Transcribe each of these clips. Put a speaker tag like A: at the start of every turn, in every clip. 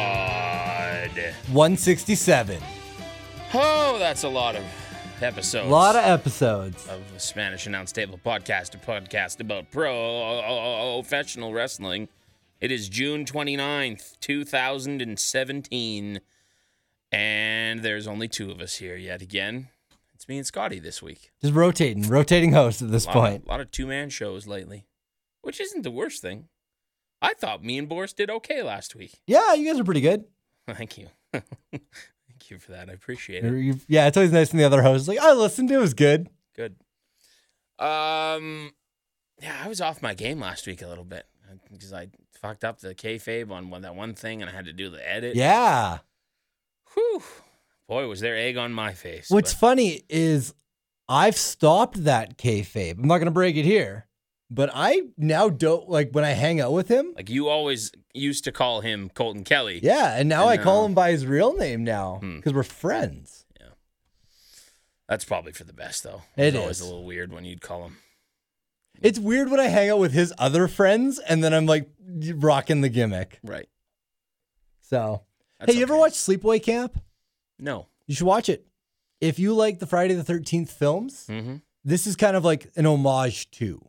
A: SatPod.
B: 167.
A: Oh, that's a lot of episodes.
B: A lot of episodes.
A: of Spanish Announce Table Podcast, a podcast about pro professional wrestling. It is June 29th, 2017. And there's only two of us here yet again. It's me and Scotty this week.
B: Just rotating, rotating hosts at this
A: A lot
B: point.
A: of, lot of two man shows lately, which isn't the worst thing. I thought me and Boris did okay last week.
B: Yeah, you guys are pretty good.
A: Thank you. Thank you for that. I appreciate it.
B: You- Yeah, it's always nice when the other host is like, I listened, it was good.
A: Good. Um, yeah, I was off my game last week a little bit because I fucked up the kayfabe on one, that one thing, and I had to do the edit.
B: Yeah.
A: Whew. Boy, was there egg on my face.
B: What's
A: but
B: funny is I've stopped that kayfabe. I'm not going to break it here, but I now don't like when I hang out with him.
A: like you always used to call him Colton Kelly.
B: Yeah, and now I,
A: I
B: call
A: know.
B: him by his real name now
A: Hmm.
B: because we're friends.
A: That's probably for the best though.
B: It
A: It's always
B: is.
A: a little weird when you'd call him.
B: It's weird when I hang out with his other friends and then I'm like rocking the gimmick.
A: Right.
B: So,
A: That's
B: hey, you ever
A: okay.
B: watch Sleepaway Camp?
A: No.
B: You should watch it. If you like the Friday the 13th films,
A: Mm-hmm.
B: this is kind of like an homage to.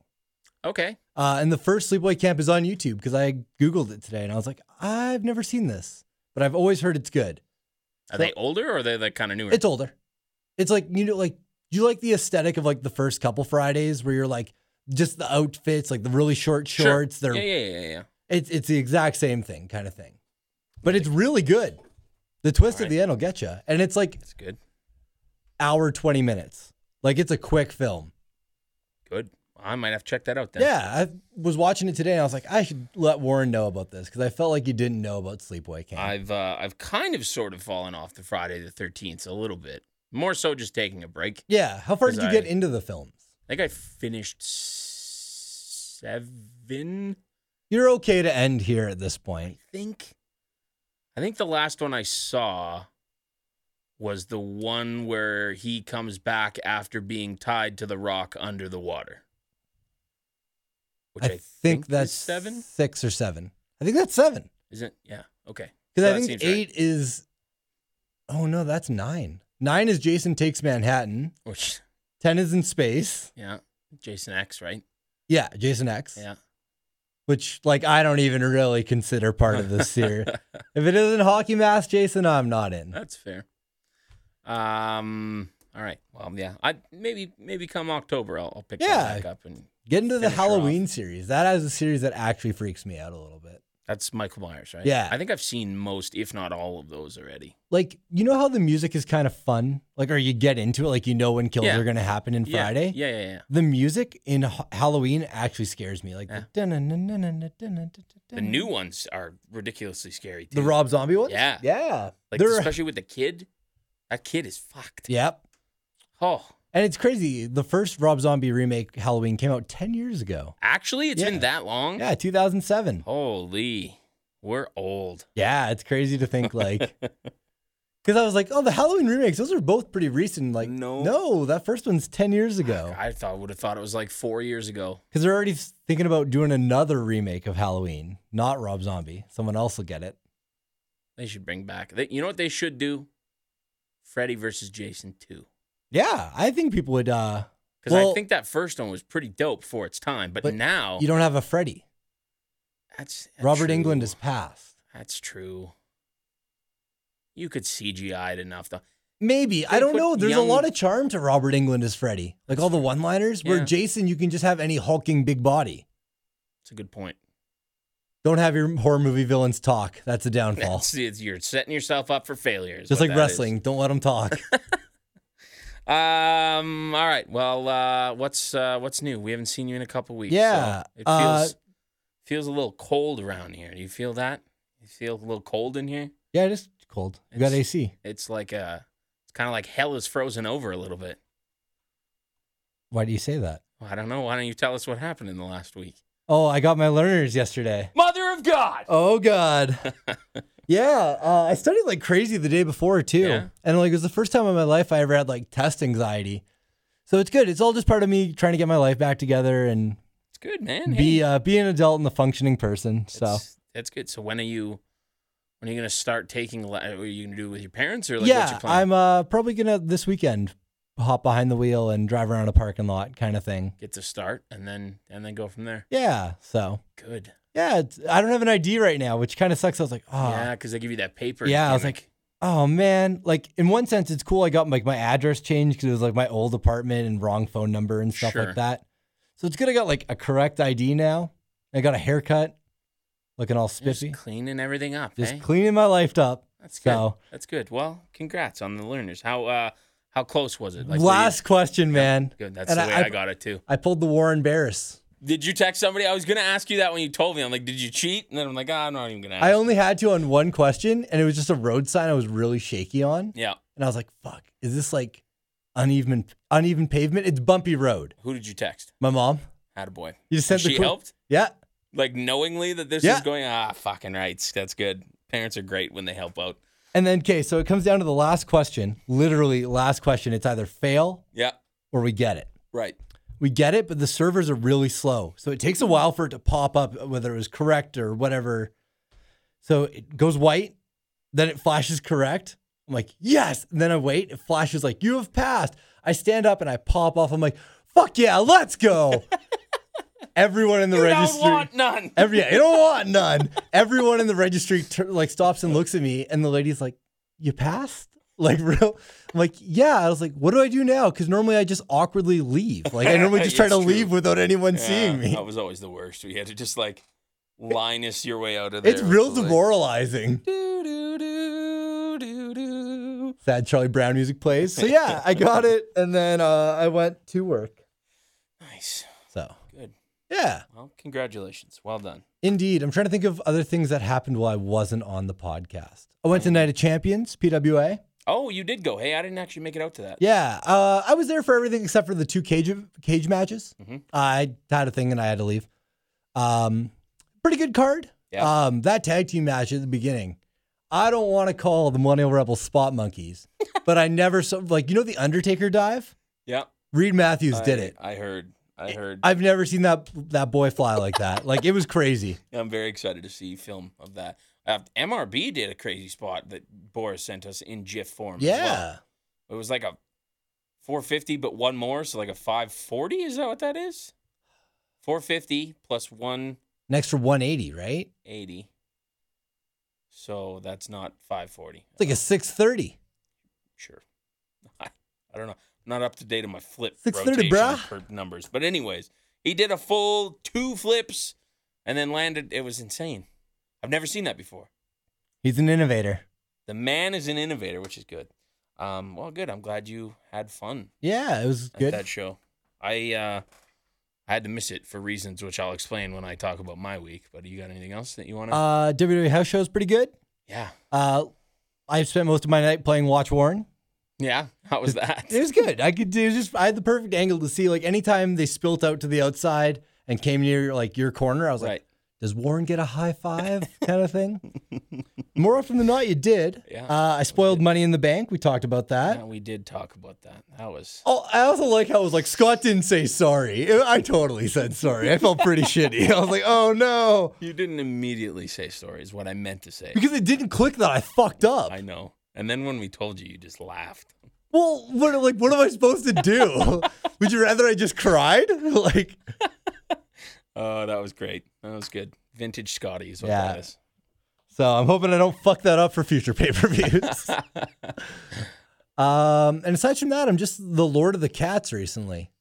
A: Okay.
B: Uh, and the first Sleepaway Camp is on YouTube because I Googled it today and I was like, I've never seen this, but I've always heard it's good.
A: Are they older or are they like kind of newer?
B: It's older. It's like, you know, like, do you like the aesthetic of like the first couple Fridays where you're like, just the outfits, like the really short
A: Sure.
B: shorts. They're
A: Yeah, yeah, yeah, yeah, yeah.
B: it's it's the exact same thing, kind of thing, but it's really good. The twist
A: Alright.
B: at the end will get you, and it's like
A: It's good.
B: hour twenty minutes. Like it's a quick film.
A: Good. I might have to check that out then.
B: Yeah, I was watching it today, and I was like, I should let Warren know about this because I felt like you didn't know about Sleepaway Camp.
A: I've uh, I've kind of sort of fallen off the Friday the Thirteenth a little bit. More so, just taking a break.
B: yeah, how far did you
A: I-
B: get into the films?
A: I think I finished s- seven.
B: You're okay to end here at this
A: I
B: point.
A: think. I think the last one I saw was the one where he comes back after being tied to the rock under the water. Which
B: I,
A: I,
B: think,
A: think,
B: that's
A: is seven.
B: six or seven. I think that's seven
A: Is it? Yeah. Okay.
B: because
A: So
B: I
A: that
B: think
A: seems right.
B: eight is. Oh no, that's nine. Nine is Jason Takes Manhattan.
A: Which
B: Ten is in space.
A: yeah, Jason X, right?
B: Yeah, Jason X.
A: Yeah.
B: Which like I don't even really consider part of this series. if it isn't hockey mask, Jason, I'm not in.
A: That's fair. Um. All right. Well, yeah. I maybe maybe come October, I'll, I'll pick
B: Yeah.
A: that back up, and
B: Get into the
A: finish her off.
B: Halloween series. That is a series that actually freaks me out a little bit.
A: that's Michael Myers, right?
B: Yeah.
A: I think I've seen most, if not all, of those already.
B: Like, you know how the music is kind of fun? Like, or you get into it, like, you know when kills
A: Yeah.
B: are going to happen in
A: Yeah.
B: Friday?
A: Yeah, yeah, yeah.
B: The music in H- Halloween actually scares me. Like,
A: Yeah.
B: the,
A: The new ones are ridiculously scary. Too.
B: The Rob Zombie ones?
A: Yeah.
B: Yeah.
A: like
B: They're-
A: especially with the kid. That kid is fucked.
B: Yep.
A: Oh,
B: And it's crazy. The first Rob Zombie remake Halloween came out 10 years ago.
A: actually, it's
B: Yeah.
A: been that long.
B: Yeah, 2007.
A: Holy, we're old.
B: Yeah, it's crazy to think like. Because I was like, oh, the Halloween remakes, those are both pretty recent. Like,
A: No. Ah,
B: no, that first one's 10 years ago.
A: I thought would have thought it was like four years ago.
B: Because they're already s- thinking about doing another remake of Halloween, not Rob Zombie. Someone else will get it.
A: They should bring back. They, you know what they should do? Freddy versus Jason two.
B: Yeah, I think people would. uh
A: Because
B: Well-
A: I think that first one was pretty dope for its time, but,
B: But
A: now
B: You don't have a Freddy.
A: that's, Oh. that's
B: Robert
A: true.
B: England has passed.
A: That's true. You could CGI it enough though.
B: Maybe I
A: They
B: don't
A: put
B: know. There's
A: young-
B: a lot of charm to Robert England as Freddy, like all the one-liners. Where
A: Yeah.
B: Jason, you can just have any hulking big body.
A: It's a good point.
B: Don't have your horror movie villains talk. That's a downfall.
A: That's, it's, you're setting yourself up for failure. is
B: just
A: what
B: like
A: that is.
B: wrestling, don't let them talk.
A: Um. All right. Well, uh, what's uh, what's new? We haven't seen you in a couple weeks. so
B: Yeah,
A: it feels
B: uh,
A: feels a little cold around here. Do you feel that? You feel a little cold in here?
B: yeah, it's cold. You got
A: It's-
B: AC.
A: It's like uh It's kind of like hell is frozen over a little bit.
B: Why do you say that?
A: Well, I don't know. Why don't you tell us what happened in the last week?
B: Oh, I got my learners yesterday.
A: Mother of God!
B: Oh God. yeah, uh, I studied like crazy the day before too,
A: Yeah?
B: and like it was the first time in my life I ever had like test anxiety. So it's good. It's all just part of me trying to get my life back together and
A: It's good, man.
B: be
A: hey,
B: uh, be an adult and a functioning person. So
A: that's, that's good. So when are you? When are you gonna start taking? la- What are you gonna do with your parents or like what's
B: yeah,
A: your plan?
B: I'm uh, probably gonna this weekend hop behind the wheel and drive around a parking lot kind of thing.
A: Get to start and then and then go from there.
B: Yeah, so
A: Good.
B: yeah, it's, I don't have an ID right now, which kind of sucks. I was like, oh,
A: Yeah, because they give you that paper.
B: Yeah, I was
A: gimmick.
B: oh man. Like in one sense, it's cool. I got like my address changed because it was like my old apartment and wrong phone number and stuff
A: Sure.
B: like that. So it's good. I got like a correct ID now. I got a haircut, looking all spiffy,
A: just cleaning everything up.
B: just
A: eh?
B: cleaning my life up.
A: That's good.
B: So
A: That's good. Well, congrats on the learners. How uh how close was it? were you-
B: last question, man.
A: Good. That's
B: and
A: the
B: I-
A: way
B: I-
A: I got it too.
B: I pulled the Warren Barris.
A: Did you text somebody? I was gonna ask you that when you told me. I'm like, did you cheat? And then I'm like, ah, I'm not even gonna. Ask.
B: I only had to on one question, and it was just a road sign I was really shaky on,
A: Yeah.
B: and I was like, "Fuck, is this like uneven uneven pavement? It's bumpy road."
A: Who did you text?
B: My mom,
A: Had a boy.
B: you just sent
A: She
B: the quick-
A: helped,
B: Yeah,
A: like knowingly that this
B: Yeah.
A: is going. Ah, fucking rights. That's good. Parents are great when they help out.
B: and then okay, so it comes down to the last question, literally last question. It's either fail
A: Yeah.
B: or we get it.
A: Right.
B: We get it, but the servers are really slow, so it takes a while for it to pop up whether it was correct or whatever. So it goes white, then it flashes correct. I'm like, yes. And then I wait, it flashes like, you have passed. I stand up and I pop off. I'm like, fuck yeah, let's go. Everyone in the
A: You
B: registry.
A: don't want none.
B: Every yeah, you don't want none. Everyone in the registry tur like stops and looks at me, and the lady's like, "You passed?" Like real? I'm like, yeah. I was like, "What do I do now?" Because normally I just awkwardly leave. Like I normally just try to
A: It's true.
B: leave without anyone
A: Yeah,
B: seeing me.
A: That was always the worst. We had to just like Linus your way out of there.
B: It's real
A: with the, like,
B: demoralizing.
A: Do do do do do.
B: Sad Charlie Brown music plays. So yeah, I got it, and then uh, I went to work.
A: Nice.
B: So
A: Good.
B: yeah,
A: Well, congratulations. Well done.
B: indeed. I'm trying to think of other things that happened while I wasn't on the podcast. I went to
A: Mm.
B: Night of Champions, PWA.
A: Oh, you did go. Hey, I didn't actually make it out to that.
B: Yeah, uh, I was there for everything except for the two cage cage matches.
A: Mhm.
B: I had a thing and I had to leave. Um, pretty good card.
A: Yeah.
B: Um, that tag team match at the beginning. I don't want to call the Millennial Rebels spot monkeys, but I never saw like you know the Undertaker dive.
A: Yeah.
B: Reed Matthews did
A: I-
B: it.
A: I heard. I heard.
B: I've never seen that that boy fly like that. like it was crazy.
A: I'm very excited to see film of that. Uh, MRB did a crazy spot that Boris sent us in GIF form. as
B: Yeah.
A: well. It was like a 450, but one more, so like a 540. Is that what that is? 450 plus 180.
B: An extra 180, right?
A: So that's not 540.
B: It's like a 630.
A: sure. I, I don't know. Not up to date on my flip
B: 630,
A: rotation
B: bruh.
A: for numbers. But anyways, he did a full two flips and then landed. It was insane. I've never seen that before.
B: He's an innovator.
A: The man is an innovator, which is good. Um, well, good. I'm glad you had fun
B: Yeah, it was
A: at
B: good.
A: that show. I uh, I had to miss it for reasons which I'll explain when I talk about my week. But you got anything else that you want to?
B: Uh, WWE house show is pretty good.
A: yeah,
B: Uh, I spent most of my night playing Watch Warren.
A: yeah. How was that?
B: It was good. I could do just. I had the perfect angle to see. Like anytime they spilt out to the outside and came near like your corner, I was like,
A: right.
B: "Does Warren get a high five kind of thing? More often than not, you did.
A: Yeah,
B: Uh, I spoiled Money in the Bank. We talked about that.
A: Yeah, we did talk about that. That was
B: Oh, I also like how it was like Scott didn't say sorry. I totally said sorry. I felt pretty shitty. I was like, "Oh no,"
A: you didn't immediately say sorry is what I meant to say.
B: because it didn't click that I fucked up.
A: I know. And then when we told you, you just laughed.
B: Well, what like what am I supposed to do? Would you rather I just cried? like
A: Oh, that was great. That was good. Vintage Scotty is what
B: Yeah.
A: that is.
B: so I'm hoping I don't fuck that up for future pay-per-views. um and aside from that, I'm just the Lord of the Cats recently.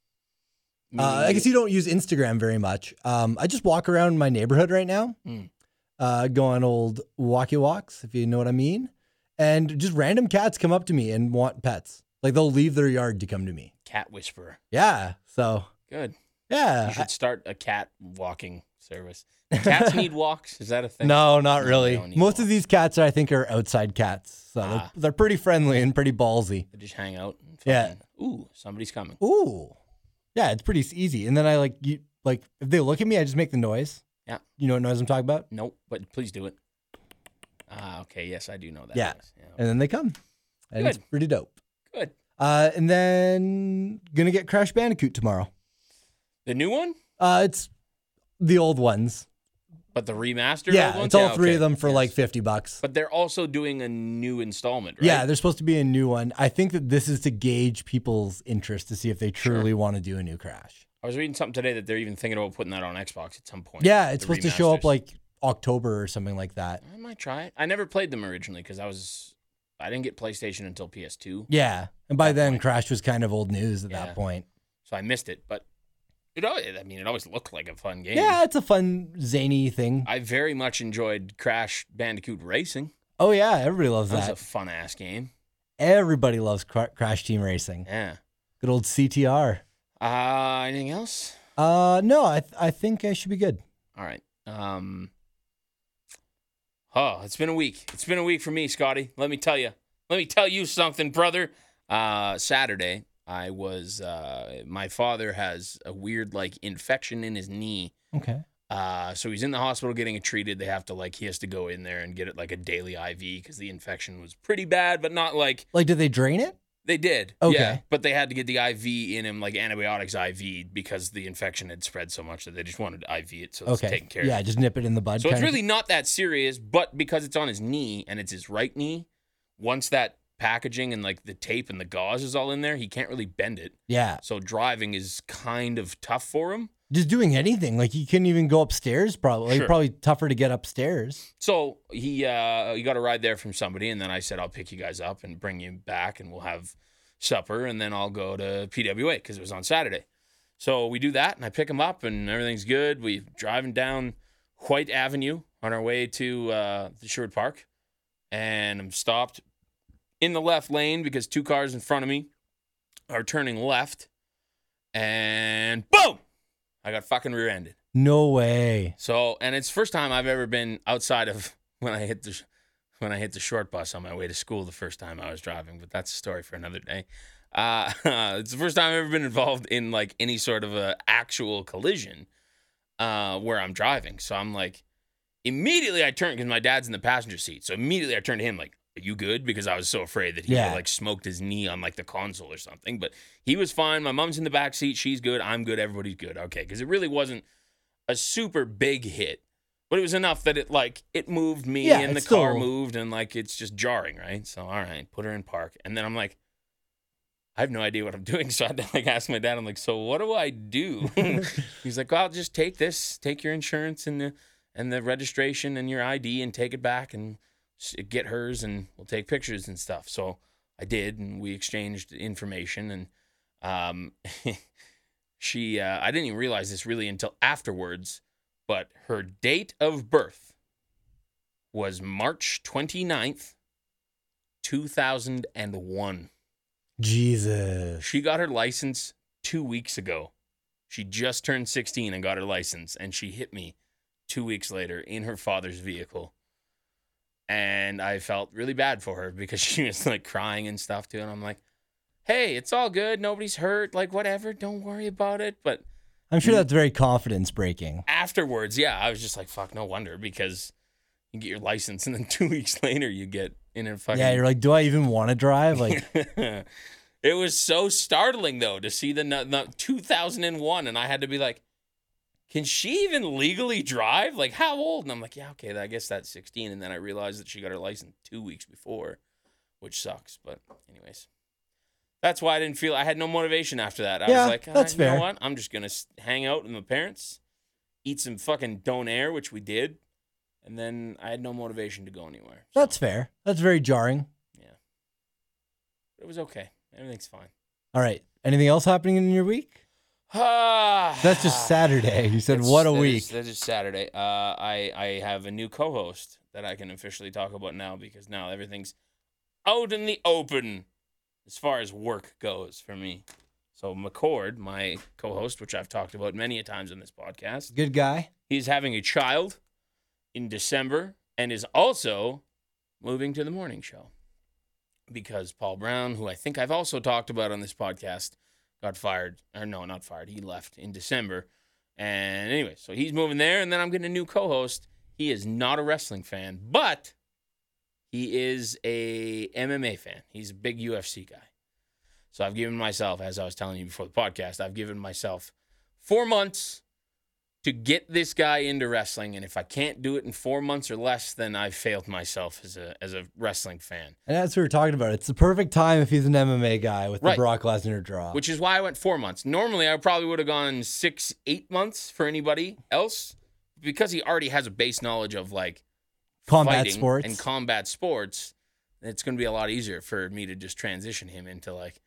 B: Uh, I guess you don't use Instagram very much. Um I just walk around my neighborhood right now.
A: Hmm.
B: Uh go on old walkie walks, if you know what I mean. And just random cats come up to me and want pets. Like they'll leave their yard to come to me.
A: Cat Whisperer.
B: Yeah. So
A: Good.
B: yeah.
A: You should start a cat walking service. Do Cats need walks. Is that a thing?
B: No, not
A: No, they
B: really.
A: don't need
B: Most
A: one.
B: of these cats, I think, are outside cats, so
A: Ah.
B: they're, they're pretty friendly and pretty ballsy.
A: They just hang out. And
B: Yeah.
A: fucking, Ooh, somebody's coming.
B: Ooh, yeah, it's pretty s- easy. And then I like you, like if they look at me, I just make the noise.
A: Yeah.
B: you know what noise I'm talking about.
A: Nope. But please do it. Ah, okay. Yes, I do know that.
B: Yeah.
A: noise.
B: And then they come, and it's pretty dope.
A: Good.
B: Uh, and then gonna get Crash Bandicoot tomorrow.
A: The new one?
B: Uh, it's the old ones.
A: But the remastered old
B: Yeah,
A: ones?
B: it's all three
A: okay.
B: of them for
A: Yes.
B: like 50 bucks.
A: But they're also doing a new installment, right?
B: Yeah, there's supposed to be a new one. I think that this is to gauge people's interest to see if they truly want to do a new Crash.
A: I was reading something today that they're even thinking about putting that on Xbox at some point.
B: Yeah, it's
A: the
B: supposed to show up
A: remasters.
B: like October or something like that.
A: I might try it. I never played them originally because I was I didn't get PlayStation until PS2,
B: Yeah, and by
A: That
B: then
A: point.
B: Crash was kind of old news at
A: Yeah.
B: that point.
A: so I missed it. But it, al- I mean, it always looked like a fun game.
B: Yeah, it's a fun zany thing.
A: I very much enjoyed Crash Bandicoot Racing.
B: Oh yeah, everybody loves
A: That was
B: that.
A: a fun ass game.
B: Everybody loves cra- Crash Team Racing.
A: Yeah.
B: Good old CTR.
A: Uh, anything else?
B: Uh, no, I th- I think I should be good.
A: All right. Um. Oh, it's been a week. It's been a week for me, Scotty. Let me tell you. Let me tell you something, brother. Uh, Saturday, I was. Uh, my father has a weird like infection in his knee.
B: Okay.
A: Uh, so he's in the hospital getting it treated. They have to like he has to go in there and get it like a daily IV because the infection was pretty bad, but not like
B: Like, did they drain it?
A: they did. Yeah,
B: Okay.
A: but they had to get the IV in him like antibiotics IV because the infection had spread so much that they just wanted to IV it so it's
B: Okay.
A: taken care of.
B: yeah, just nip it in the bud.
A: So it's
B: kinda
A: really not that serious, but because it's on his knee and it's his right knee, once that packaging and like the tape and the gauze is all in there, he can't really bend it.
B: thing. yeah,
A: So driving is kind of tough for him.
B: just doing anything. Like you couldn't even go upstairs. Probably
A: Sure.
B: probably tougher to get upstairs.
A: So he uh he got a ride there from somebody and then I said I'll pick you guys up and bring you back and we'll have supper and then I'll go to PWA because it was on Saturday. So we do that and I pick him up and everything's good. We driving down White Avenue on our way to uh the Sherwood Park and I'm stopped in the left lane because two cars in front of me are turning left and boom I got fucking rear-ended.
B: No way.
A: So, and it's the first time I've ever been outside of when I hit the sh- when I hit the short bus on my way to school the first time I was driving, but that's a story for another day. Uh, it's the first time I've ever been involved in like any sort of a actual collision uh, where I'm driving. So I'm like, immediately I turn because my dad's in the passenger seat. So immediately I turn to him like, "Are you good?" Because I was so afraid that he
B: Yeah.
A: would've, like smoked his knee on like the console or something. But he was fine. My mom's in the back seat. She's good. I'm good. Everybody's good. Okay, because it really wasn't a super big hit, but it was enough that it like it moved me
B: Yeah,
A: and the
B: it's
A: car
B: still-
A: moved and like it's just jarring, right? So all right, put her in park, and then I'm like. I have no idea what I'm doing, so I had to like ask my dad. I'm like, "So what do I do?" He's like, "Well, just take this, take your insurance and the and the registration and your ID, and take it back and s- get hers, and we'll take pictures and stuff." So I did, and we exchanged information, and um, she uh, I didn't even realize this really until afterwards, but her date of birth was March 29th, 2001.
B: Jesus.
A: She got her license two weeks ago. She just turned 16 and got her license, and she hit me two weeks later in her father's vehicle. And I felt really bad for her because she was like crying and stuff too. And I'm like, hey, it's all good. Nobody's hurt. Like, whatever. Don't worry about it. But
B: I'm
A: Mm.
B: sure that's very confidence breaking.
A: afterwards, yeah, I was just like, fuck, no wonder because you get your license and then two weeks later you get in a fucking
B: Yeah, you're like, do I even want to drive? Like,
A: it was so startling though to see the, nu- nu- 2001 and i had to be like can she even legally drive like how old and i'm like yeah okay i guess that's 16 and then i realized that she got her license two weeks before which sucks but anyways that's why i didn't feel i had no motivation after that i
B: Yeah,
A: was like "Ah,
B: that's
A: you know
B: fair.
A: what i'm just gonna s- hang out with my parents eat some fucking donair which we did and then i had no motivation to go anywhere So
B: that's fair. That's very jarring.
A: it was okay everything's fine
B: All right. Anything else happening in your week?
A: Ah.
B: That's just Saturday. You said,
A: That's-
B: what a
A: that
B: week.
A: is- that is Saturday. Uh, I I have a new co-host that I can officially talk about now because now everything's out in the open as far as work goes for me. So McCord, my co-host, which I've talked about many a times on this podcast,
B: Good guy.
A: he's having a child in December and is also moving to the morning show because Paul Brown, who I think I've also talked about on this podcast, got fired. Or no, not fired. He left in December. And anyway, so he's moving there, and then I'm getting a new co-host. He is not a wrestling fan, but he is a MMA fan. He's a big UFC guy. So I've given myself, as I was telling you before the podcast, I've given myself four months to get this guy into wrestling. And if I can't do it in four months or less, then I've failed myself as a as a wrestling fan.
B: And that's what we are talking about. It's the perfect time if he's an MMA guy with
A: Right.
B: the Brock Lesnar draw.
A: Which is why I went four months. Normally, I probably would have gone six, eight months for anybody else, because he already has a base knowledge of like
B: combat
A: fighting
B: sports.
A: and combat sports, it's going to be a lot easier for me to just transition him into like,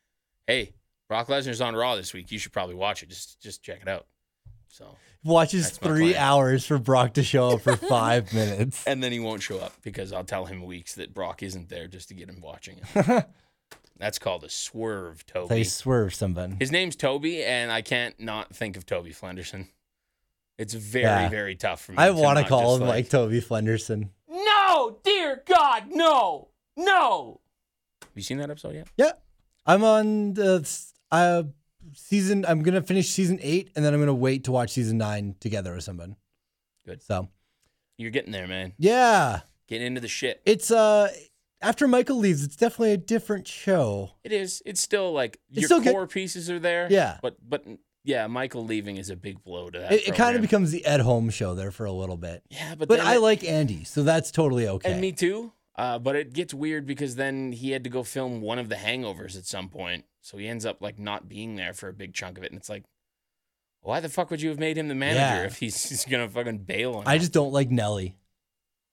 A: hey, Brock Lesnar's on Raw this week. You should probably watch it. Just just check it out. So
B: Watches
A: That's my
B: three
A: plan.
B: hours for Brock to show up for five minutes.
A: and then he won't show up because I'll tell him weeks that Brock isn't there just to get him watching it.
B: they
A: That's called a swerve, Toby.
B: swerve somebody.
A: His name's Toby, and I can't not think of Toby Flenderson. It's very
B: Yeah.
A: very tough for me.
B: I want to
A: not
B: call
A: just,
B: him like, Toby Flenderson.
A: no, dear God, no, no. Have you seen that episode yet?
B: Yeah, I'm on the s- uh, season. I'm gonna finish season eight, and then I'm gonna wait to watch season nine together with someone.
A: Good.
B: So
A: You're getting there, man.
B: yeah,
A: Getting into the shit.
B: it's uh after Michael leaves, it's definitely a different show.
A: It is. It's still like
B: It's
A: your
B: still good.
A: core pieces are there.
B: Yeah.
A: But but yeah, Michael leaving is a big blow to that.
B: It, it kind
A: program.
B: of becomes the at home show there for a little bit.
A: Yeah, but
B: But
A: then
B: I
A: it-
B: like Andy, so that's totally okay.
A: and me too. Uh, but it gets weird because then he had to go film one of the Hangovers at some point, so he ends up like not being there for a big chunk of it, and it's like, why the fuck would you have made him the manager
B: Yeah.
A: if he's, he's gonna fucking bail on?
B: I
A: you?
B: just don't like Nelly,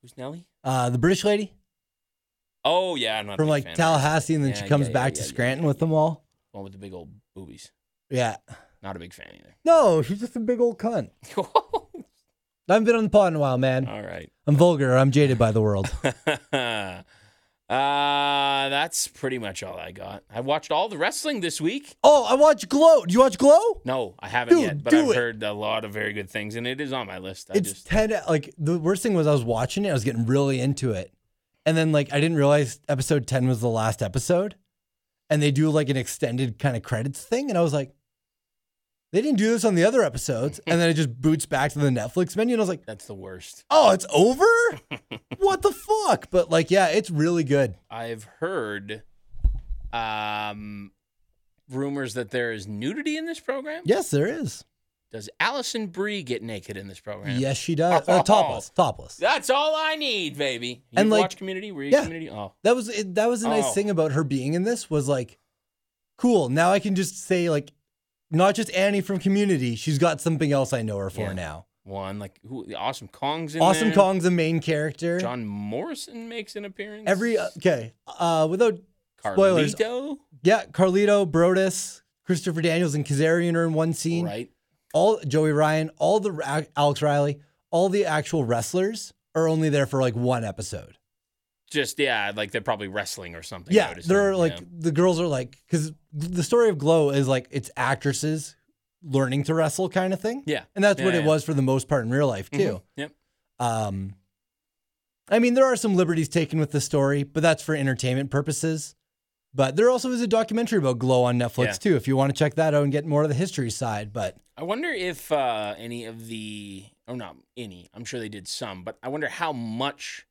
A: who's Nelly?
B: uh, the British lady
A: Oh yeah, I'm not a
B: from
A: big
B: like
A: fan of her.
B: Tallahassee, and then
A: Yeah,
B: she comes
A: yeah, yeah,
B: back
A: yeah,
B: to
A: yeah,
B: Scranton
A: yeah,
B: with them all.
A: one with the big old boobies.
B: Yeah.
A: Not a big fan either.
B: No, she's just a big old cunt. I haven't been on the pod in a while, man.
A: All right.
B: I'm vulgar. I'm jaded by the world.
A: uh, that's pretty much all I got. I watched all the wrestling this week.
B: Oh, I watch Glow. Do you watch Glow?
A: No, I haven't
B: Dude,
A: yet, but
B: do
A: I've
B: it.
A: heard a lot of very good things, and it is on my list. I
B: it's
A: just
B: 10 like the worst thing was I was watching it, I was getting really into it. And then like I didn't realize episode 10 was the last episode. And they do like an extended kind of credits thing and I was like they didn't do this on the other episodes and then it just boots back to the Netflix menu and I was like,
A: that's the worst.
B: "Oh, it's over?" what the fuck? But like yeah, it's really good.
A: I've heard um rumors that there is nudity in this program.
B: Yes, there is.
A: Does Allison Brie get naked in this program?
B: Yes, she does. Uh, topless, topless.
A: That's all I need, baby. You
B: And, like-
A: watch Community? Were you
B: Yeah.
A: Community? Oh,
B: That was it, that was a nice
A: Oh.
B: thing about her being in this was like, cool. Now I can just say like, not just Annie from Community. She's got something else I know her for
A: Yeah.
B: now.
A: one like who? Awesome Kong's in
B: awesome
A: there.
B: Kong's a main character.
A: John Morrison makes an appearance.
B: Every uh, okay, uh, without spoilers.
A: Carlito,
B: yeah, Carlito, Brodus, Christopher Daniels, and Kazarian are in one scene.
A: right?
B: All Joey Ryan, all the ra- Alex Riley, all the actual wrestlers are only there for like one episode.
A: Just yeah, like they're probably wrestling or something. I
B: yeah,
A: would assume,
B: they're like
A: yeah.
B: the girls are like because the story of Glow is like it's actresses learning to wrestle kind of thing,
A: yeah.
B: and that's what
A: Yeah,
B: it
A: yeah.
B: was for the most part in real life too.
A: Mhm. Yep.
B: Um, I mean, there are some liberties taken with the story, but that's for entertainment purposes. But there also is a documentary about Glow on Netflix
A: Yeah.
B: too, if you want to check that out and get more of the history side. But
A: I wonder if uh, any of the or not any. I'm sure they did some, but I wonder how much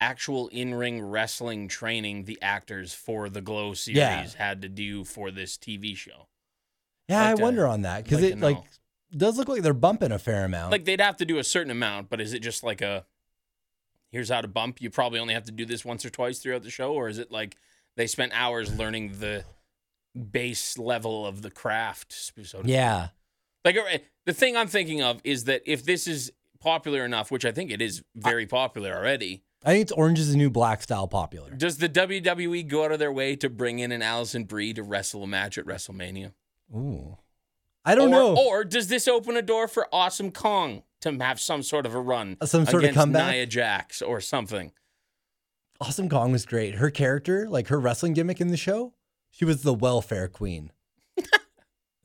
A: actual in-ring wrestling training the actors for the Glow series
B: Yeah.
A: had to do for this TV show.
B: yeah,
A: Like
B: I
A: to-
B: wonder on that because
A: like to
B: it like
A: know.
B: does look like they're bumping a fair amount.
A: Like they'd have to do a certain amount, but is it just like a here's how to bump? You probably only have to do this once or twice throughout the show, or is it like they spent hours learning the base level of the craft? So to speak?
B: yeah,
A: Like uh, the thing I'm thinking of is that if this is popular enough, which I think it is very popular already,
B: I think it's Orange is the New Black style popular.
A: does the WWE go out of their way to bring in an Allison Brie to wrestle a match at WrestleMania?
B: Ooh, I don't
A: or,
B: know.
A: Or does this open a door for Awesome Kong to have some sort of a run,
B: Uh, Some sort of
A: against
B: comeback?
A: Nia Jax or something?
B: Awesome Kong was great. Her character, like her wrestling gimmick in the show, she was the welfare queen.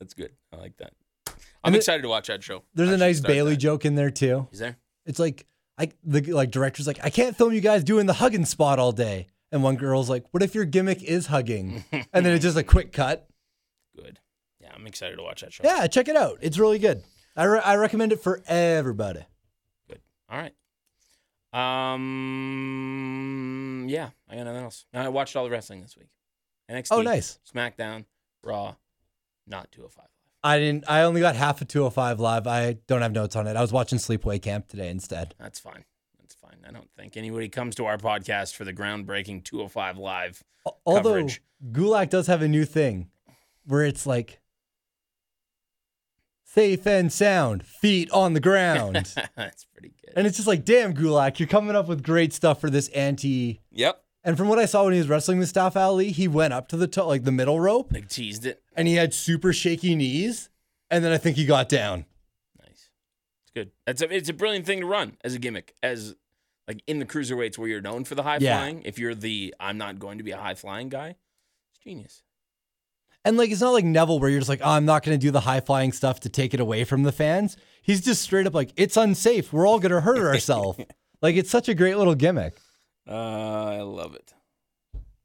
A: That's good. I like that. I'm
B: And it-
A: excited to watch that show.
B: There's
A: I
B: a
A: should
B: nice
A: start
B: Bailey
A: that.
B: joke in there too.
A: Is there?
B: It's like I the like director's like, I can't film you guys doing the hugging spot all day. And one girl's like, What if your gimmick is hugging? and then it's just a quick cut.
A: Good. Yeah, I'm excited to watch that show.
B: Yeah, check it out. It's really good. I, re- I recommend it for everybody.
A: All right. Um. Yeah, I got nothing else. No, I watched all the wrestling this week. NXT.
B: Oh, nice.
A: SmackDown, Raw, not 205 Live.
B: I didn't. I only got half of 205 live. I don't have notes on it. I was watching Sleepaway Camp today instead.
A: That's fine. That's fine. I don't think anybody comes to our podcast for the groundbreaking 205 live.
B: Al- Although
A: Coverage.
B: Gulak does have a new thing where it's like safe and sound, feet on the ground.
A: That's pretty good.
B: and it's just like, damn, Gulak, you're coming up with great stuff for this anti.
A: Yep.
B: And from what I saw when he was wrestling with Mustafa Ali, he went up to the to- like the middle rope
A: They teased it.
B: and he had super shaky knees. And then I think he got down.
A: Nice. It's good. That's a, it's a brilliant thing to run as a gimmick, as like in the cruiserweights where you're known for the high
B: Yeah.
A: flying. If you're the I'm not going to be a high flying guy, it's genius.
B: And like, it's not like Neville where you're just like, oh, I'm not going to do the high flying stuff to take it away from the fans. He's just straight up like, it's unsafe. We're all going to hurt ourselves. like, it's such a great little gimmick.
A: Uh, I love it.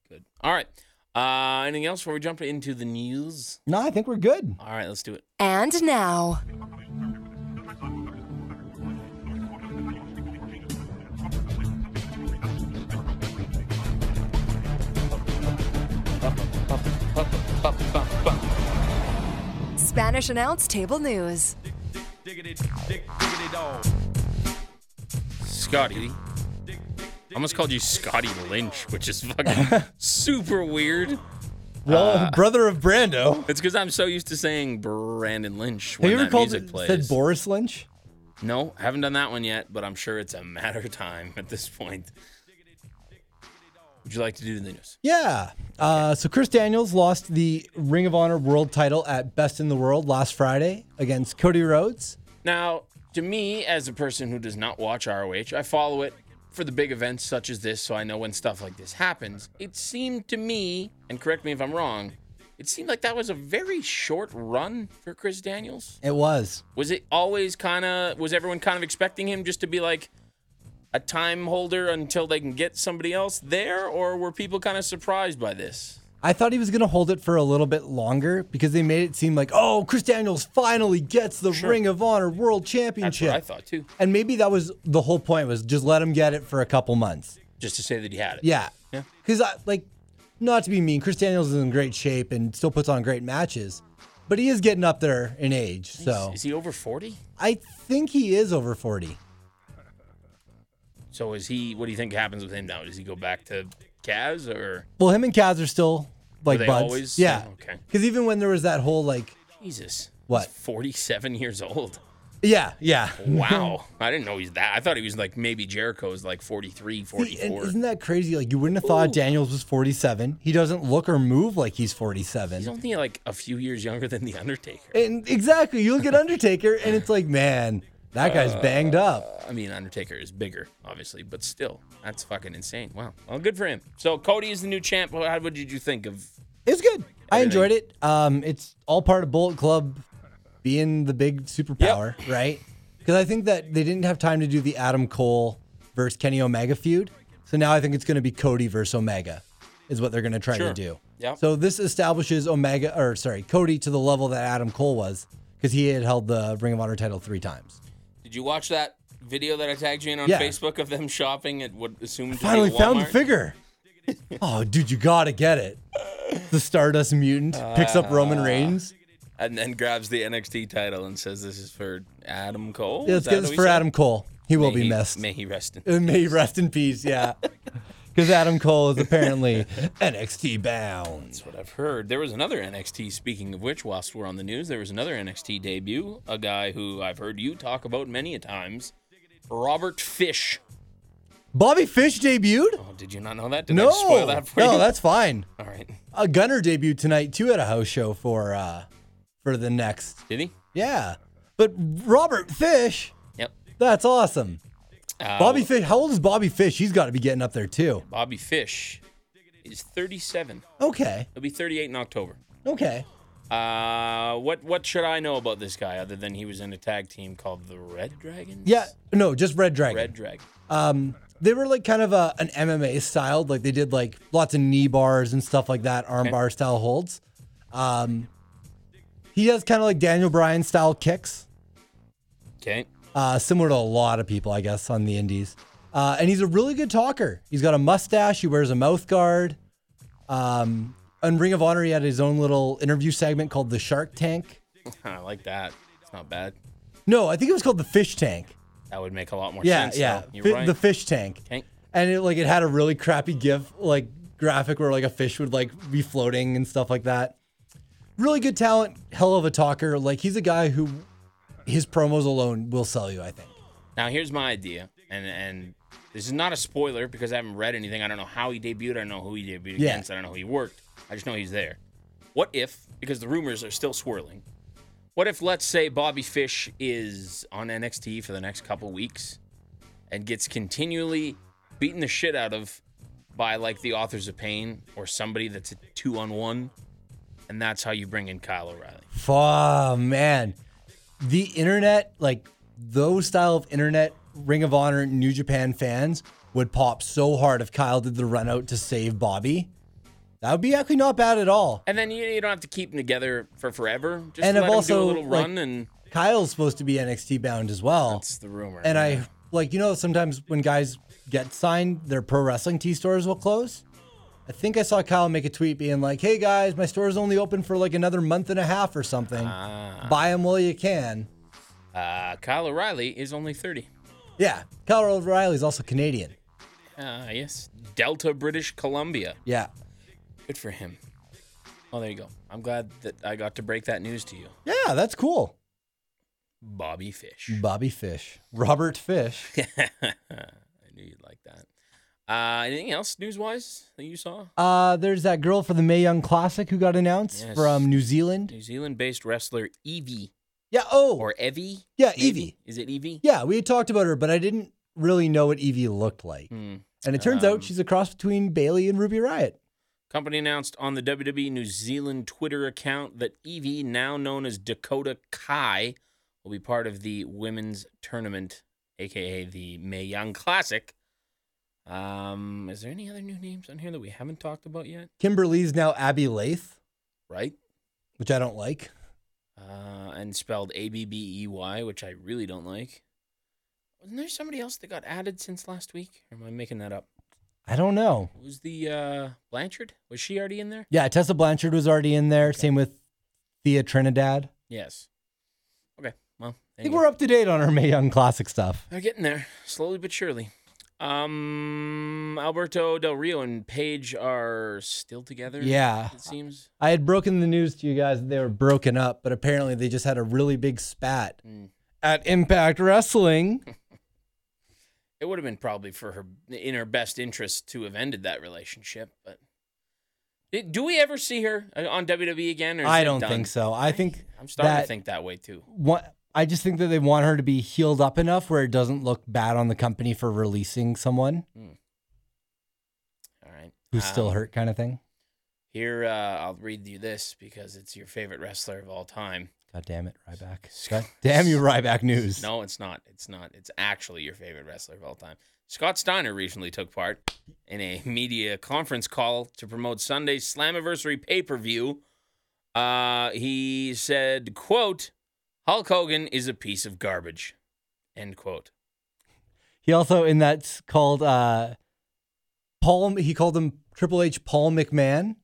A: Good. All right. Uh, anything else before we jump into the news?
B: No, I think we're good.
A: All right, let's do it.
C: And now, Spanish announce table news.
D: Diggity, dig, diggity dog.
A: Scotty. I almost called you Scotty Lynch, which is fucking super weird.
B: Well,
A: Uh,
B: brother of Brando.
A: It's because I'm so used to saying Brandon Lynch
B: Have
A: when
B: you ever
A: that
B: called
A: music
B: it,
A: plays.
B: said Boris Lynch?
A: No, haven't done that one yet, but I'm sure it's a matter of time at this point. Would you like to do the news?
B: Yeah. Uh, so Chris Daniels lost the Ring of Honor World title at Best in the World last Friday against Cody Rhodes.
A: Now, to me, as a person who does not watch ROH, I follow it for the big events such as this, so I know when stuff like this happens. It seemed to me, and correct me if I'm wrong, it seemed like that was a very short run for Chris Daniels.
B: It was.
A: Was it always kind of, was everyone kind of expecting him just to be like a time holder until they can get somebody else there, or were people kind of surprised by this?
B: I thought he was going to hold it for a little bit longer because they made it seem like, oh, Chris Daniels finally gets the Ring of Honor World
A: That's
B: Championship.
A: what I thought too.
B: And maybe that was the whole point was just let him get it for a couple months.
A: Just to say that he had it.
B: Yeah.
A: Yeah.
B: Because, like, not to be mean, Chris Daniels is in great shape and still puts on great matches, but he is getting up there in age. So
A: Is he over 40?
B: I think he is over 40.
A: So is he? What do you think happens with him now? Does he go back to Cavs or
B: Well, him and Kaz are still like
A: they
B: buds.
A: always?
B: Yeah.
A: Oh, okay.
B: Because even when there was that whole, like,
A: Jesus?
B: What?
A: He's 47 years old.
B: yeah, yeah.
A: Wow. I didn't know he's that. I thought he was like maybe Jericho's like 43,
B: See, and
A: 44.
B: isn't that crazy? Like you wouldn't have thought Daniels was 47. He doesn't look or move like he's 47.
A: he's only like a few years younger than the Undertaker.
B: And exactly, you look at Undertaker, and it's like, man, that guy's banged up.
A: I mean, Undertaker is bigger, obviously, but still, that's fucking insane. Wow. Well, good for him. So Cody is the new champ. How what did you think of?
B: It's good. I enjoyed it. Um, it's all part of Bullet Club being the big superpower, right? Because I think that they didn't have time to do the Adam Cole versus Kenny Omega feud. So now I think it's going to be Cody versus Omega, is what they're going to try
A: Sure.
B: to do.
A: Yep.
B: So this establishes Omega, or sorry, Cody to the level that Adam Cole was, because he had held the Ring of Honor title three times.
A: Did you watch that video that I tagged you in on
B: Yeah.
A: Facebook of them shopping at what assumed to
B: Finally
A: be a
B: found the
A: Walmart?
B: figure. Oh, dude, you gotta get it. The Stardust Mutant picks up Roman Reigns.
A: and then grabs the NXT title and says, "This is for Adam Cole." Is
B: Yeah, let's
A: that
B: get
A: what
B: this
A: he
B: for
A: said?
B: Adam Cole. He will
A: May
B: be
A: he-
B: missed.
A: May he rest in.
B: And may he rest in peace. Yeah, because Adam Cole is apparently NXT bound.
A: That's what I've heard. There was another NXT. Speaking of which, whilst we're on the news, there was another NXT debut. A guy who I've heard you talk about many a times, Robert Fish.
B: Bobby Fish debuted.
A: Oh, did you not know that? Did I
B: No,
A: just spoil that for you?
B: no, that's fine.
A: all right.
B: A Gunner debuted tonight too at a house show for uh for the next.
A: Did he?
B: Yeah, but Robert Fish,
A: Yep.
B: that's awesome.
A: Uh,
B: Bobby Fish, how old is Bobby Fish? He's got to be getting up there too.
A: Bobby Fish is 37.
B: Okay,
A: He'll be 38 in October.
B: okay.
A: Uh, what what should I know about this guy other than he was in a tag team called the Red Dragons?
B: Yeah, no, just Red Dragon.
A: Red Dragon.
B: Um, they were like kind of a, an MMA styled, like they did like lots of knee bars and stuff like that, arm bar style holds. Um, he does kind of like Daniel Bryan style kicks,
A: Okay.
B: uh, similar to a lot of people, I guess, on the indies. Uh, and he's a really good talker. He's got a mustache. He wears a mouth guard. Um, on Ring of Honor, he had his own little interview segment called the Shark Tank.
A: I like that. It's not bad.
B: No, I think it was called the fish tank.
A: That would make a lot more
B: Yeah,
A: sense.
B: yeah,
A: though. You're
B: Fi-
A: right.
B: the fish tank.
A: Tank.
B: And it like it had a really crappy GIF like graphic where like a fish would like be floating and stuff like that. Really good talent, hell of a talker. Like he's a guy who his promos alone will sell you. I think.
A: Now here's my idea, and and this is not a spoiler because I haven't read anything. I don't know how he debuted. I don't know who he debuted
B: Yeah.
A: against. I don't know who he worked. I just know he's there. What if? Because the rumors are still swirling. What if, let's say, Bobby Fish is on NXT for the next couple weeks, and gets continually beaten the shit out of by like the authors of pain or somebody that's a two on one, and that's how you bring in Kyle O'Reilly.
B: Oh man, the internet, like those style of internet Ring of Honor New Japan fans would pop so hard if Kyle did the run out to save Bobby. That would be actually not bad at all.
A: And then you, you don't have to keep them together for forever. Just
B: And
A: let them
B: I've
A: do a
B: also,
A: little
B: like,
A: run and.
B: Kyle's supposed to be NXT bound as well.
A: That's the rumor.
B: and I like you know sometimes when guys get signed, their pro wrestling T stores will close. I think I saw Kyle make a tweet being like, "Hey guys, my store's only open for like another month and a half or something. Buy them while you can."
A: uh, Kyle O'Reilly is only 30.
B: Yeah, Kyle O'Reilly's also Canadian.
A: Ah, yes. Delta, British Columbia.
B: Yeah,
A: Good for him. Oh, there you go. I'm glad that I got to break that news to you.
B: yeah, that's cool.
A: Bobby Fish.
B: Bobby Fish, Robert Fish.
A: I knew you'd like that. Uh, anything else news wise that you saw?
B: Uh, there's that girl for the May Young Classic who got announced
A: Yes.
B: from New Zealand.
A: New Zealand based wrestler Evie
B: Yeah. Oh,
A: or Evie?
B: Yeah,
A: maybe?
B: Evie.
A: Is it Evie?
B: yeah. We had talked about her, but I didn't really know what Evie looked like.
A: Hmm.
B: And it turns
A: Um,
B: out she's a cross between Bailey and Ruby Riot.
A: Company announced on the WWE New Zealand Twitter account that Evie, now known as Dakota Kai, will be part of the women's tournament, aka the Mae Young Classic. Um, is there any other new names on here that we haven't talked about yet?
B: Kimberly's now Abby Lath,
A: Right?
B: which I don't like.
A: Uh, and spelled A B B E Y, which I really don't like. Wasn't there somebody else that got added since last week? Or am I making that up?
B: I don't know.
A: Was the uh, Blanchard? Was she already in there?
B: Yeah, Tessa Blanchard was already in there. Same with Thea Trinidad.
A: Yes. Okay. Well,
B: I think we're up to date on our May Young Classic stuff.
A: They're getting there, slowly but surely. Um, Alberto Del Rio and Paige are still together.
B: Yeah.
A: it seems.
B: I had broken the news to you guys that they were broken up, but apparently they just had a really big spat
A: Mm.
B: at Impact Wrestling.
A: It would have been probably for her in her best interest to have ended that relationship, but Did- do we ever see her uh, on WWE again? Or is
B: I
A: it
B: don't
A: done?
B: think so. I think
A: I'm starting to
B: that-
A: think that way too.
B: what I just think that they want her to be healed up enough where it doesn't look bad on the company for releasing someone
A: All right,
B: who's still
A: Um,
B: hurt, kind of thing.
A: Here, uh, I'll read you this because it's your favorite wrestler of all time.
B: God damn it, Ryback. God damn you, Ryback News.
A: No, it's not. It's not. It's actually your favorite wrestler of all time. Scott Steiner recently took part in a media conference call to promote Sunday's Slammiversary pay-per-view. Uh, he said, quote, Hulk Hogan is a piece of garbage, end quote.
B: He also in that's called uh Paul he called him Triple H Paul McMahon.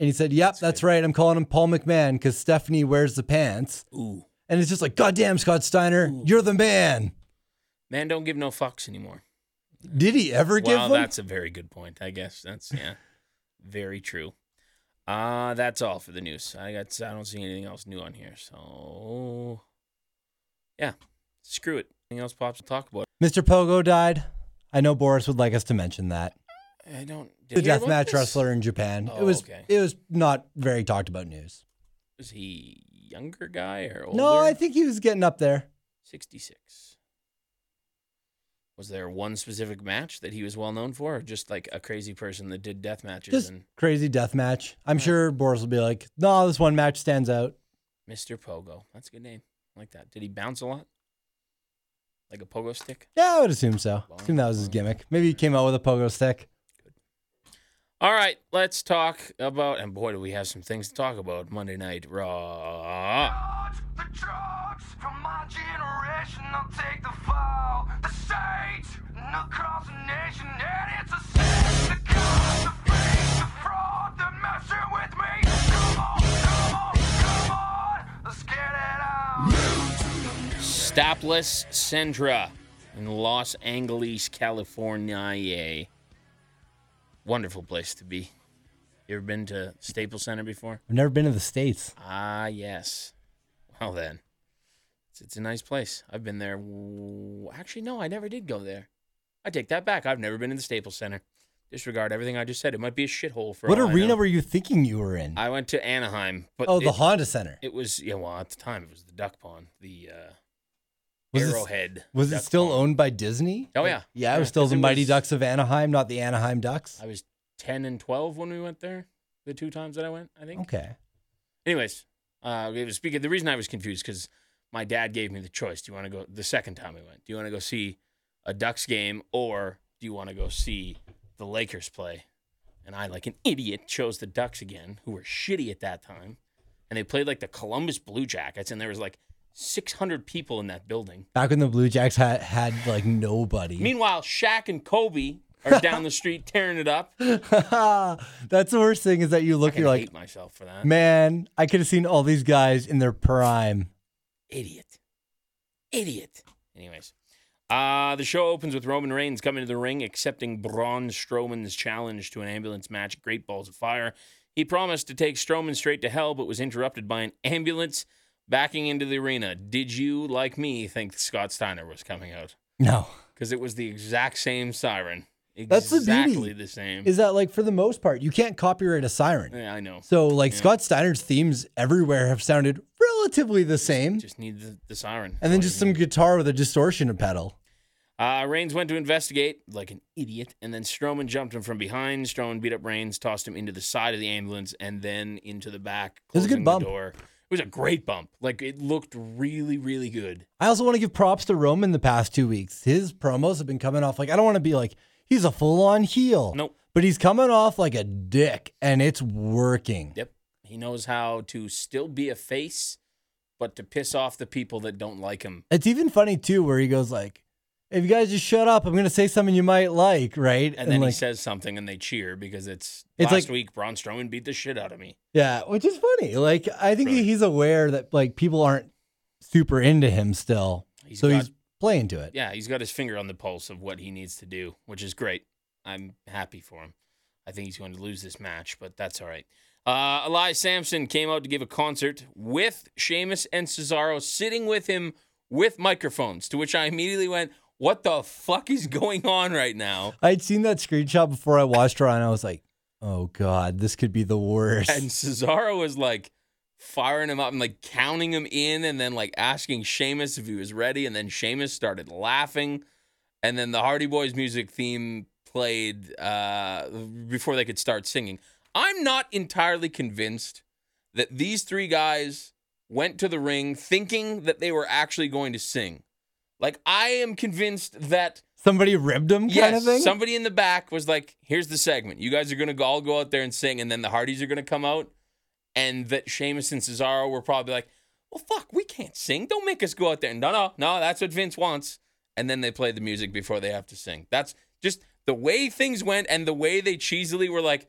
B: And he said, Yep, that's, right. I'm calling him Paul McMahon because Stephanie wears the pants.
A: Ooh.
B: And it's just like, God damn, Scott Steiner, you're the man.
A: Man, don't give no fucks anymore.
B: Did he ever give
A: Wow,
B: one?
A: that's a very good point. I guess that's yeah, very true. Uh that's all for the news. I got I don't see anything else new on here. So yeah, screw it. Anything else pops to talk about?
B: Mr. Pogo died. I know Boris would like us to mention that.
A: I don't. Did
B: The
A: you hear about
B: deathmatch
A: this?
B: wrestler in Japan.
A: Oh,
B: it was
A: okay.
B: it was not very talked about news.
A: Was he younger guy or older?
B: No, I think he was getting up there.
A: sixty six. Was there one specific match that he was well known for, or just like a crazy person that did death matches
B: Just
A: and
B: crazy death match. I'm sure Boris will be like, no, this one match stands out.
A: Mr. Pogo? That's a good name. I like that. Did he bounce a lot? Like a pogo stick?
B: Yeah, I would assume so. Assume that was his gimmick. Maybe he came out with a pogo stick.
A: All right, let's talk about, and boy, do we have some things to talk about Monday Night Raw.
D: Dodge the drugs from my generation. I'll take the fall. The shades and across the nation. And it's a sin. The cause, the fake, the fraud, the messing with me. Come on, come on, come on. Let's get it.
A: Stopless Centra in Los Angeles, California. Wonderful place to be. You ever been to Staples Center before?
B: I've never been to the States.
A: Ah, yes. Well, then, it's, it's a nice place. I've been there. w- Actually, no, I never did go there. I take that back. I've never been to the Staples Center. Disregard everything I just said. It might be a shithole for
B: what
A: all I
B: arena
A: know.
B: were you thinking you were in?
A: I went to Anaheim, but
B: oh, the
A: it,
B: Honda Center.
A: it was yeah. Well, at the time, it was the Duck Pond, the uh,
B: Was it s-
A: Arrowhead.
B: Was it
A: Duck
B: still
A: Pond.
B: owned by Disney?
A: Oh, yeah.
B: Yeah, it was
A: Yeah,
B: still
A: 'cause
B: the
A: it
B: Mighty
A: was-
B: Ducks of Anaheim, not the Anaheim Ducks.
A: I was ten and twelve when we went there. The two times that I went, I think.
B: Okay.
A: Anyways, uh, it was speaking. The reason I was confused because my dad gave me the choice. Do you want to go the second time we went? Do you want to go see a Ducks game or do you want to go see the Lakers play? And I, like an idiot, chose the Ducks again, who were shitty at that time, and they played like the Columbus Blue Jackets, and there was like 600 people in that building.
B: Back when the Blue Jacks had, had like nobody.
A: Meanwhile, Shaq and Kobe are down the street tearing it up. I
B: That's the worst thing is that you look,
A: can
B: you're like,
A: hate myself for that.
B: man, I could have seen all these guys in their prime.
A: idiot idiot anyways uh, the show opens with Roman Reigns coming to the ring, accepting Braun Strowman's challenge to an ambulance match at Great Balls of Fire. He promised to take Strowman straight to hell, but was interrupted by an ambulance backing into the arena. Did you, like me, think Scott Steiner was coming out?
B: No.
A: Because it was the exact same siren.
B: That's the beauty.
A: Exactly the same.
B: Is that like for the most part, you can't copyright a siren.
A: yeah, I know.
B: So like
A: Yeah.
B: Scott Steiner's themes everywhere have sounded relatively the same.
A: Just need the, the siren.
B: and then
A: That's all
B: just
A: you
B: some
A: need.
B: guitar with a distortion pedal.
A: Uh, Reigns went to investigate like an idiot, and then Strowman jumped him from behind. Strowman beat up Reigns, tossed him into the side of the ambulance, and then into the back.
B: It was a
A: closing
B: good bump.
A: The door. It was a great bump. Like it looked really, really good.
B: I also want to give props to Roman the past two weeks. His promos have been coming off like I don't want to be like he's a full on heel.
A: Nope.
B: But he's coming off like a dick and it's working.
A: Yep, he knows how to still be a face, but to piss off the people that don't like him.
B: It's even funny too where he goes like, If you guys just shut up, I'm gonna say something you might like, right?
A: And, then
B: like,
A: he says something, and they cheer because it's,
B: It's
A: last
B: like-
A: week Braun Strowman beat the shit out of me.
B: Yeah, which is funny. Like I think
A: Right.
B: he's aware that like people aren't super into him still.
A: He's
B: so
A: got-
B: he's playing to it.
A: yeah, he's got his finger on the pulse of what he needs to do, which is great. I'm happy for him. I think he's going to lose this match, but that's all right. Uh, Elias Sampson came out to give a concert with Sheamus and Cesaro sitting with him with microphones, to which I immediately went, What the fuck is going on right now?
B: I'd seen that screenshot before I watched her and I was like, Oh god, this could be the worst.
A: And Cesaro was like firing him up and like counting him in and then like asking Sheamus if he was ready. And then Sheamus started laughing. And then the Hardy Boys music theme played uh, before they could start singing. I'm not entirely convinced that these three guys went to the ring thinking that they were actually going to sing. Like, I am convinced that
B: Somebody ribbed him kind
A: yes,
B: of thing.
A: somebody in the back was like, "Here's the segment. You guys are gonna go- all go out there and sing, and then the Hardys are gonna come out, and that Sheamus and Cesaro were probably like, "Well, fuck, we can't sing. Don't make us go out there." No, no, no. That's what Vince wants. And then they play the music before they have to sing. That's just the way things went, and the way they cheesily were like,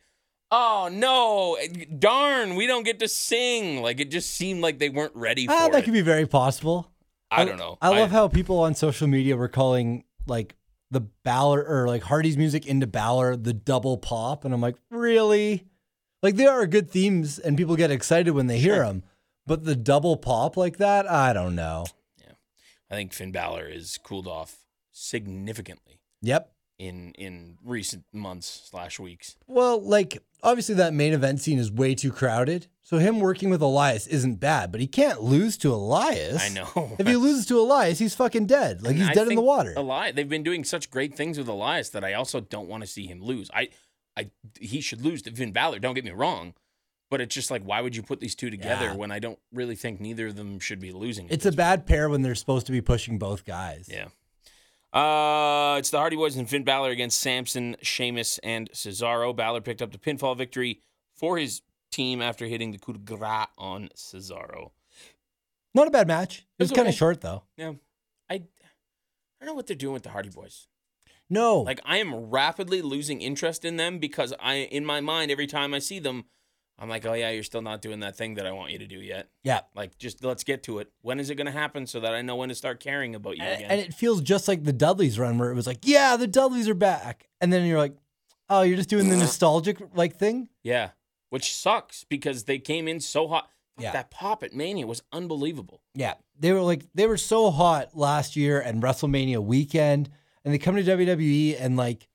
A: "Oh no, darn, we don't get to sing." Like it just seemed like they weren't ready for
B: Ah, that
A: it.
B: could be very possible.
A: I don't know.
B: I love how people on social media were calling like the Balor or like Hardy's music into Balor the double pop, and I'm like, really? Like they are good themes, and people get excited when they hear them. But the double pop like that, I don't know.
A: I think Finn Balor is cooled off significantly.
B: Yep.
A: in in recent months slash weeks.
B: Well, like obviously that main event scene is way too crowded, so him working with Elias isn't bad, but he can't lose to Elias.
A: I know.
B: If he loses to Elias, he's fucking dead. Like he's
A: I
B: dead in the
A: think
B: water.
A: Eli- they've been doing such great things with Elias that I also don't want to see him lose. I, I, he should lose to Finn Balor. Don't get me wrong, but it's just like why would you put these two together
B: Yeah.
A: when I don't really think neither of them should be losing. at
B: It's a
A: this
B: bad pair when they're supposed to be pushing both guys.
A: Yeah. Uh, it's the Hardy Boys and Finn Balor against Samson, Sheamus, and Cesaro. Balor picked up the pinfall victory for his team after hitting the coup de grace on Cesaro.
B: Not a bad match. It was
A: It's
B: kind of
A: okay.
B: short though.
A: Yeah, I, I don't know what they're doing with the Hardy Boys.
B: No,
A: Like I am rapidly losing interest in them because I in my mind every time I see them I'm like, oh yeah, you're still not doing that thing that I want you to do yet.
B: Yeah.
A: Like, just let's get to it. When is it going to happen so that I know when to start caring about you
B: And,
A: again?
B: and it feels just like the Dudleys run where it was like, yeah, the Dudleys are back. And then you're like, oh, you're just doing the nostalgic like thing.
A: yeah, which sucks because they came in so hot.
B: Yeah.
A: That pop at Mania was unbelievable.
B: Yeah. They were like, they were so hot last year and WrestleMania weekend. And they come to WWE and like,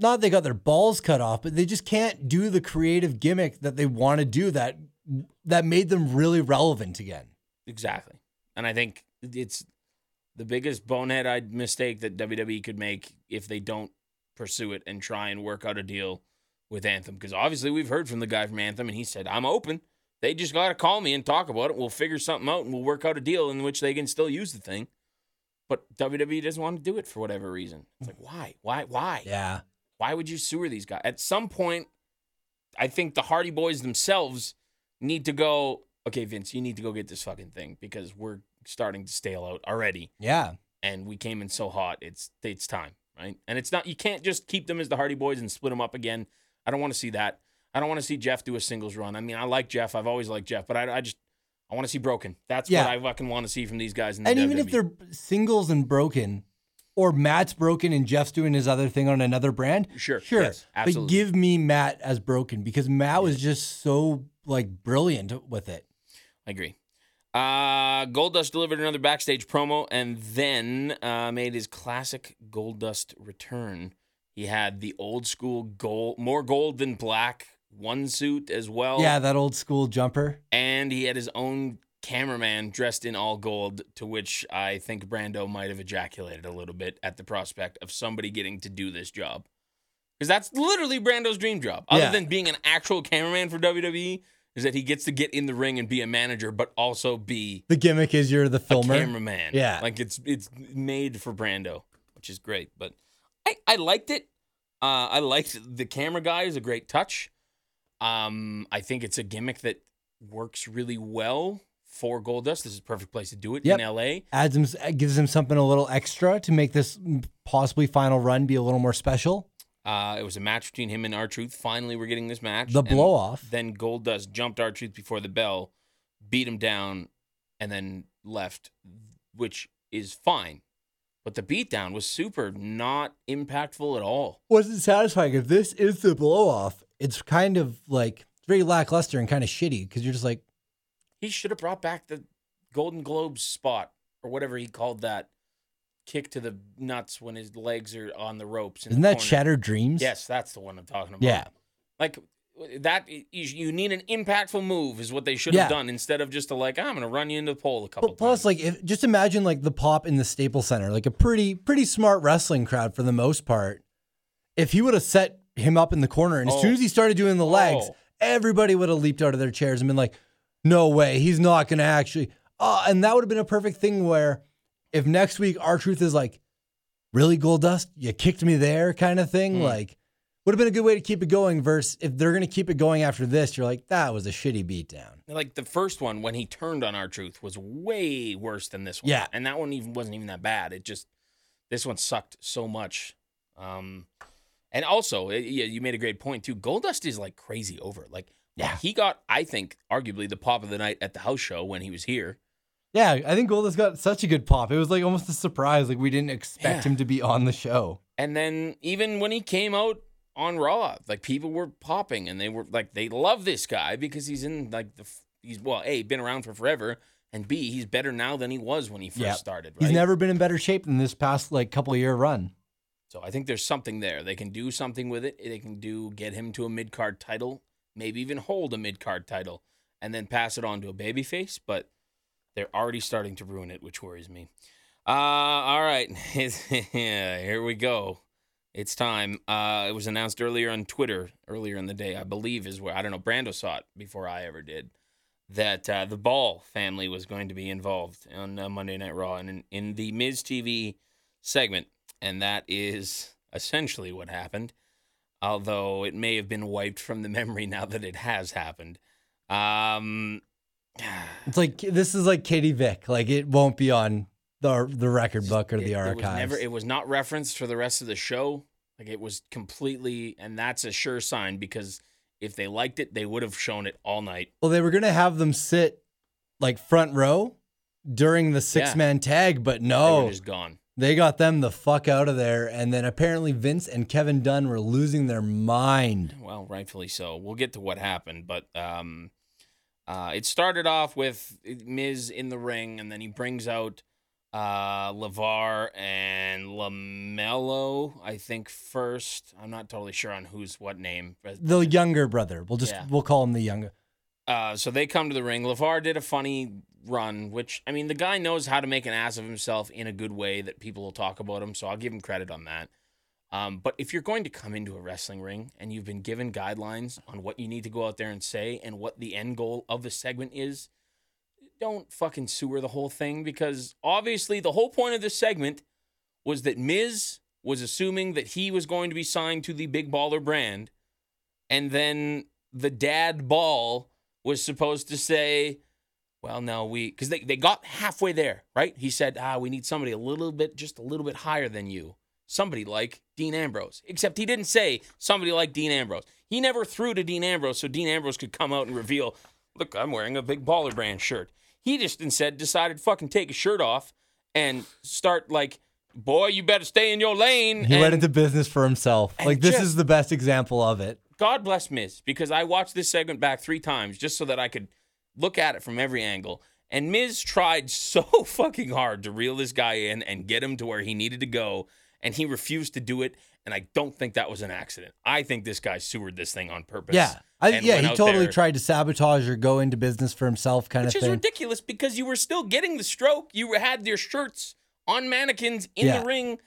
B: not they got their balls cut off, but they just can't do the creative gimmick that they want to do that that made them really relevant again.
A: Exactly. And I think it's the biggest bonehead I'd mistake that WWE could make if they don't pursue it and try and work out a deal with Anthem. Because obviously we've heard from the guy from Anthem and he said, I'm open. They just got to call me and talk about it. We'll figure something out and we'll work out a deal in which they can still use the thing. But WWE doesn't want to do it for whatever reason. It's like, why? Why? Why?
B: Yeah.
A: Why would you sewer these guys? At some point, I think the Hardy Boys themselves need to go, okay, Vince, you need to go get this fucking thing because we're starting to stale out already.
B: Yeah.
A: And we came in so hot. It's it's time, right? And it's not you can't just keep them as the Hardy Boys and split them up again. I don't want to see that. I don't want to see Jeff do a singles run. I mean, I like Jeff. I've always liked Jeff, but I, I just I want to see broken. That's
B: Yeah.
A: what I fucking want to see from these guys. In the E.
B: And even if
A: WWE.
B: they're singles and broken, or Matt's broken and Jeff's doing his other thing on another brand,
A: Sure,
B: sure,
A: yes,
B: but
A: absolutely.
B: give me Matt as broken because Matt was just so like brilliant with it.
A: I agree. Uh, Goldust delivered another backstage promo and then uh, made his classic Goldust return. He had the old school gold, more gold than black one suit as well.
B: Yeah, that old school jumper.
A: And he had his own cameraman dressed in all gold, to which I think Brando might have ejaculated a little bit at the prospect of somebody getting to do this job. Because that's literally Brando's dream job. Other
B: Yeah.
A: than being an actual cameraman for WWE, is that he gets to get in the ring and be a manager, but also be
B: The gimmick is you're the filmer.
A: a cameraman.
B: Yeah.
A: like it's it's made for Brando, which is great. But I I liked it. Uh, I liked the camera guy is a great touch. Um, I think it's a gimmick that works really well for Goldust. This is a perfect place to do it
B: Yep.
A: in LA.
B: Adds him, gives him something a little extra to make this possibly final run be a little more special.
A: Uh, it was a match between him and R Truth. Finally, we're getting this match.
B: The
A: And
B: blow off.
A: Then Goldust jumped R Truth before the bell, beat him down, and then left, which is fine. But the beatdown was super not impactful at all.
B: Wasn't satisfying. If this is the blow off, it's kind of like it's very lackluster and kind of shitty because you're just like,
A: He should have brought back the Golden Globes spot or whatever he called that kick to the nuts when his legs are on the ropes. in the
B: isn't that
A: corner.
B: Shattered Dreams?
A: Yes, that's the one I'm talking about.
B: Yeah.
A: Like that, you, you need an impactful move, is what they should
B: Yeah.
A: have done instead of just a, like, "Ah, I'm going to run you into the pole a couple
B: But plus,
A: times.
B: like, if, just imagine like the pop in the Staples Center, like a pretty pretty smart wrestling crowd for the most part. If he would have set him up in the corner, and as soon
A: Oh.
B: as he started doing the legs,
A: Oh.
B: everybody would have leaped out of their chairs and been like, "No way, he's not going to actually." Oh, and that would have been a perfect thing where, if next week our truth is like, "Really, Goldust, you kicked me there," kind of
A: Hmm.
B: thing, like. Would have been a good way to keep it going. Versus if they're going to keep it going after this, you're like, that was a shitty beatdown.
A: Like the first one when he turned on our truth was way worse than this one.
B: Yeah.
A: And that one even wasn't even that bad. It just this one sucked so much. Um and also, eh, yeah, you made a great point too. Goldust is like crazy over. Like
B: Yeah.
A: he got, I think, arguably the pop of the night at the house show when he was here.
B: Yeah, I think Goldust got such a good pop. It was like almost a surprise. Like we didn't expect
A: Yeah.
B: him to be on the show.
A: And then even when he came out on Raw, like people were popping and they were like they love this guy because he's in like the f- he's well, A, been around for forever, and B, he's better now than he was when he first
B: Yeah.
A: started, right?
B: He's never been in better shape than this past like couple year run.
A: So I think there's something there. They can do something with it. They can do get him to a mid card title, maybe even hold a mid card title, and then pass it on to a babyface. But they're already starting to ruin it, which worries me. Uh, all right, yeah, here we go. It's time. Uh, it was announced earlier on Twitter earlier in the day, I believe, is where I don't know. Brando saw it before I ever did. That uh, the Ball family was going to be involved on uh, Monday Night Raw and in, in the Miz TV segment and that is essentially what happened. Although it may have been wiped from the memory now that it has happened. Um,
B: It's like this is like Katie Vick. Like it won't be on the the record book or
A: it,
B: the
A: it was
B: archives.
A: never. It was not referenced for the rest of the show. Like it was completely, and that's a sure sign because If they liked it, they would have shown it all night.
B: Well, they were gonna have them sit like front row during the six man tag, but
A: They
B: no,
A: were just gone.
B: they got them the fuck out of there. And then apparently Vince and Kevin Dunn were losing their mind.
A: Well, rightfully so. We'll get to what happened, but um, uh, it started off with uh, Miz in the ring, and then he brings out uh, Lavar and Lamelo. I think first. I'm not totally sure on who's what name. but-
B: The younger brother, we'll just
A: Yeah.
B: we'll call him the younger.
A: Uh, so they come to the ring. Lavar did a funny run, which I mean, the guy knows how to make an ass of himself in a good way that people will talk about him. So I'll give him credit on that. Um, but if you're going to come into a wrestling ring and you've been given guidelines on what you need to go out there and say and what the end goal of the segment is, don't fucking sewer the whole thing because obviously the whole point of this segment was that Miz was assuming that he was going to be signed to the Big Baller brand, and then the dad ball was supposed to say, well, no, we, because they, they got halfway there, right? He said, ah, we need somebody a little bit, just a little bit higher than you. Somebody like Dean Ambrose. Except he didn't say somebody like Dean Ambrose. He never threw to Dean Ambrose so Dean Ambrose could come out and reveal, look, I'm wearing a big baller brand shirt. He just instead decided fucking take his shirt off and start like, boy, you better stay in your lane.
B: He went
A: and-
B: into business for himself. Like this
A: just-
B: is the best example of it.
A: God bless Miz because I watched this segment back three times just so that I could look at it from every angle. And Miz tried so fucking hard to reel this guy in and get him to where he needed to go, and he refused to do it. And I don't think that was an accident. I think this guy sewered this thing on purpose.
B: Yeah. I,
A: and
B: yeah,
A: went
B: he
A: out
B: totally
A: there,
B: tried to sabotage or go into business for himself kind
A: Which
B: of
A: is
B: thing.
A: ridiculous because you were still getting the stroke. You had your shirts on mannequins in
B: Yeah.
A: the ring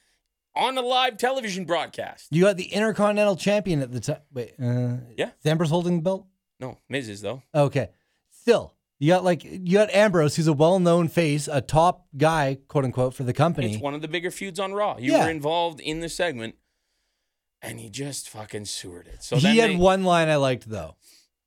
A: on a live television broadcast.
B: You got the Intercontinental Champion at the time. Wait, uh,
A: Yeah.
B: is Ambrose holding the belt?
A: No, Miz is though.
B: Okay. Still, you got like you got Ambrose, who's a well-known face, a top guy, quote unquote, for the company.
A: It's one of the bigger feuds on Raw. You
B: Yeah.
A: were involved in the segment, and he just fucking sewered it. So then
B: he had
A: they-
B: one line I liked though,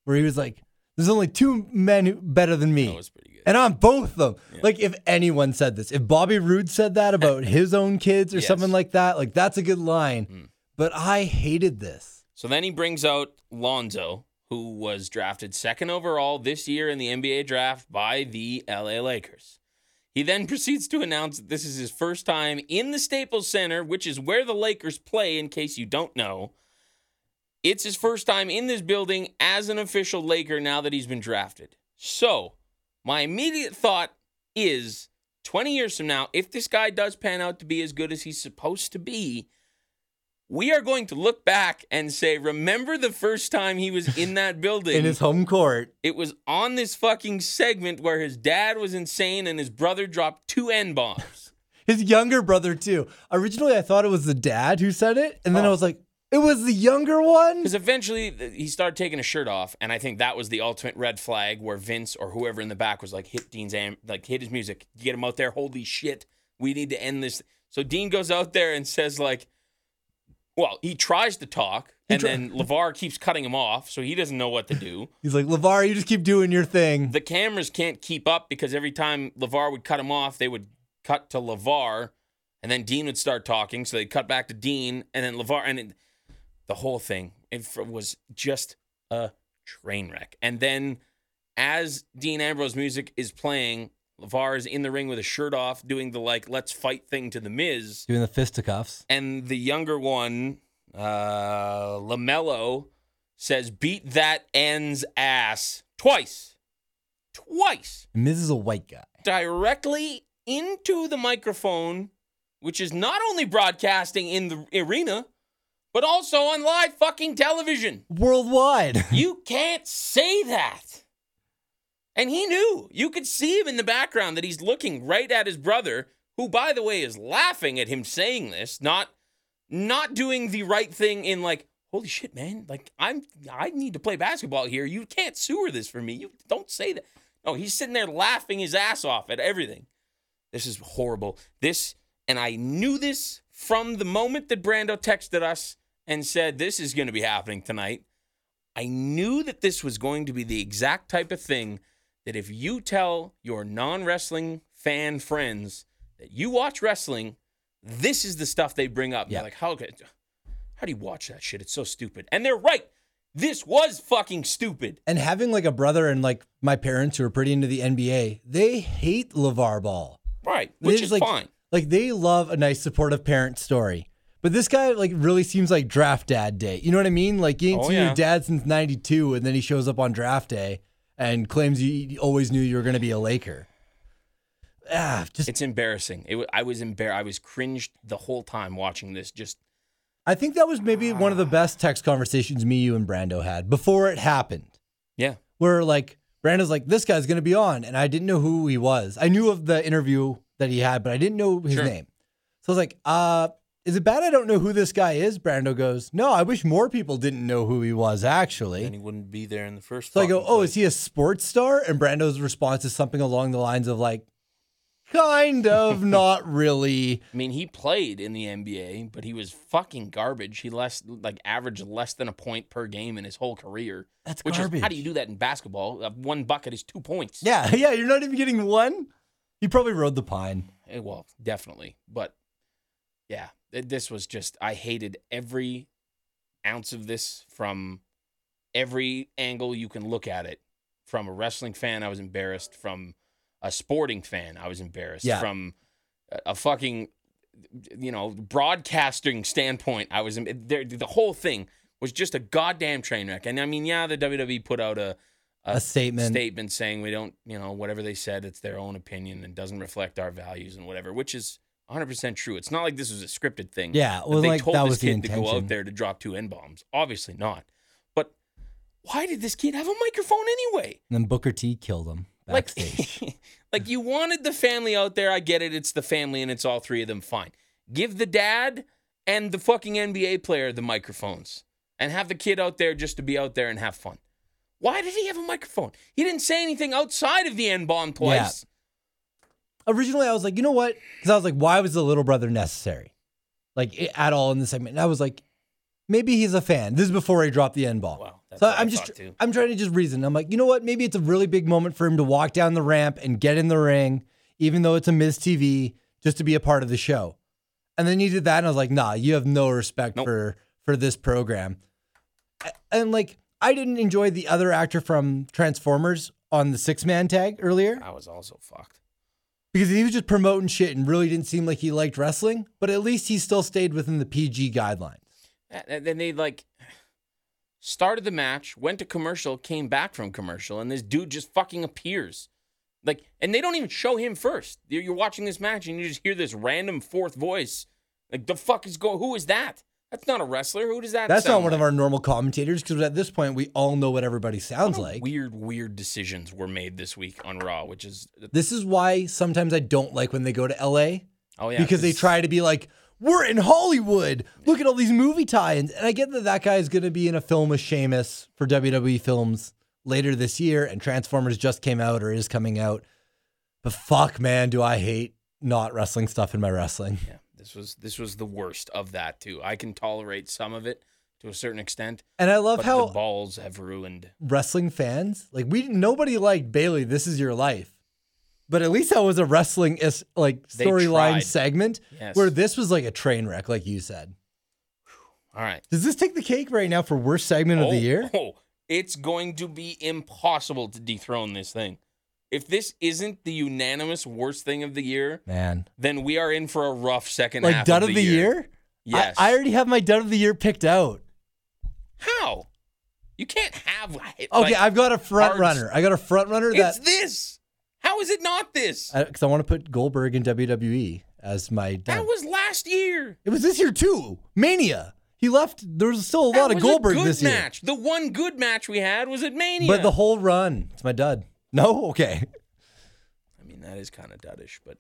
B: where he was like, "There's only two men who, better than me."
A: That was pretty good.
B: and I'm both of them. Like, if anyone said this, if Bobby Roode said that about his own kids or
A: Yes.
B: something like that, like that's a good line. But I hated this.
A: So then he brings out Lonzo, who was drafted second overall this year in the NBA draft by the LA Lakers. He then proceeds to announce that this is his first time in the Staples Center, which is where the Lakers play, in case you don't know. It's his first time in this building as an official Laker now that he's been drafted. So, my immediate thought is 20 years from now, if this guy does pan out to be as good as he's supposed to be, we are going to look back and say, remember the first time he was in that building?
B: In his home court,
A: It was on this fucking segment where his dad was insane and his brother dropped two N bombs.
B: his younger brother too. Originally, I thought it was the dad who said it, and then I
A: Oh.
B: was like, "It was the younger one."
A: Because eventually th- he started taking his shirt off, and I think that was the ultimate red flag where Vince or whoever in the back was like, "Hit Dean's am- like hit his music, get him out there. Holy shit, we need to end this." So Dean goes out there and says like, "Well, he tries to talk, and
B: try-
A: then Levar keeps cutting him off, so he doesn't know what to do."
B: He's like, Lavar, you just keep doing your thing.
A: the cameras can't keep up because every time LeVar would cut him off, they would cut to LeVar and then Dean would start talking. So they'd cut back to Dean and then LeVar and it, the whole thing it f- was just a train wreck. And then as Dean Ambrose music is playing, LeVar is in the ring with his shirt off doing the like, let's fight thing to The Miz
B: Doing the fisticuffs.
A: and the younger one, uh, Lamelo, says, "Beat that N's ass twice, twice,
B: And Miz is a white guy.
A: directly into the microphone, which is not only broadcasting in the arena, but also on live fucking television.
B: Worldwide.
A: You can't say that." And he knew. You could see him in the background that he's looking right at his brother, who by the way is laughing at him saying this, not not doing the right thing in like, holy shit, man, like I'm I need to play basketball here. You can't sewer this for me. You don't say that. No, he's sitting there laughing his ass off at everything. This is horrible. This and I knew this from the moment that Brando texted us and said this is going to be happening tonight. I knew that this was going to be the exact type of thing that if you tell your non-wrestling fan friends that you watch wrestling, this is the stuff they bring up.
B: Yeah.
A: They're like, how could, how do you watch that shit? It's so stupid. And they're right. this was fucking stupid.
B: And having like a brother and like my parents who are pretty into the NBA, they hate LeVar Ball.
A: Right.
B: They
A: Which
B: just,
A: is
B: like,
A: fine.
B: Like they love a nice supportive parent story. But this guy like really seems like draft dad day. You know what I mean? Like you ain't
A: Oh,
B: seen
A: yeah.
B: your dad since '92, and then he shows up on draft day and claims you you always knew you were going to be a Laker. Ah, just
A: It's embarrassing. It, wa- I was embarrassed. I was cringed the whole time watching this. Just
B: I think that was maybe one of the best text conversations me, you, and Brando had before it happened.
A: yeah.
B: where like Brando's like, this guy's gonna be on, and I didn't know who he was. I knew of the interview that he had, but I didn't know his
A: Sure.
B: name. So I was like, uh, is it bad I don't know who this guy is? Brando goes, No, I wish more people didn't know who he was,
A: And
B: actually.
A: he wouldn't be there in the first.
B: So I go,
A: fucking
B: Oh,
A: place.
B: is he a sports star? And Brando's response is something along the lines of like, kind of, not really.
A: I mean, he played in the NBA, but he was fucking garbage. He less like averaged less than a point per game in his whole career.
B: That's
A: Which
B: garbage.
A: is how do you do that in basketball? Uh, One bucket is two points.
B: Yeah, yeah, you're not even getting one. He probably rode the pine.
A: Eh, Well, definitely, but yeah, th- this was just I hated every ounce of this from every angle you can look at it. From a wrestling fan, I was embarrassed. From a sporting fan, I was embarrassed.
B: Yeah.
A: From a- a fucking you know broadcasting standpoint, I was em- there. The whole thing was just a goddamn train wreck. And I mean, yeah, the WWE put out a
B: A statement.
A: statement saying we don't, you know, whatever they said, it's their own opinion and doesn't reflect our values and whatever, which is 100% true. It's not like this was a scripted thing.
B: Yeah,
A: that
B: well,
A: they
B: like,
A: told
B: that
A: this
B: was the
A: kid to go
B: intention.
A: out there to drop two N bombs. Obviously not. But why did this kid have a microphone anyway?
B: And then Booker T killed him
A: Like,
B: backstage.
A: like you wanted the family out there. I get it. It's the family and it's all three of them. Fine. Give the dad and the fucking NBA player the microphones and have the kid out there just to be out there and have fun. Why did he have a microphone? He didn't say anything outside of the N bomb twice.
B: originally I was like, you know what? Because I was like, why was the little brother necessary? Like i- at all in the segment. And I was like, maybe he's a fan. This is before he dropped the end ball.
A: Wow, that's
B: so
A: what I
B: I'm just
A: thought too.
B: I'm trying to just reason. I'm like, you know what? Maybe it's a really big moment for him to walk down the ramp and get in the ring, even though it's a Miz TV, just to be a part of the show. And then you did that, and I was like, nah, you have no respect
A: Nope.
B: for for this program. A- And like, I didn't enjoy the other actor from Transformers on the six man tag earlier
A: I was also fucked.
B: because he was just promoting shit and really didn't seem like he liked wrestling, but at least he still stayed within the PG guidelines.
A: And- And then they like started the match, went to commercial, came back from commercial, and this dude just fucking appears. Like, and they don't even show him first. You're, you're watching this match and you just hear this random fourth voice. Like, the fuck is going? Who is that? That's not a wrestler. Who does that?
B: That's not
A: sound
B: one of
A: like?
B: our normal commentators because at this point we all know what everybody sounds
A: What a
B: like.
A: Weird, weird decisions were made this week on Raw, which is
B: This is why sometimes I don't like when they go to LA
A: oh yeah,
B: because they
A: this-
B: try to be like, we're in Hollywood. Look at all these movie tie ins. And I get that that guy is going to be in a film with Seamus for WWE Films later this year, and Transformers just came out or is coming out. But fuck, man, do I hate not wrestling stuff in my wrestling.
A: Yeah, this was this was the worst of that too. I can tolerate some of it to a certain extent,
B: And I love
A: but
B: how
A: the balls have ruined.
B: wrestling fans. Like we nobody liked Bailey. This is your life. But at least that was a wrestling is like
A: They
B: storyline
A: tried.
B: segment
A: Yes.
B: where this was like a train wreck, like you said.
A: All right.
B: Does this take the cake right now for worst segment of the
A: Oh,
B: year?
A: Oh, it's going to be impossible to dethrone this thing. If this isn't the unanimous worst thing of the year,
B: Man,
A: then we are in for a rough second
B: like
A: half
B: dud
A: of the,
B: year? I-
A: Yes.
B: I, already have my dud of the year picked out.
A: How? You can't have okay.
B: Okay, I've got a front
A: hard-
B: runner. I got a front runner that
A: it's this. How is it not this?
B: because I, want to put Goldberg in WWE as my dud.
A: that was last year.
B: it was this year too. Mania. He left. There was still a
A: That
B: lot of
A: was
B: Goldberg
A: good
B: this year.
A: match. The one good match we had was at Mania.
B: But the whole run, it's my dud. No, okay.
A: I mean, that is kind of duddish, but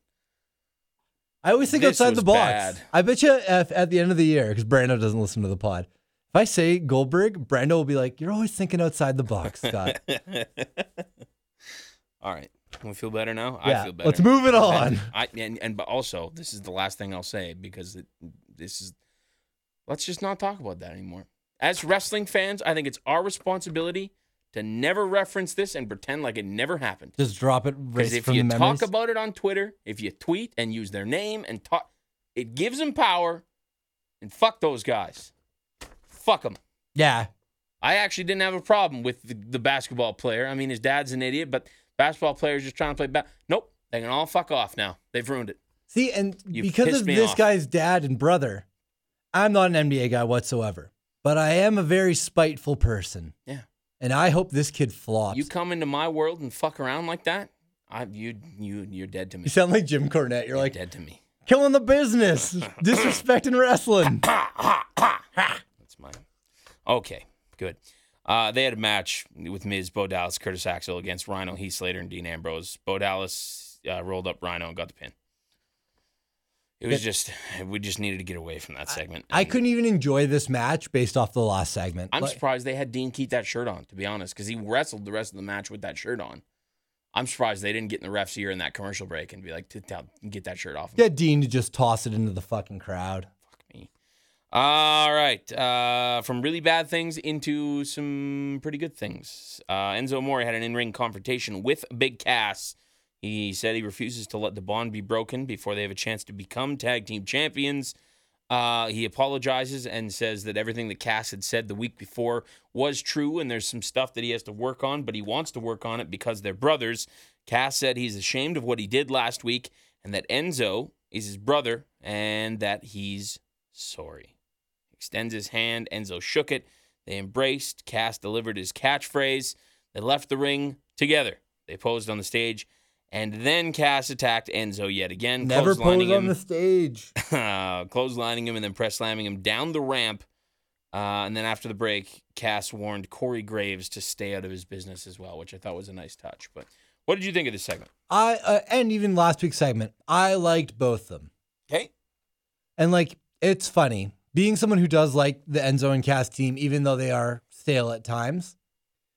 B: I always think
A: This
B: outside
A: was
B: the box.
A: bad.
B: I bet you if, at the end of the year, because Brando doesn't listen to the pod. If I say Goldberg, Brando will be like, "You're always thinking outside the box, Scott."
A: All right. We feel better now.
B: Yeah,
A: I feel better.
B: let's move it
A: And-
B: on.
A: I and, and but also this is the last thing I'll say because it, this is let's just not talk about that anymore. As wrestling fans, I think it's our responsibility to never reference this and pretend like it never happened.
B: Just drop it right
A: Because if
B: from
A: you
B: the
A: talk
B: memories.
A: about it on Twitter, if you tweet and use their name and talk, it gives them power. And fuck those guys. Fuck them.
B: yeah,
A: I actually didn't have a problem with the, the basketball player. I mean, his dad's an idiot, but basketball players just trying to play. Ba- nope, they can all fuck off now. They've ruined it.
B: See, and
A: You
B: because
A: pissed
B: of
A: me
B: this
A: off.
B: guy's dad and brother, I'm not an NBA guy whatsoever, but I am a very spiteful person.
A: Yeah.
B: And I hope this kid flops.
A: You
B: You,
A: come into my world and fuck around like that, I you you you're dead to me.
B: sound like Jim Cornette. You're
A: You're
B: like,
A: dead to me.
B: killing the business, disrespecting wrestling.
A: That's mine. Okay, good. Uh, they had a match with Miz, Bo Dallas, Curtis Axel against Rhino, Heath Slater, and Dean Ambrose. Bo Dallas uh, rolled up Rhino and got the pin. It was just we just needed to get away from that segment.
B: I
A: and
B: couldn't even enjoy this match based off the last segment.
A: I'm
B: Like,
A: surprised they had Dean keep that shirt on, to be honest, because he wrestled the rest of the match with that shirt on. I'm surprised they didn't get in the ref's ear in that commercial break and be like, "T- tell- "Get that shirt off." him."
B: Get Dean to just toss it into the fucking crowd.
A: me. All right. Uh, from really bad things into some pretty good things. Uh, Enzo Amore had an in ring confrontation with Big Cass. He said he refuses to let the bond be broken before they have a chance to become tag team champions. Uh, he apologizes and says that everything that Cass had said the week before was true, and there's some stuff that he has to work on, but he wants to work on it because they're brothers. Cass said he's ashamed of what he did last week, and that Enzo is his brother, and that he's sorry. Extends his hand. Enzo shook it. They embraced. Cass delivered his catchphrase. They left the ring together. They posed on the stage, and then Cass attacked Enzo yet again,
B: Never
A: clotheslining
B: pose on
A: him
B: the stage.
A: uh, clotheslining him and then press slamming him down the ramp. Uh, and then after the break, Cass warned Corey Graves to stay out of his business as well, which I thought was a nice touch. But what did you think of this segment?
B: I uh, and even last week's segment, I liked both of them.
A: Okay.
B: And like, it's funny being someone who does like the Enzo and Cass team, even though they are stale at times.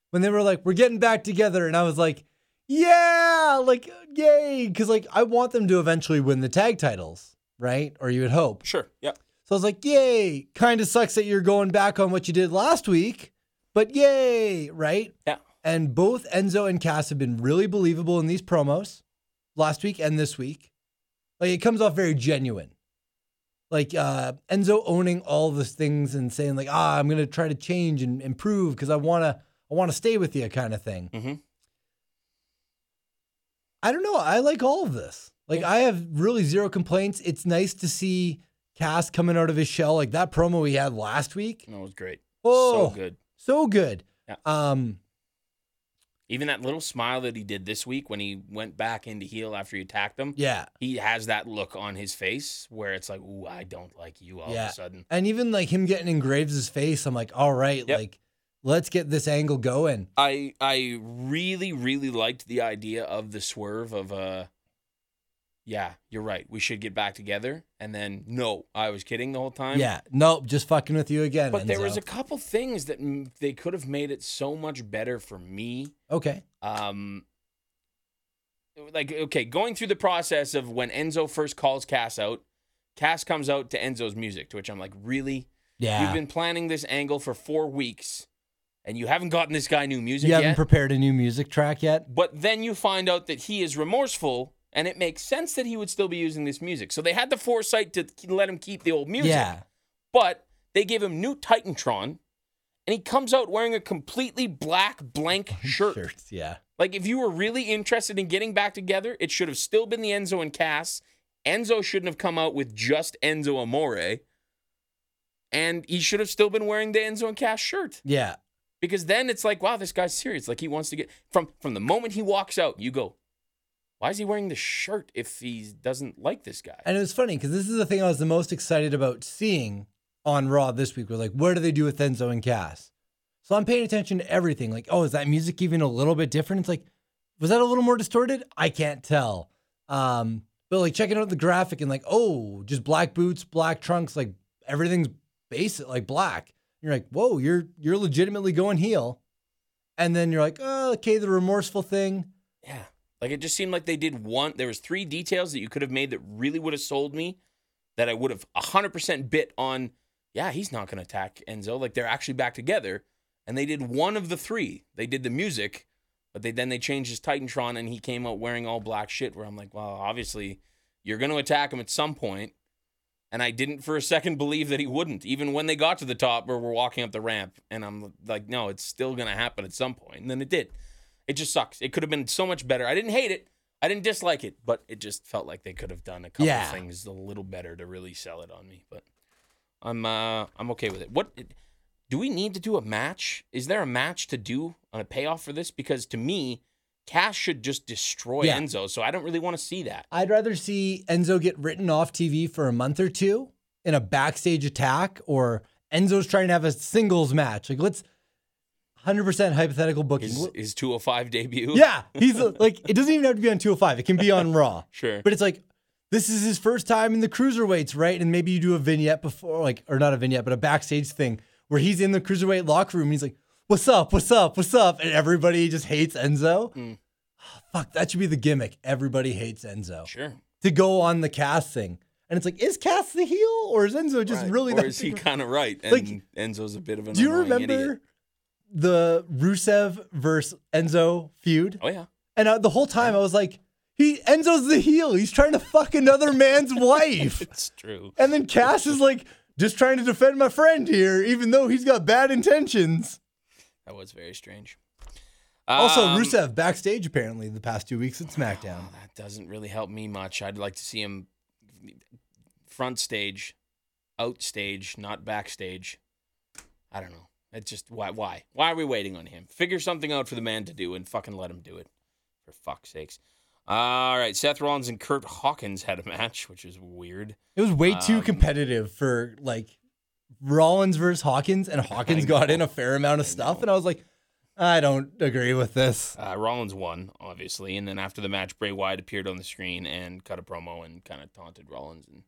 B: When they were like, "We're getting back together," and I was like, "Yeah, like, yay!" Because like, I want them to eventually win the tag titles, right? Or you would hope.
A: Sure. Yep.
B: So I was like, "Yay!" Kind of sucks that you're going back on what you did last week, but yay, right?
A: Yeah.
B: And both Enzo and Cass have been really believable in these promos last week and this week. Like it comes off very genuine. Like uh, Enzo owning all the things and saying like, "Ah, I'm gonna try to change and improve because I wanna, I wanna stay with you," kind of thing.
A: Mhm.
B: I don't know. I like all of this. Like I have really zero complaints. It's nice to see Cass coming out of his shell. Like that promo he had last week,
A: That was great.
B: Oh.
A: So good.
B: so good.
A: Yeah.
B: Um,
A: Even that little smile that he did this week when he went back into heel after he attacked him,
B: yeah.
A: he has that look on his face where it's like, ooh, I don't like you all of
B: Yeah.
A: a sudden.
B: And even like him getting in Graves' face, I'm like, all right,
A: Yep.
B: like let's get this angle going.
A: I I really really liked the idea of the swerve of uh yeah, you're right. We should get back together and then no, I was kidding the whole time.
B: yeah. Nope. Just fucking with you again.
A: But there
B: Enzo.
A: was a couple things that m- they could have made it so much better for me.
B: okay.
A: Um like okay, going through the process of when Enzo first calls Cass out, Cass comes out to Enzo's music, to which I'm like, "Really?
B: Yeah.
A: You've been planning this angle for 4 weeks and you haven't gotten this guy new music
B: you
A: yet?"
B: haven't prepared a new music track yet.
A: But then you find out that he is remorseful, and it makes sense that he would still be using this music. So they had the foresight to k- let him keep the old music,
B: Yeah.
A: but they gave him new Titantron, and he comes out wearing a completely black blank shirt.
B: Shirts, yeah.
A: Like if you were really interested in getting back together, it should have still been the Enzo and Cass. Enzo shouldn't have come out with just Enzo Amore. And he should have still been wearing the Enzo and Cass shirt
B: Yeah.
A: because then it's like wow this guy's serious like he wants to get from from the moment he walks out you go why is he wearing the shirt if he doesn't like this guy
B: And it was funny because this is the thing I was the most excited about seeing on Raw this week was like, what do they do with Enzo and Cass? So I'm paying attention to everything. Like, oh, is that music even a little bit different? It's like, was that a little more distorted? I can't tell. Um, but like checking out the graphic and like, oh, just black boots, black trunks, like everything's basic, like black. And you're like, whoa, you're you're legitimately going heel. And then you're like, oh, okay, the remorseful thing.
A: yeah like it just seemed like they did one there was three details that you could have made that really would have sold me that i would have 100% bit on yeah he's not going to attack enzo like they're actually back together and they did one of the three they did the music but they then they changed his titantron and he came out wearing all black shit where i'm like well obviously you're going to attack him at some point And I didn't for a second believe that he wouldn't, even when they got to the top or were walking up the ramp. And I'm like, no, it's still going to happen at some point. And then it did. It just sucks. It could have been so much better. I didn't hate it. I didn't dislike it, but it just felt like they could have done a couple
B: Yeah.
A: things a little better to really sell it on me. But I'm uh, I'm okay with it. What do we need to do a match? Is there a match to do on a payoff for this? Because to me, Cash should just destroy
B: Yeah.
A: Enzo. So I don't really want to see that.
B: I'd rather see Enzo get written off TV for a month or two in a backstage attack, or Enzo's trying to have a singles match. Like, let's 100% hypothetical booking.
A: His, his 205 debut.
B: yeah, he's uh, like, it doesn't even have to be on 205. It can be on Raw.
A: Sure.
B: But it's like, this is his first time in the cruiserweights, right? And maybe you do a vignette before, like, or not a vignette, but a backstage thing where he's in the cruiserweight locker room and he's like, what's up, what's up, what's up? And everybody just hates Enzo. Fuck, that should be the gimmick. Everybody hates Enzo
A: Sure.
B: to go on the cast thing. And it's like, is Cass the heel or is Enzo just
A: Right.
B: really
A: or
B: that
A: is he
B: big of-
A: kind of right? And
B: Like,
A: Enzo's a bit of an.
B: Do you
A: annoying
B: remember
A: idiot.
B: the Rusev versus Enzo feud?
A: Oh yeah.
B: And uh, the whole time I was like, he Enzo's the heel. He's trying to fuck another man's wife.
A: It's true.
B: And then Cass is like, just trying to defend my friend here, even though he's got bad intentions.
A: That was very strange.
B: Also,
A: Um, oh,
B: Rusev backstage apparently the past two weeks at SmackDown.
A: That doesn't really help me much. I'd like to see him front stage, outstage, not backstage. I don't know. It just why why why are we waiting on him? Figure something out for the man to do and fucking let him do it. For fuck's sakes. All right, Seth Rollins and Kurt Hawkins had a match, which is weird.
B: It was way too
A: Um,
B: competitive for like Rollins versus Hawkins, and Hawkins got in a fair amount of stuff, and I was like, I don't agree with this.
A: Uh, Rollins won, obviously, and then after the match, Bray Wyatt appeared on the screen and cut a promo and kind of taunted Rollins, and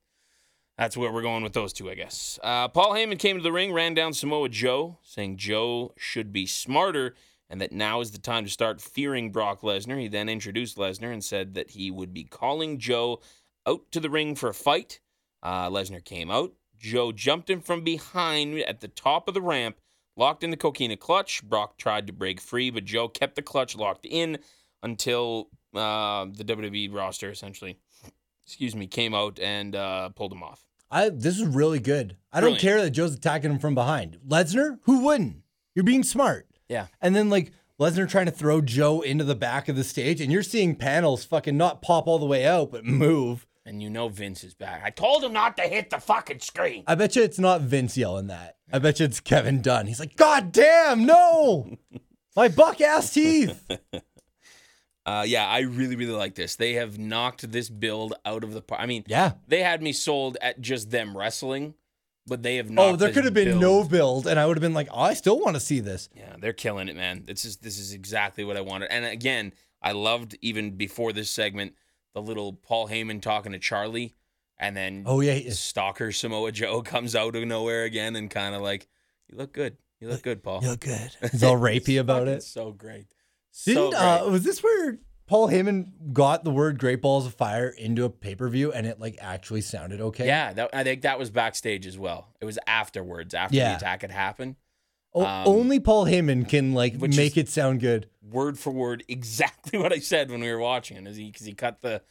A: that's where we're going with those two, I guess. Uh, Paul Heyman came to the ring, ran down Samoa Joe, saying Joe should be smarter and that now is the time to start fearing Brock Lesnar. He then introduced Lesnar and said that he would be calling Joe out to the ring for a fight. Uh, Lesnar came out. Joe jumped him from behind at the top of the ramp, locked in the coquina clutch. Brock tried to break free, but Joe kept the clutch locked in until uh, the WWE roster essentially, excuse me, came out and uh, pulled him off.
B: I this is really good. I
A: Brilliant.
B: don't care that Joe's attacking him from behind. Lesnar, who wouldn't? You're being smart.
A: Yeah.
B: And then like Lesnar trying to throw Joe into the back of the stage, and you're seeing panels fucking not pop all the way out, but move.
A: And you know Vince is back. I told him not to hit the fucking screen.
B: I bet you it's not Vince yelling that. I bet you it's Kevin Dunn. He's like, God damn, no, my buck ass teeth.
A: Uh, yeah, I really, really like this. They have knocked this build out of the park. I mean,
B: Yeah.
A: they had me sold at just them wrestling, but they have knocked.
B: Oh, there
A: this
B: could have been
A: build.
B: no build, and I would have been like, oh, I still want to see this.
A: Yeah, they're killing it, man. This is this is exactly what I wanted. And again, I loved even before this segment the little Paul Heyman talking to Charlie, and then
B: Oh yeah, he-
A: stalker Samoa Joe comes out of nowhere again and kind of like, "You look good. You look good, Paul."
B: you're good. He's all rapey about
A: Fucking
B: it.
A: So great. so
B: Didn't
A: great.
B: uh, was this where Paul Heyman got the word "Great Balls of Fire" into a pay per view, and it like actually sounded okay?
A: Yeah, that, I think that was backstage as well. It was afterwards, after
B: Yeah.
A: the attack had happened.
B: O-
A: um,
B: only Paul Heyman can like
A: which
B: make it sound good.
A: Word for word, exactly what I said when we were watching it. Is he because he cut the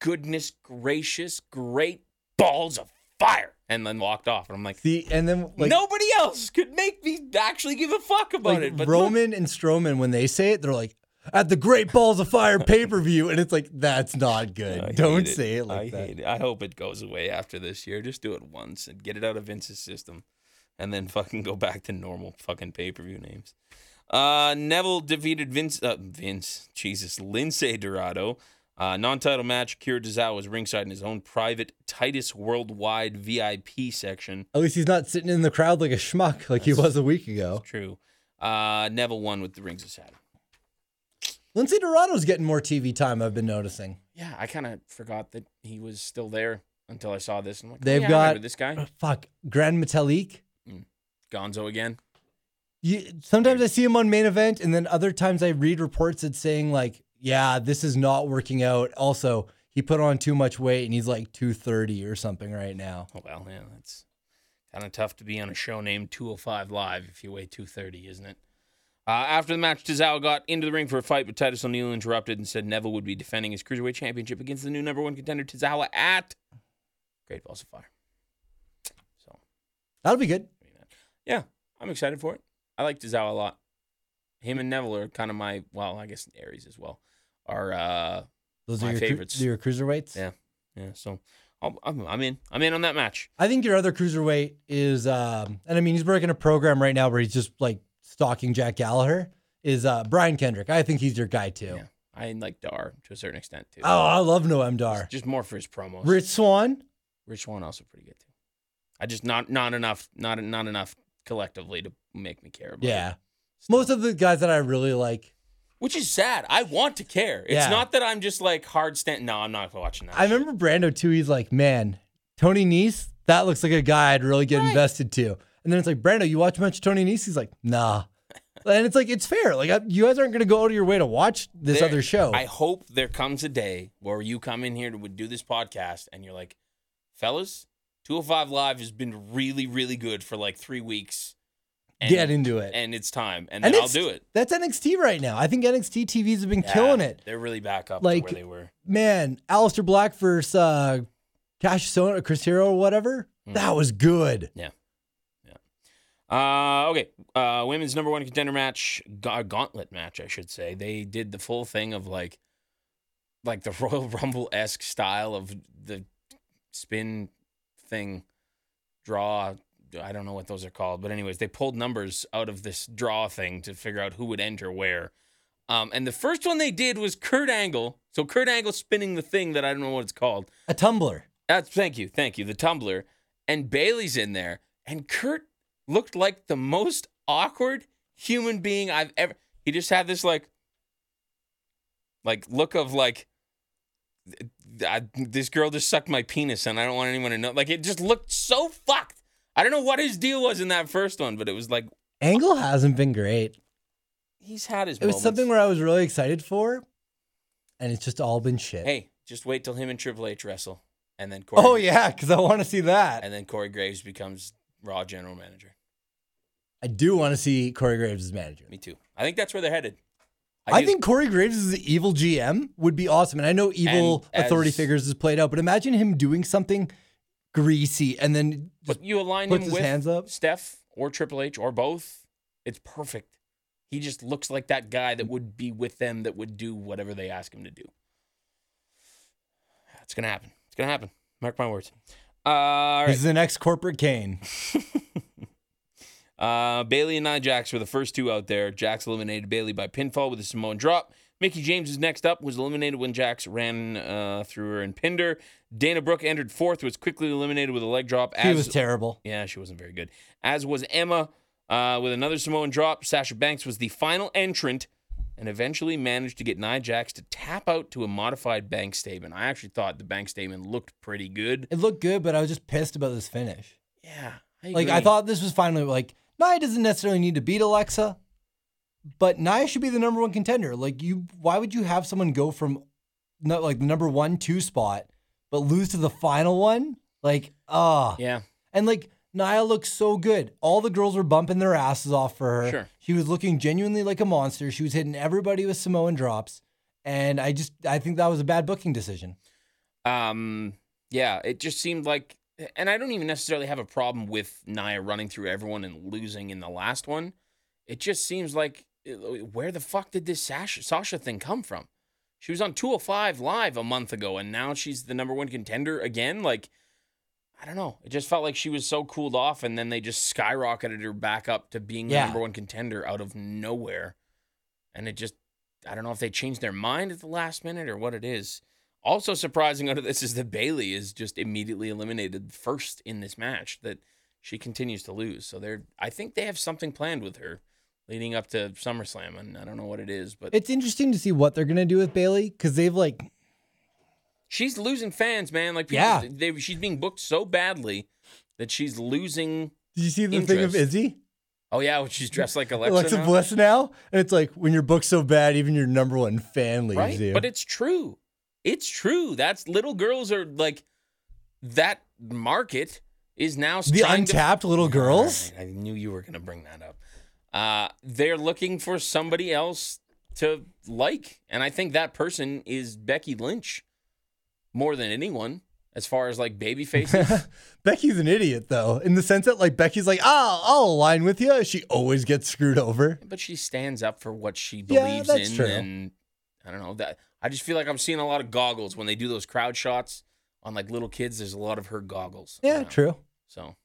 A: goodness gracious great balls of fire and then walked off. And I'm like,
B: See, and then like
A: nobody else could make me actually give a fuck about
B: like
A: it. But look,
B: Roman and Strowman when they say it, they're like at the Great Balls of Fire pay per view, and it's like that's not good.
A: I
B: Don't
A: hate
B: say it like
A: I
B: that.
A: hate it. I hope it goes away after this year. Just do it once and get it out of Vince's system, and then fucking go back to normal fucking pay per view names. Uh, Neville defeated Vince. Uh, Vince, Jesus, Lindsay Dorado. Uh, non-title match. Kira Dizal was ringside in his own private Titus Worldwide VIP section.
B: At least he's not sitting in the crowd like a schmuck like he was a week ago.
A: True. Uh, Neville won with the rings of Saturn.
B: Lindsay Dorado's getting more TV time. I've been noticing.
A: Yeah, I kind of forgot that he was still there until I saw this. I'm like, oh
B: They've
A: yeah, I remember
B: got-
A: this guy,
B: Fuck, Grand Metalik.
A: Gonzo again.
B: You, sometimes I see him on main event, and then other times I read reports that saying like, "Yeah, this is not working out." Also, he put on too much weight, and he's like two thirty or something right now.
A: Oh, Well, yeah, that's kind of tough to be on a show named 205 Live if you weigh 230, isn't it? Uh, after the match, Tozawa got into the ring for a fight, but Titus O'Neil interrupted and said Neville would be defending his Cruiserweight Championship against the new number one contender, Tozawa, at Great Balls of Fire.
B: That'll be good.
A: Yeah, I'm excited for it. I like Tozawa a lot. Him and Neville are kind of my well, I guess Aries as well. Are uh
B: Those
A: My
B: are your,
A: favorites.
B: Cru- your cruiserweights.
A: Yeah. yeah. So I'll, I'm, I'm in. I'm in on that match.
B: I think your other cruiserweight is, um, and I mean, he's working a program right now where he's just like stalking Jack Gallagher. Is uh, Brian Kendrick? I think he's your guy too.
A: Yeah. I like Dar to a certain extent too.
B: Oh, I love Noam Dar.
A: Just more for his promos.
B: Rich Swan.
A: Rich Swan also pretty good too. I just not not enough not not enough collectively to make me care about. it.
B: Yeah. Most of the guys that I really like.
A: Which is sad. I want to care. It's
B: Yeah.
A: not that I'm just like hard stand. No, I'm not watching that.
B: I remember Brando too. He's like, man, Tony Nese, that looks like a guy I'd really get invested to. And then it's like, Brando, you watch much Tony Nese? He's like, nah. And it's like, it's fair. Like, I, you guys aren't going to go out of your way to watch this
A: There-
B: other show.
A: I hope there comes a day where you come in here to would do this podcast and you're like, fellas, 205 Live has been really, really good for like three weeks.
B: get into it.
A: And it's time. And
B: And
A: then I'll
B: it's-
A: do it.
B: That's NXT right now. I think NXT TVs have been
A: Yeah,
B: killing it.
A: They're really back up
B: Like-
A: to where they were.
B: Man, Alistair Black versus uh, Cash Sona or Chris Hero or whatever.
A: Hmm.
B: That was good.
A: Uh, okay. Uh, women's number one contender match, ga- gauntlet match, I should say. They did the full thing of like, like the Royal Rumble esque style of the spin thing, draw. I don't know what those are called, but anyways, they pulled numbers out of this draw thing to figure out who would enter where. Um, and the first one they did was Kurt Angle. So Kurt Angle spinning the thing that I don't know what it's called.
B: A tumbler.
A: That's Uh, thank you, thank you. The tumbler and Bailey's in there, and Kurt looked like the most awkward human being I've ever. He just had this like, like look of like, I, this girl just sucked my penis, and I don't want anyone to know. Like it just looked so fucked. I don't know what his deal was in that first one, but it was like
B: Angle hasn't been great.
A: he's had his.
B: It was something where I was really excited for, and it's just all been shit.
A: hey, just wait till him and Triple H wrestle, and then Corey,
B: Oh yeah, because I want to see that.
A: and then Corey Graves becomes Raw general manager.
B: I do want to see Corey Graves as manager.
A: Me too. I think that's where they're headed.
B: I,
A: do.
B: think Corey Graves as the evil GM would be awesome, and I know evil
A: And
B: authority
A: as-
B: figures is played out, but imagine him doing something greasy and then
A: But you align
B: puts
A: him
B: his
A: with
B: hands up.
A: Steph or Triple H or both. It's perfect. He just looks like that guy that would be with them that would do whatever they ask him to do. It's gonna happen. It's gonna happen. Mark my words. Uh, all right.
B: he's the next corporate Kane.
A: Uh, Bailey and Nia Jax were the first two out there. Jax eliminated Bailey by pinfall with a Samoan drop. Mickey James is next up, was eliminated when Jax ran uh, through her and pinned her. Dana Brooke entered fourth, was quickly eliminated with a leg drop.
B: He
A: as
B: was terrible.
A: Yeah, she wasn't very good. As was Emma uh, with another Samoan drop. Sasha Banks was the final entrant and eventually managed to get Nia Jax to tap out to a modified bank statement. I actually thought the bank statement looked pretty good.
B: It looked good, but I was just pissed about this finish.
A: Yeah.
B: Like I
A: agree.
B: thought this was finally like Nia doesn't necessarily need to beat Alexa, but Nia should be the number one contender. Like you, why would you have someone go from not like the number one two spot, but lose to the final one? Like ah,
A: Yeah.
B: and like Nia looked so good. All the girls were bumping their asses off for her.
A: Sure.
B: She was looking genuinely like a monster. She was hitting everybody with Samoan drops, and I just I think that was a bad booking decision.
A: Um, yeah, it just seemed like, and I don't even necessarily have a problem with Nia running through everyone and losing in the last one. It just seems like, uh, where the fuck did this Sasha, Sasha thing come from? She was on 205 Live a month ago, and now she's the number one contender again. Like, I don't know. It just felt like she was so cooled off, and then they just skyrocketed her back up to being
B: Yeah.
A: the number one contender out of nowhere. And it just, I don't know if they changed their mind at the last minute or what it is. Also surprising out of this is that Bailey is just immediately eliminated first in this match. That she continues to lose. So they're, I think they have something planned with her leading up to SummerSlam, and I don't know what it is, but
B: It's interesting to see what they're gonna do with Bailey because they've like
A: she's losing fans, man. Like, people,
B: Yeah.
A: they, she's being booked so badly that she's losing.
B: Did you see the thing of
A: Interest.
B: Izzy?
A: Oh yeah, well, she's dressed like Alexa.
B: Alexa
A: now.
B: Bliss now? And it's like when your book's so bad, even your number one fan leaves
A: right?
B: you.
A: But it's true. It's true. That's little girls are like that market is now
B: the
A: trying to-
B: untapped little girls?
A: All right, I knew you were going to bring that up. Uh, they're looking for somebody else to like, and I think that person is Becky Lynch more than anyone. as far as like baby faces.
B: Becky's an idiot though, in the sense that like Becky's like, ah, I'll align with you. She always gets screwed over.
A: but she stands up for what she
B: Yeah,
A: believes
B: that's
A: in
B: true.
A: and i don't know that i just feel like i'm seeing a lot of goggles when they do those crowd shots on like little kids there's a lot of her goggles
B: Yeah,
A: around.
B: true.
A: so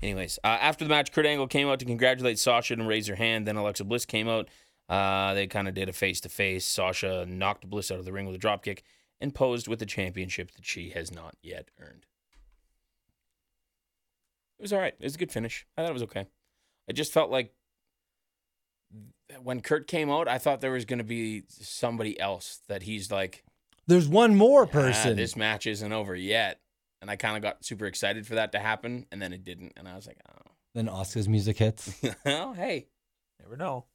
A: anyways uh, after the match kurt angle came out to congratulate sasha and raise her hand then alexa bliss came out uh, they kind of did a face-to-face sasha knocked bliss out of the ring with a dropkick and posed with the championship that she has not yet earned it was all right. It was a good finish. I thought it was okay. I just felt like when Kurt came out, I thought there was going to be somebody else that he's like,
B: There's one more
A: "Ah,
B: person.
A: this match isn't over yet. And I kind of got super excited for that to happen, and then it didn't. And I was like,
B: Then Oscar's music hits.
A: oh, well, hey,
E: Never know.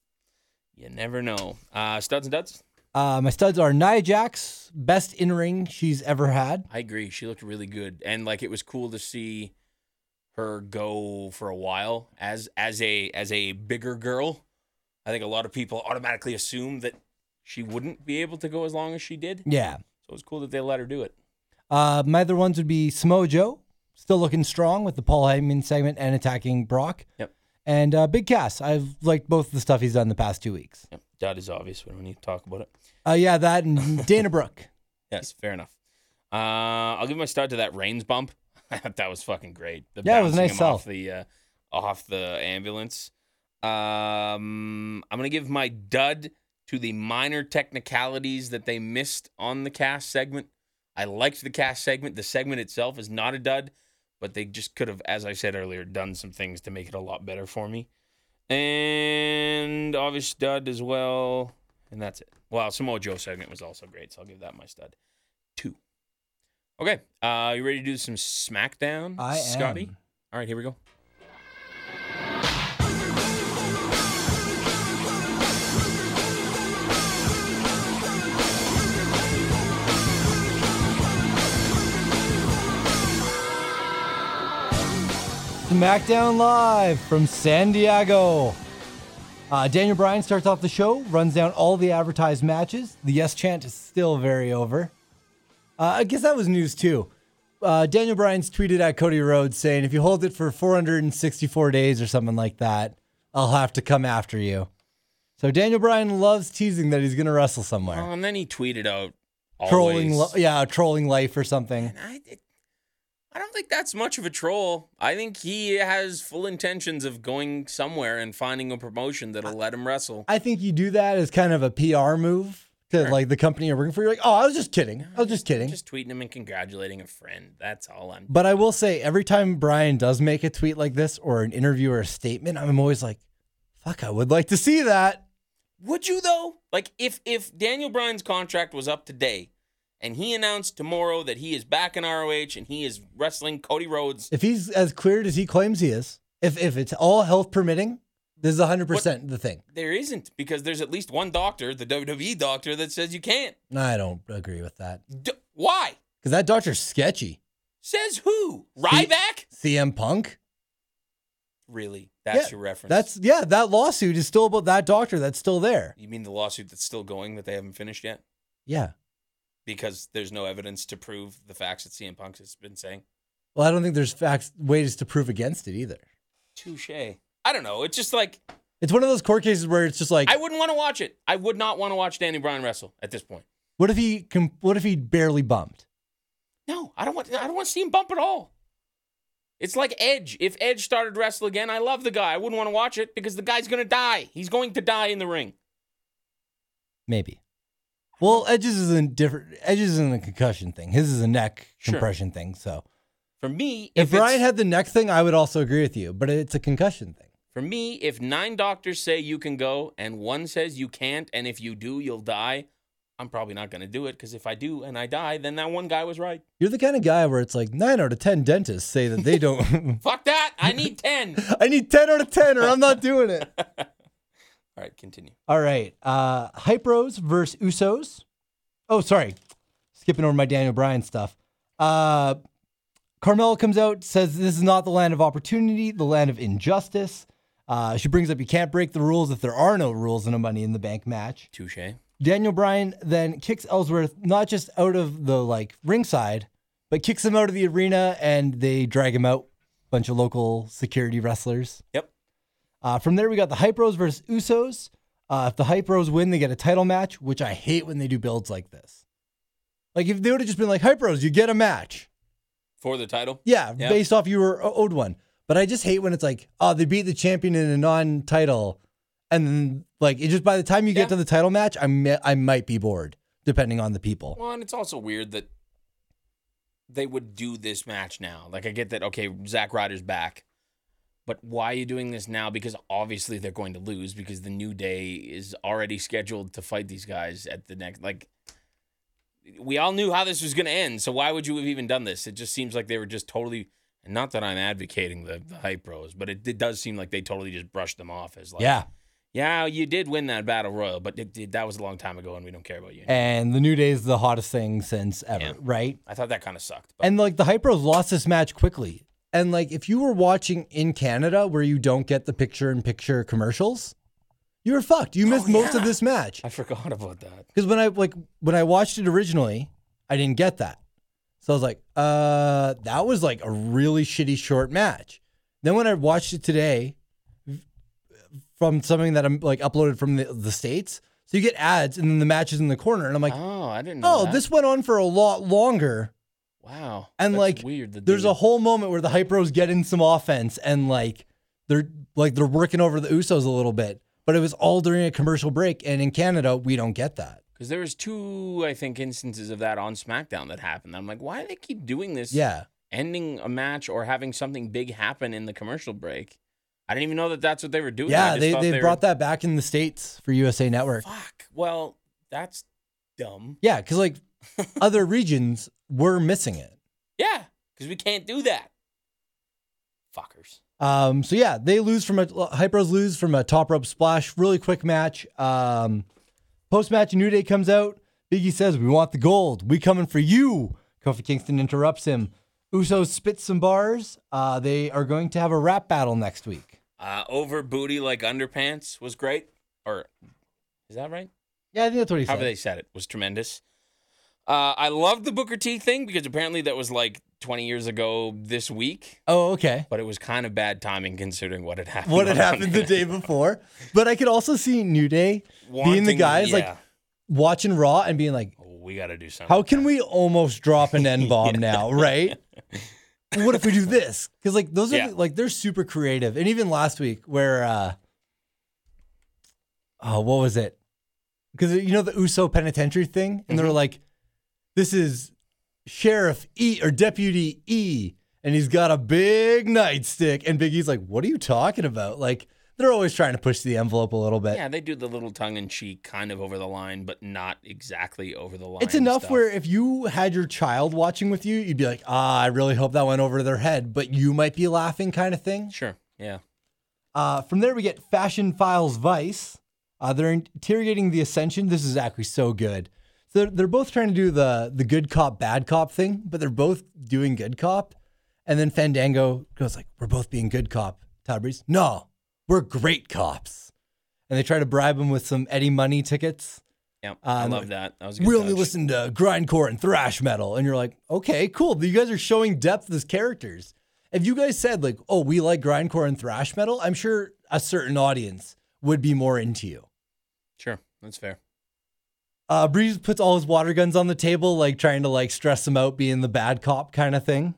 A: you never know. Uh, studs and duds.
B: Uh, my studs are Nia Jax, best in ring she's ever had.
A: I agree. She looked really good, and like it was cool to see her go for a while as as a as a bigger girl. I think a lot of people automatically assume that she wouldn't be able to go as long as she did.
B: Yeah.
A: So it was cool that they let her do it.
B: Uh, my other ones would be Samojo, still looking strong with the Paul Heyman segment and attacking Brock.
A: Yep.
B: And uh, Big Cass. I've liked both the stuff he's done the past two weeks.
A: Yep. That is obvious. We don't need to talk about it.
B: Uh, yeah, that and Dana Brooke.
A: Yes, fair enough. Uh, I'll give my start to that Reigns bump. that was fucking great. The
B: Yeah, it was a
A: bouncing
B: nice
A: him
B: sell.
A: Off the uh, off the ambulance. Um, I'm gonna give my dud to the minor technicalities that they missed on the cast segment. I liked the cast segment. The segment itself is not a dud, but they just could have, as I said earlier, done some things to make it a lot better for me. And obvious dud as well. And that's it. Well, Samoa Joe segment was also great, so I'll give that my stud. Two. Okay. Uh you ready to do some SmackDown?
B: I am.
A: Scotty? All right, here we go.
B: SmackDown Live from San Diego. Uh, Daniel Bryan starts off the show, runs down all the advertised matches. The yes chant is still very over. Uh, I guess that was news too. Uh, Daniel Bryan's tweeted at Cody Rhodes saying, if you hold it for 464 days or something like that, I'll have to come after you. So Daniel Bryan loves teasing that he's going to wrestle
A: Oh,
B: somewhere.
A: and then he tweeted out
B: Trolling,
A: Oh, always.
B: lo- yeah, trolling life or something.
A: And I, it- I don't think that's much of a troll. I think he has full intentions of going somewhere and finding a promotion that'll let him wrestle.
B: I think you do that as kind of a PR move to like the company you're working for. You're like, oh, I was just kidding. I was just kidding.
A: Just tweeting him and congratulating a friend. That's all I'm.
B: But I will say, every time Brian does make a tweet like this or an interview or a statement, I'm always like, fuck, I would like to see that.
A: Would you though? Like if if Daniel Bryan's contract was up today, and he announced tomorrow that he is back in ROH and he is wrestling Cody Rhodes.
B: If he's as cleared as he claims he is, if, if it's all health permitting, this is 100% the thing.
A: There isn't because there's at least one doctor, the WWE doctor, that says you can't.
B: I don't agree with that
A: D- why?
B: because that doctor's sketchy.
A: Says who? Ryback?
B: CM Punk.
A: Really? That's
B: Yeah,
A: your reference.
B: That's, yeah, that lawsuit is still about that doctor that's still there.
A: You mean the lawsuit that's still going that they haven't finished yet?
B: Yeah.
A: Because there's no evidence to prove the facts that CM Punk has been saying.
B: Well, I don't think there's facts, ways to prove against it either.
A: Touche. I don't know. It's just like
B: It's one of those court cases where it's just like,
A: I wouldn't want to watch it. I would not want to watch Danny Bryan wrestle at this point.
B: what if he, com- what if he barely bumped?
A: No, I don't want. I don't want to see him bump at all. It's like Edge. If Edge started to wrestle again, I love the guy. I wouldn't want to watch it because the guy's gonna die. He's going to die in the ring.
B: Maybe. Well, Edges is a different. Edges isn't a concussion thing. His is a neck
A: Sure.
B: compression thing. So
A: For me,
B: if,
A: if, it's-
B: Brian had the neck thing, I would also agree with you. But it's a concussion thing.
A: For me, if nine doctors say you can go and one says you can't, and if you do, you'll die, I'm probably not going to do it because if I do and I die, then that one guy was right.
B: You're the kind of guy where it's like nine out of ten dentists say that they don't.
A: Fuck that. I need 10. All
B: I need ten out of ten, or I'm not doing it.
A: right, continue.
B: All right, uh, Hypros versus Usos. Oh, sorry, skipping over my Daniel Bryan stuff. Uh, Carmella comes out, says this is not the land of opportunity, the land of injustice. Uh, she brings up you can't break the rules if there are no rules in a Money in the Bank match.
A: Touche.
B: Daniel Bryan then kicks Ellsworth not just out of the like ringside, but kicks him out of the arena and they drag him out. Bunch of local security wrestlers.
A: Yep.
B: Uh, from there, we got the Hype Bros versus Usos. Uh, if the Hype Bros win, they get a title match, which I hate when they do builds like this. Like if they would have just been like Hype Bros, you get a match.
A: For the title?
B: Yeah,
A: Yeah.
B: based off you were o- owed one. But I just hate when it's like, oh, they beat the champion in a non-title, and then like it just by the time you
A: Yeah.
B: get to the title match, I mi- I might be bored, depending on the people.
A: Well, and it's also weird that they would do this match now. Like, I get that, okay, Zack Ryder's back. But why are you doing this now? Because obviously they're going to lose because the New Day is already scheduled to fight these guys at the next. Like, we all knew how this was going to end. So why would you have even done this? It just seems like they were just totally. And not that I'm advocating the, the hype bros, but it, it does seem like they totally just brushed them off as like,
B: yeah,
A: yeah, you did win that battle royal, but it, it- that was a long time ago, and we don't care about you.
B: and the New Day is the hottest thing since ever,
A: Yeah.
B: right?
A: I thought that kind of sucked. But
B: And like the Hypros lost this match quickly. And like if you were watching in Canada where you don't get the picture in picture commercials, you were fucked. You
A: Oh,
B: missed most of this match.
A: I forgot about that.
B: Because when I like when I watched it originally, I didn't get that. So I was like, uh, that was like a really shitty short match. Then when I watched it today from something that I'm like uploaded from the, the States, so you get ads and then the match is in the corner. And I'm like,
A: Oh, I didn't know.
B: oh,
A: that.
B: this went on for a lot longer.
A: Wow.
B: And
A: That's
B: like,
A: weird. that
B: there's
A: they
B: a
A: would-
B: whole moment where the hype bros get in some offense and like they're like they're working over the Usos a little bit, but it was all during a commercial break. And in Canada, we don't get that.
A: because there was two, I think, instances of that on SmackDown that happened. I'm like, why do they keep doing this?
B: Yeah,
A: Ending a match or having something big happen in the commercial break. I didn't even know that that's what they were doing. I
B: yeah,
A: just
B: they
A: thought
B: they,
A: were-
B: brought that back in the states for USA Network.
A: Fuck. Well, that's dumb.
B: Yeah, because like other regions were missing it.
A: Yeah, because we can't do that. Fuckers.
B: Um, so yeah, they lose from a Hypros lose from a top rope splash. Really quick match. Um, Post match, New Day comes out. Biggie says, "We want the gold. We coming for you." Kofi Kingston interrupts him. Usos spits some bars. Uh, they are going to have a rap battle next week.
A: Uh, over booty like underpants was great. Or is that right?
B: Yeah, I think that's what he said.
A: however they said it was tremendous. Uh, I love the Booker T thing because apparently that was like 20 years ago this week,
B: oh, okay.
A: but it was kind of bad timing considering what had happened.
B: What had
A: on
B: happened the day before, but I could also see New Day being the
A: Wanting-
B: guys like
A: yeah.
B: watching Raw and being like,
A: Oh, we got to do something.
B: How can we almost drop an N bomb now, right? what if we do this? Because like those are
A: Yeah.
B: like they're super creative. And even last week where uh oh, what was it? Because you know the Uso penitentiary thing? And they were like, This is Sheriff E or Deputy E, and he's got a big nightstick. And Big E's like, What are you talking about? Like they're always trying to push the envelope a little bit.
A: Yeah, they do the little tongue in cheek kind of over the line, but not exactly over the line.
B: It's enough
A: stuff.
B: where if you had your child watching with you, you'd be like, ah, I really hope that went over their head, but you might be laughing kind of thing.
A: Sure. Yeah.
B: Uh, from there, we get Fashion Files Vice. Uh, they're interrogating the Ascension. This is actually so good. So they're, they're both trying to do the, the good cop, bad cop thing, but they're both doing good cop. And then Fandango goes like, we're both being good cop. Todd Breeze, no, we're great cops. And they try to bribe him with some Eddie Money tickets
A: Yeah. I
B: Um,
A: love that. That was a good
B: we only
A: touch.
B: listen to grindcore and thrash metal. And you're like, okay, cool. You guys are showing depth as characters. If you guys said, like, oh, we like grindcore and thrash metal, I'm sure a certain audience would be more into you.
A: Sure. That's fair.
B: Uh, Breeze puts all his water guns on the table, like trying to like stress him out, being the bad cop kind of thing.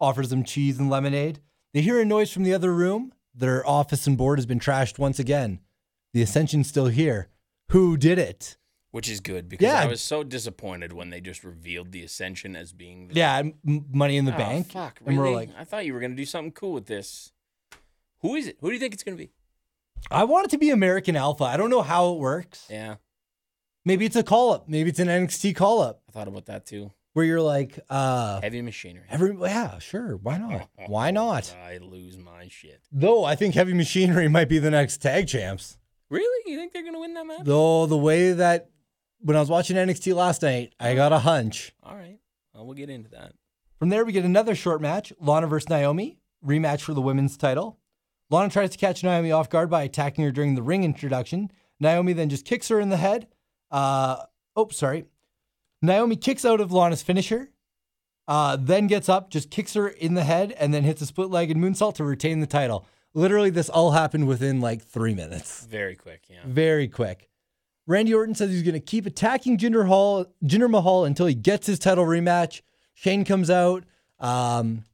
B: Offers him cheese and lemonade. They hear a noise from the other room. Their office and board has been trashed once again. The Ascension's still here. Who did it?
A: Which is good because
B: Yeah.
A: I was so disappointed when they just revealed the Ascension as being the
B: Yeah, m- money in the bank.
A: Oh, Fuck, really?
B: And we're like,
A: I thought you were gonna do something cool with this. Who is it? Who do you think it's gonna be?
B: I want it to be American Alpha. I don't know how it works.
A: Yeah,
B: Maybe it's a call up. Maybe it's an NXT call up
A: I thought about that too.
B: where you're like, uh,
A: Heavy machinery. Oh,
B: every yeah, sure, why not? Why not?
A: I lose my shit.
B: Though I think Heavy Machinery might be the next tag champs.
A: Really? You think they're gonna win that match?
B: Though the way that when I was watching NXT last night, I got a hunch.
A: All right. Well, we'll get into that.
B: From there, we get another short match: Lana versus Naomi rematch for the women's title. Lana tries to catch Naomi off guard by attacking her during the ring introduction. Naomi then just kicks her in the head. Uh, oh, sorry. Naomi kicks out of Lana's finisher. Uh, then gets up, just kicks her in the head, and then hits a split leg and moonsault to retain the title. Literally, this all happened within like three minutes.
A: Very quick, yeah.
B: Very quick. Randy Orton says he's going to keep attacking Jinder Hall, Jinder Mahal until he gets his title rematch. Shane comes out. Um,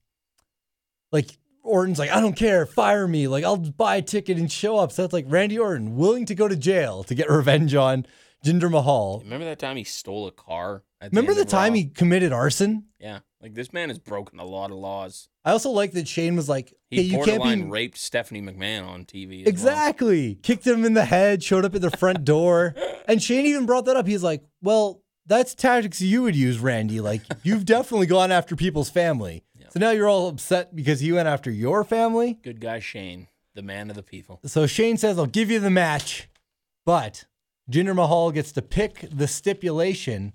B: like Orton's like, I don't care, fire me. Like I'll buy a ticket and show up. So that's like Randy Orton willing to go to jail to get revenge on Jinder Mahal.
A: Remember that time he stole a car? at
B: Remember
A: end
B: the
A: of
B: time
A: Raw?
B: he committed arson?
A: Yeah, like this man has broken a lot of laws.
B: I also like that Shane was like,
A: He
B: "Hey, you can't
A: borderline
B: be
A: raped Stephanie McMahon on TV. as well.
B: exactly." Kicked him in the head, showed up at the front door, and Shane even brought that up. He's like, "Well, that's tactics you would use, Randy. Like, you've definitely gone after people's family. So now you're all upset because he went after your family."
A: Good guy Shane, the man of the people.
B: So Shane says, "I'll give you the match," but Jinder Mahal gets to pick the stipulation.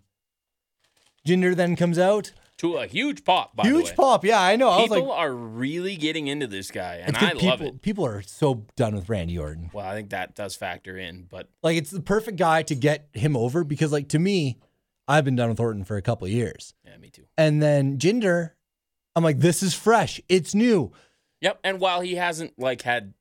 B: Jinder then comes out,
A: To a huge pop, by
B: huge
A: the way.
B: pop. Yeah, I know. I was
A: People
B: like,
A: are really getting into this guy, and
B: it's
A: I
B: 'cause people,
A: love it.
B: people are so done with Randy Orton.
A: Well, I think that does factor in, but
B: Like it's the perfect guy to get him over because like to me, I've been done with Orton for a couple of years.
A: yeah, me too.
B: And then Jinder, I'm like, this is fresh. It's new.
A: Yep. And while he hasn't like had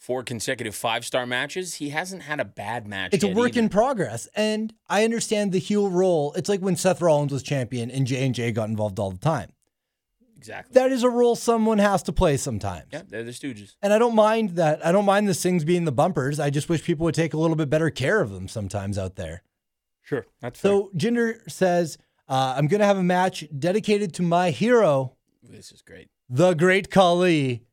A: four consecutive five star matches, he hasn't had a bad match.
B: It's a
A: yet
B: work in
A: either.
B: progress. And I understand the heel role. It's like when Seth Rollins was champion and J and J got involved all the time.
A: exactly.
B: That is a role someone has to play sometimes.
A: yeah, they're the Stooges.
B: And I don't mind that. I don't mind the things being the bumpers. I just wish people would take a little bit better care of them sometimes out there.
A: Sure, that's fair.
B: So Jinder says, uh, I'm going to have a match dedicated to my hero,
A: This is great.
B: the great Kali.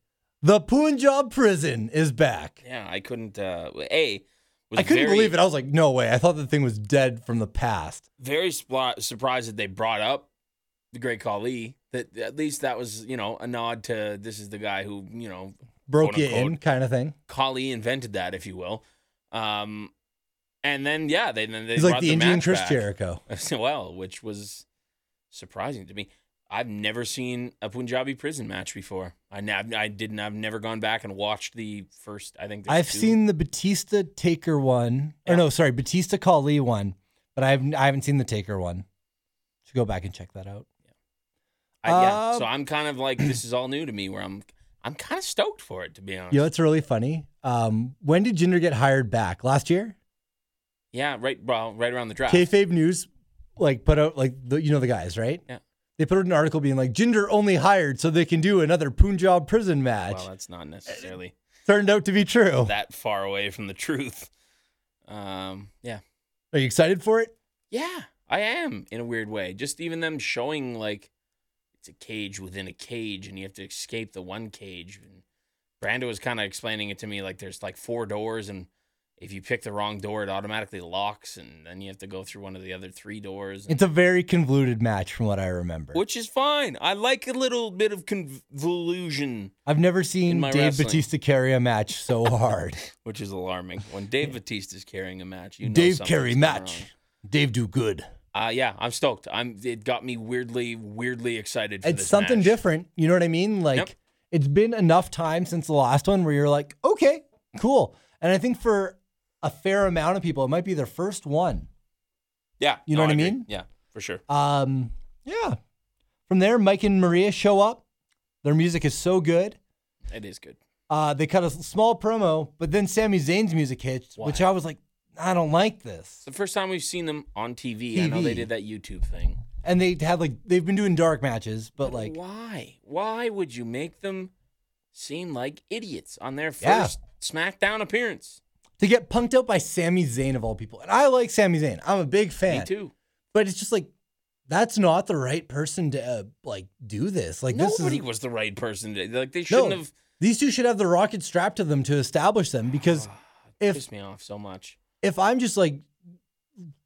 B: The Punjab prison is back.
A: Yeah, I couldn't. uh A was
B: I couldn't
A: very,
B: believe it. I was like, no way. I thought the thing was dead from the past.
A: Very spl- surprised that they brought up the great Khali. That at least that was you know a nod to this is the guy who you know
B: Broke
A: Quote,
B: you in,
A: unquote.
B: kind of thing.
A: Khali invented that, if you will. Um, and then yeah, they then they
B: He's like
A: brought
B: the Indian
A: match
B: Chris
A: back.
B: Jericho.
A: well, which was surprising to me. I've never seen a Punjabi prison match before. I nav- I didn't. I've never gone back and watched the first. I think there's
B: I've
A: two.
B: seen the Batista Taker one. Or
A: Yeah.
B: no, sorry, Batista Kali one, but I haven't, I haven't seen the Taker one. Should go back and check that out.
A: I, yeah,
B: uh,
A: so I'm kind of like this is all new to me. Where I'm I'm kind of stoked for it to be honest.
B: You know, it's really funny. Um, when did Jinder get hired back? Last year?
A: yeah, right. Well, right around the draft.
B: Kayfabe News, like put out like the, you know the guys, right?
A: Yeah.
B: They put out an article being like Jinder only hired so they can do another Punjab prison match.
A: well, that's not necessarily
B: Turned out to be true.
A: that far away from the truth. Um, yeah,
B: Are you excited for it?
A: yeah, I am in a weird way. Just even them showing like it's a cage within a cage, and you have to escape the one cage. And Brando was kind of explaining it to me like there's like four doors, and if you pick the wrong door, it automatically locks, and then you have to go through one of the other three doors. and-
B: It's a very convoluted match from what I remember.
A: Which is fine. I like a little bit of convolution,
B: I've never seen
A: in my
B: Dave
A: wrestling.
B: Batista carry a match so hard.
A: which is alarming. When Dave Batista's carrying a match, you know
B: Dave
A: something's
B: carry
A: gone
B: match. Dave do good.
A: wrong. Uh, yeah, I'm stoked. I'm. It got me weirdly, weirdly excited. For
B: It's
A: this
B: something
A: match.
B: different. You know what I mean? Like
A: Yep.
B: it's been enough time since the last one where you're like, okay, cool. And I think for a fair amount of people, it might be their first one.
A: Yeah,
B: You know what I
A: agree.
B: mean?
A: Yeah, for sure.
B: Um, yeah. From there, Mike and Maria show up. Their music is so good.
A: It is good.
B: Uh, they cut a small promo, but then Sami Zayn's music hits, which I was like, I don't like this.
A: It's the first time we've seen them on TV. I know they
B: TV.
A: did that YouTube thing.
B: And they had like they've been doing dark matches, but like
A: why? Why would you make them seem like idiots on their
B: Yeah.
A: first SmackDown appearance?
B: to get punked out by Sami Zayn of all people. And I like Sami Zayn. I'm a big fan.
A: Me too.
B: But it's just like that's not the right person to uh, like do this. Like this
A: Nobody
B: is
A: was the right person. To, like they
B: no.
A: shouldn't have
B: These two should have the rocket strapped to them to establish them because if
A: pissed me off so much.
B: if I'm just like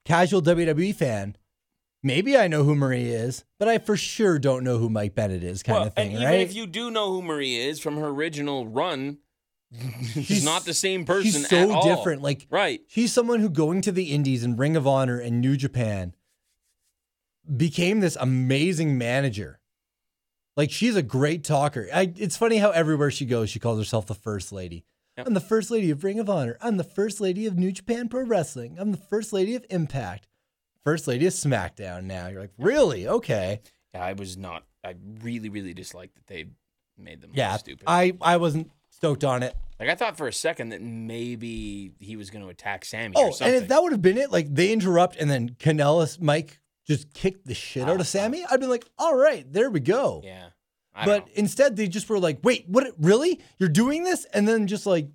B: casual WWE fan, maybe I know who Marie is, but I for sure don't know who Mike Bennett is, kind
A: well,
B: of thing,
A: and
B: right?
A: even if you do know who Marie is from her original run, she's
B: She's-
A: not the same person.
B: She's
A: at
B: so
A: all.
B: different. Like
A: right?
B: she's someone who going to the Indies and Ring of Honor and New Japan became this amazing manager. Like she's a great talker. I, it's funny how everywhere she goes, she calls herself the first lady.
A: Yep.
B: I'm the first lady of Ring of Honor. I'm the first lady of New Japan Pro Wrestling. I'm the first lady of Impact. First lady of SmackDown now. You're like, really? Okay.
A: Yeah, I was not. I really, really disliked that they made them
B: Yeah,
A: look stupid.
B: I I wasn't stoked on it.
A: like I thought for a second that maybe he was going to attack Sammy. or
B: Oh, and
A: something.
B: if that would have been it, like they interrupt and then Canellis Mike just kicked the shit out
A: Ah.
B: of Sammy, I'd been like, all right, there we go.
A: yeah, I
B: But
A: don't know.
B: instead, they just were like, wait, what? Really? You're doing this? And then just like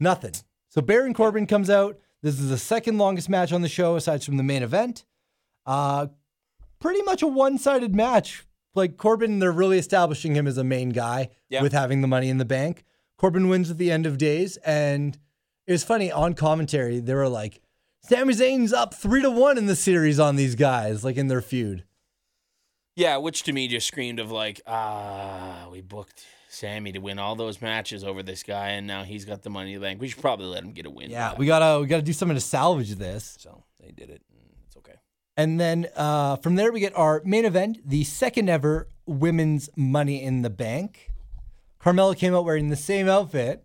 B: nothing. So Baron Corbin comes out. This is the second longest match on the show, aside from the main event. Uh, pretty much a one sided match. Like Corbin, they're really establishing him as a main guy
A: Yeah.
B: with having the money in the bank. Corbin wins at the end of days. And it was funny on commentary, they were like, Sami Zayn's up three to one in the series on these guys, like in their feud.
A: yeah, which to me just screamed of like, ah, we booked Sammy to win all those matches over this guy, and now he's got the money in the bank. We should probably let him get a win.
B: Yeah,
A: back.
B: we gotta we gotta do something to salvage this.
A: so they did it. and It's okay.
B: And then uh, from there, we get our main event, the second ever women's Money in the Bank. Carmella came out wearing the same outfit.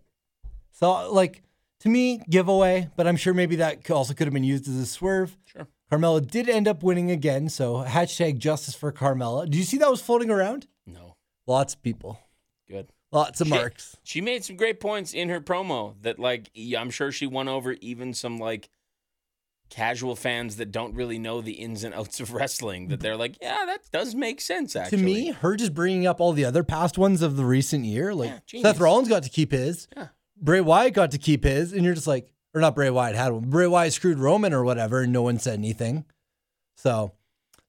B: So, like, to me, giveaway, but I'm sure maybe that c- also could have been used as a swerve.
A: Sure.
B: Carmella did end up winning again. So, hashtag justice for Carmella. Do you see that was floating around?
A: No,
B: Lots of people,
A: good.
B: lots of
A: Shit.
B: marks.
A: She made some great points in her promo that, like, y- I'm sure she won over even some, like, casual fans that don't really know the ins and outs of wrestling. That they're like, yeah, that does make sense, actually.
B: To me, her just bringing up all the other past ones of the recent year, like
A: Yeah,
B: Seth
A: genius.
B: Rollins got to keep his,
A: Yeah.
B: Bray Wyatt got to keep his, and you're just like, or not Bray Wyatt had one, Bray Wyatt screwed Roman or whatever, and no one said anything. So,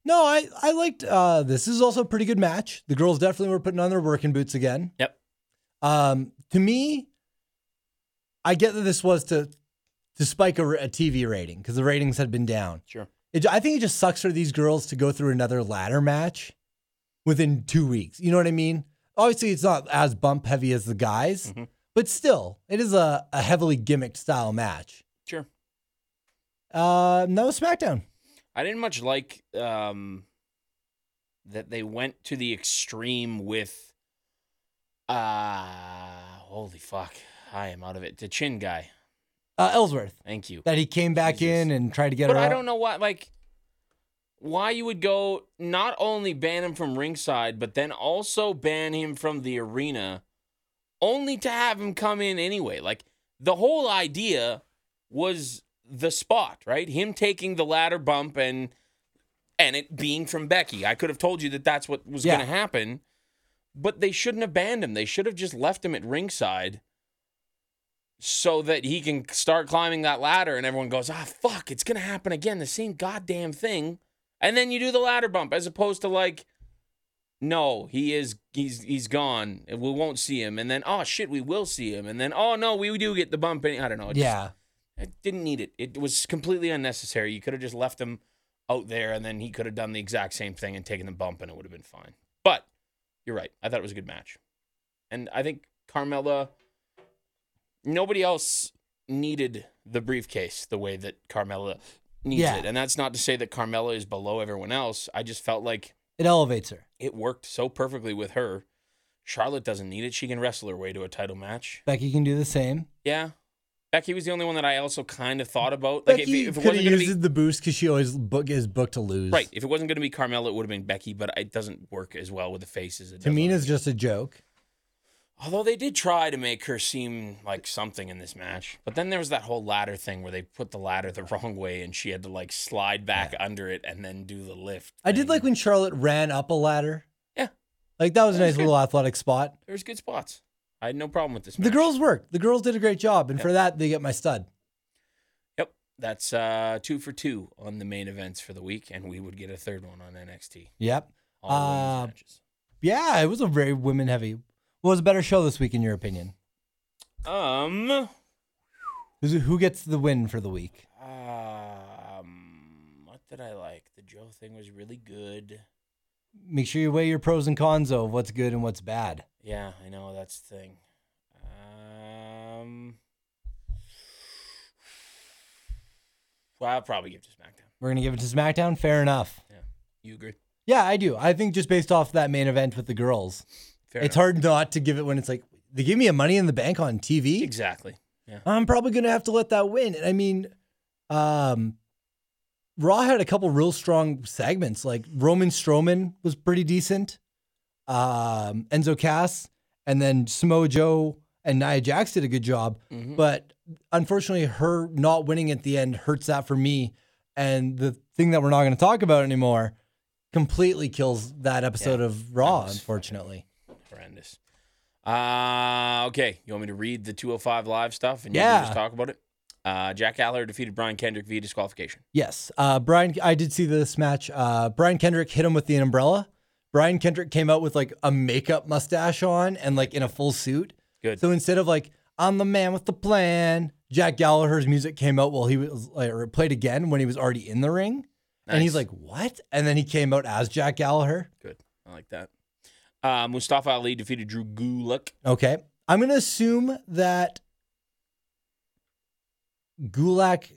B: no, I I liked uh, this. This is also a pretty good match. The girls definitely were putting on their working boots again.
A: Yep.
B: Um, to me, I get that this was to to spike a, ra- a TV rating because the ratings had been down.
A: Sure.
B: It, I think it just sucks for these girls to go through another ladder match within two weeks. You know what I mean? Obviously, it's not as bump heavy as the guys,
A: Mhm.
B: but still, it is a, a heavily gimmicked style match.
A: Sure.
B: Uh, no SmackDown.
A: I didn't much like um, that they went to the extreme with, uh, holy fuck, I am out of it. The chin guy.
B: Uh, Ellsworth
A: Thank you.
B: that he came back
A: Jesus.
B: in and tried to get
A: But
B: her.
A: I
B: out.
A: don't know why, like, why you would go not only ban him from ringside, but then also ban him from the arena, only to have him come in anyway. Like, the whole idea was the spot, right? Him taking the ladder bump and and it being from Becky. I could have told you that that's what was
B: Yeah.
A: going to happen, but they shouldn't have banned him. They should have just left him at ringside so that he can start climbing that ladder and everyone goes, ah, fuck, it's going to happen again. The same goddamn thing. And then you do the ladder bump as opposed to like, no, he is he's he's gone. and We won't see him. And then oh shit, we will see him. And then oh no, we do get the bump. And I don't know. it just-
B: Yeah.
A: I didn't need it. It was completely unnecessary. You could have just left him out there, and then he could have done the exact same thing and taken the bump, and it would have been fine. But you're right. I thought it was a good match, and I think Carmella. Nobody else needed the briefcase the way that Carmella needs
B: Yeah.
A: it, and that's not to say that Carmella is below everyone else. I just felt like
B: It elevates her.
A: it worked so perfectly with her. Charlotte doesn't need it. She can wrestle her way to a title match.
B: Becky can do the same.
A: Yeah. Becky was the only one that I also kind of thought about. Like, if,
B: Becky
A: if it
B: could
A: wasn't
B: have
A: going
B: used
A: to be.
B: the boost because she always book is booked to lose.
A: Right. If it wasn't going to be Carmella, it would have been Becky, but it doesn't work as well with the faces. It does on
B: Tamina's
A: the-
B: just a joke.
A: Although they did try to make her seem like something in this match. But then there was that whole ladder thing where they put the ladder the wrong way and she had to, like, slide back under it and then do the lift.
B: I did
A: thing.
B: like when Charlotte ran up a ladder.
A: Yeah.
B: Like that was a
A: That was
B: nice
A: good.
B: little athletic spot.
A: There was good spots. I had no problem with this match.
B: The girls worked. The girls did a great job, and for that they get my stud.
A: Yep. That's uh, two for two on the main events for the week, and we would get a third one on NXT.
B: Yep.
A: All women's
B: Uh,
A: matches.
B: Yeah, it was a very women heavy. What was a better show this week in your opinion? Uh,
A: Um.
B: Who's- Who gets the win for the week?
A: Um, what did I like? The Joe thing was really good.
B: Make sure you weigh your pros and cons of what's good and what's bad.
A: Yeah, I know that's the thing. Um, well, I'll probably give it to SmackDown.
B: We're gonna give it to SmackDown. Fair enough.
A: You agree?
B: Yeah, I do. I think just based off that main event with the girls,
A: Fair
B: it's
A: enough.
B: hard not to give it when it's like they give me a Money in the Bank on TV.
A: Exactly.
B: I'm probably gonna have to let that win. And I mean, um, Raw had a couple real strong segments. Like Roman Strowman was pretty decent. Um, Enzo Cass and then Samoa Joe and Nia Jax did a good job. But unfortunately, her not winning at the end hurts that for me. And the thing that we're not going to talk about anymore completely kills that episode of Raw,
A: was
B: unfortunately.
A: horrendous. Uh, okay, you want me to read the 205 live stuff and you
B: Yeah.
A: can just talk about it? Uh, Jack Aller defeated Brian Kendrick via disqualification.
B: Yes. Uh, Brian, I did see this match. Uh, Brian Kendrick hit him with the umbrella. Brian Kendrick came out with like a makeup mustache on and like in a full suit.
A: Good.
B: So instead of like, I'm the man with the plan, Jack Gallagher's music came out while he was, like, or played again when he was already in the ring. And he's
A: Nice.
B: like, what? And then he came out as Jack Gallagher.
A: Good. I like that. Uh, Mustafa Ali defeated Drew Gulak.
B: Okay. I'm going to assume that Gulak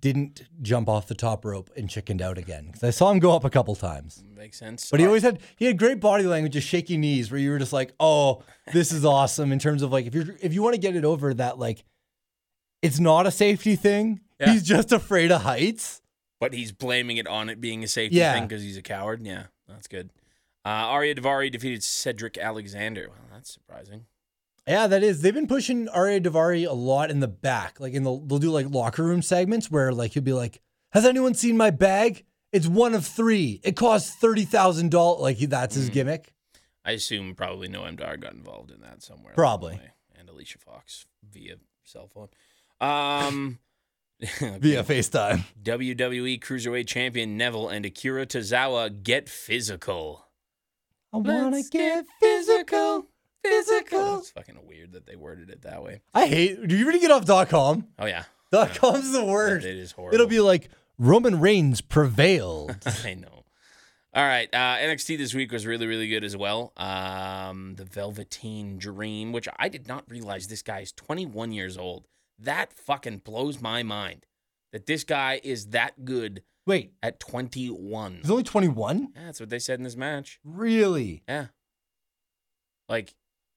B: didn't jump off the top rope and chickened out again because I saw him go up a couple times.
A: Makes sense.
B: But he
A: Uh,
B: always had he had great body language, just shaky knees, where you were just like, "Oh, this is awesome." In terms of like, if you're if you want to get it over that, like, it's not a safety thing.
A: Yeah.
B: He's just afraid of heights.
A: but he's blaming it on it being a safety
B: Yeah.
A: thing because he's a coward. Yeah, that's good. Uh, Arya Davari defeated Cedric Alexander. Well, that's surprising.
B: Yeah, that is. They've been pushing Arya Davari a lot in the back, like in the they'll do like locker room segments where like he'll be like, "Has anyone seen my bag? It's one of three. It costs thirty thousand dollars." Like he, that's his gimmick.
A: I assume probably Noam Dar got involved in that somewhere. along the
B: Probably.
A: way. And Alicia Fox via cell phone. Um,
B: Via FaceTime.
A: WWE Cruiserweight Champion Neville and Akira Tozawa get physical.
B: I wanna
A: Let's
B: get physical, physical.
A: It's fucking weird that they worded it that way.
B: I hate. Do you really get off dot com?
A: Oh yeah,
B: Dot com's the worst.
A: it is horrible.
B: It'll be like Roman Reigns prevailed.
A: I know. All right, uh, NXT this week was really, really good as well. Um, the Velveteen Dream, which I did not realize this guy is 21 years old. That fucking blows my mind that this guy is that good
B: Wait,
A: at 21.
B: he's only 21?
A: Yeah, that's what they said in this match.
B: Really?
A: Yeah, like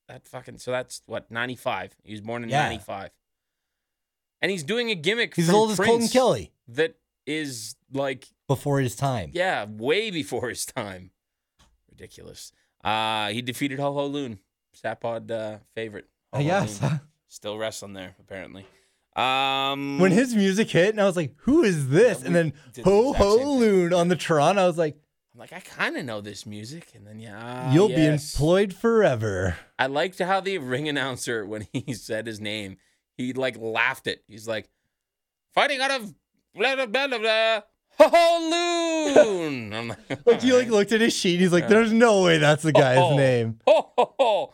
A: that fucking. So that's what 95. He was born in
B: Yeah.
A: 95, and he's doing a gimmick.
B: He's as
A: from
B: old as Colton
A: Prince
B: Kelly
A: That is like
B: before his time.
A: Yeah, way before his time. Ridiculous. Uh he defeated Ho Ho Loon, Sapod uh, favorite. Ho
B: Oh, I
A: Ho
B: guess.
A: Loon. Still wrestling there, apparently. Um
B: when his music hit, and I was like, who is this?
A: Yeah,
B: And
A: we
B: then
A: did the
B: Ho
A: exact
B: Ho
A: same thing.
B: Loon on the Tron. I was like,
A: I'm like, I kinda know this music. And then yeah. ah,
B: you'll be
A: yes.
B: employed forever.
A: I liked how the ring announcer, when he said his name, he like laughed it. He's like, fighting out of blah blah blah blah blah. Ho Ho Loon. I'm like,
B: Like, he like
A: "Alright."
B: looked at his sheet. He's like, there's no way that's the guy's
A: Oh,
B: name.
A: Ho ho ho.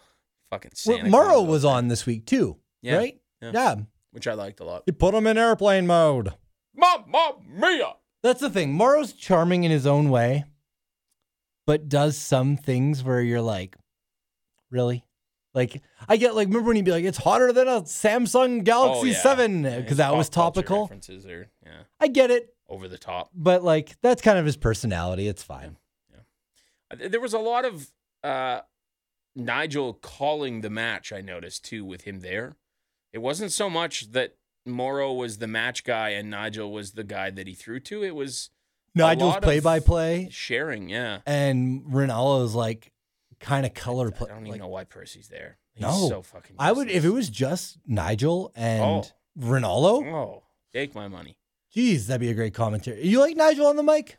A: Fucking
B: Well,
A: Santa.
B: Morrow
A: Claus.
B: was on this week too,
A: Yeah,
B: right?
A: yeah.
B: yeah.
A: which I liked a lot.
B: You put him in airplane mode.
A: Mamma mia!
B: That's the thing. Morrow's charming in his own way, but does some things where you're like, really? Like, I get like, remember when he'd be like, it's hotter than a Samsung
A: Oh,
B: Galaxy 7 because that was topical.
A: References are yeah,
B: I get it,
A: over the top.
B: but like, that's kind of his personality. It's fine.
A: Uh, There was a lot of uh, Nigel calling the match. I noticed too with him there. It wasn't so much that Morrow was the match guy and Nigel was the guy that he threw to. It was
B: Nigel's
A: lot of-
B: play by play
A: sharing. Yeah,
B: and Rinaldo's like kind of color
A: I
B: play.
A: don't even know why Percy's there. He's
B: No.
A: so fucking.
B: I would, if it
A: useless.
B: was just Nigel and
A: Oh.
B: Rinaldo,
A: Oh, take my money.
B: geez, that'd be a great commentary. You like Nigel on the mic?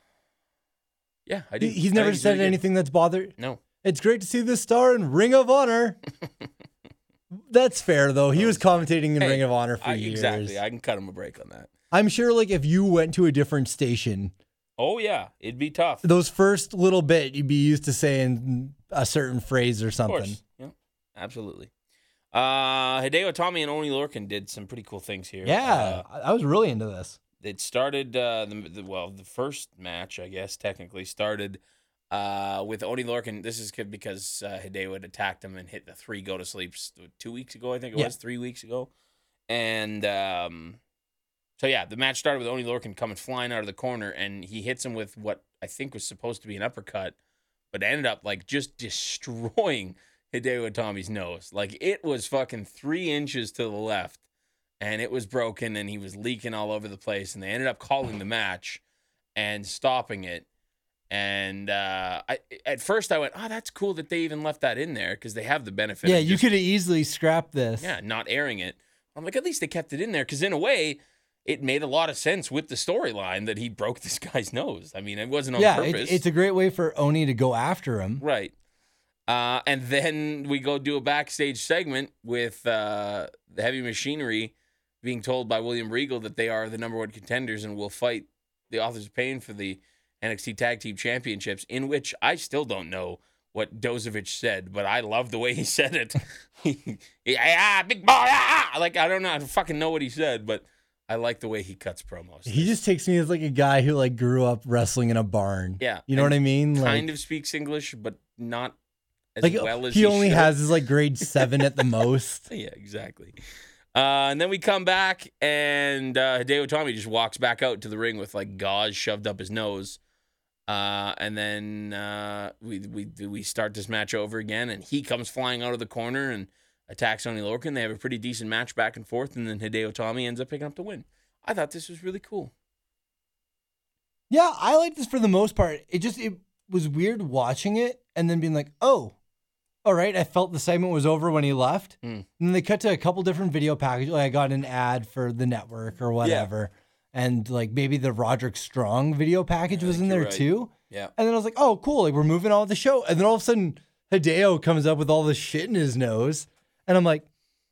A: Yeah, I do.
B: He- He's
A: I
B: never
A: think
B: said
A: really good.
B: anything that's bothered.
A: No,
B: It's great to see this star in Ring of Honor. That's fair though. He was commentating in
A: Hey,
B: Ring of Honor for
A: I,
B: years.
A: exactly. I can cut him a break on that.
B: I'm sure like if you went to a different station,
A: Oh yeah, it'd be tough.
B: those first little bit you'd be used to saying a certain phrase or something.
A: Yeah, absolutely. Uh, Hideo Tommy and Oni Lorcan did some pretty cool things here.
B: Yeah,
A: Uh,
B: I I was really into this.
A: it started uh, the, the well, the first match, I guess technically started uh, with Oni Lorcan. This is good because uh, Hideo had attacked him and hit the three go to sleeps two weeks ago. I think it
B: Yeah.
A: was three weeks ago, and um, so yeah, the match started with Oni Lorcan coming flying out of the corner, and he hits him with what I think was supposed to be an uppercut, but ended up like just destroying Hideo Itami's nose. Like it was fucking three inches to the left, and it was broken, and he was leaking all over the place. And they ended up calling the match, and stopping it. And uh, I at first I went, oh, that's cool that they even left that in there because they have the benefit.
B: yeah,
A: of
B: you
A: just
B: could have easily scrapped this.
A: yeah, not airing it. I'm like, at least they kept it in there because in a way, it made a lot of sense with the storyline that he broke this guy's nose. I mean, it wasn't on
B: yeah. it-
A: purpose,
B: it's a great way for Oni to go after him.
A: right? Uh, and then we go do a backstage segment with uh, the Heavy Machinery being told by William Regal that they are the number one contenders and will fight the Authors of Pain for the NXT Tag Team Championships. In which I still don't know what Dozovich said, but I love the way he said it. He- ah, big ball, ah! like I don't know, I don't fucking know what he said, but I like the way he cuts promos.
B: He just takes me as like a guy who like grew up wrestling in a barn.
A: Yeah,
B: You know
A: and
B: what I mean? Like,
A: kind of speaks English, but not as
B: like
A: well as
B: he, only
A: should.
B: has his like grade seven at the most.
A: Yeah, exactly. Uh, and then we come back, and uh, Hideo Tommy just walks back out to the ring with like gauze shoved up his nose. Uh, and then uh, we we we start this match over again, and he comes flying out of the corner and attacks Oni Lorcan. They have a pretty decent match back and forth, and then Hideo Tommy ends up picking up the win. I thought this was really cool.
B: Yeah, I like this for the most part. It just it was weird watching it and then being like, oh, all right. I felt the segment was over when he left.
A: Mm.
B: And then they cut to a couple different video packages. Like I got an ad for the network or whatever. And like maybe the Roderick Strong video package
A: I
B: was
A: think
B: in
A: you're
B: there
A: right.
B: too.
A: Yeah,
B: And then I was like, oh, cool. Like, we're moving on with the show. And then all of a sudden, Hideo comes up with all this shit in his nose. And I'm like,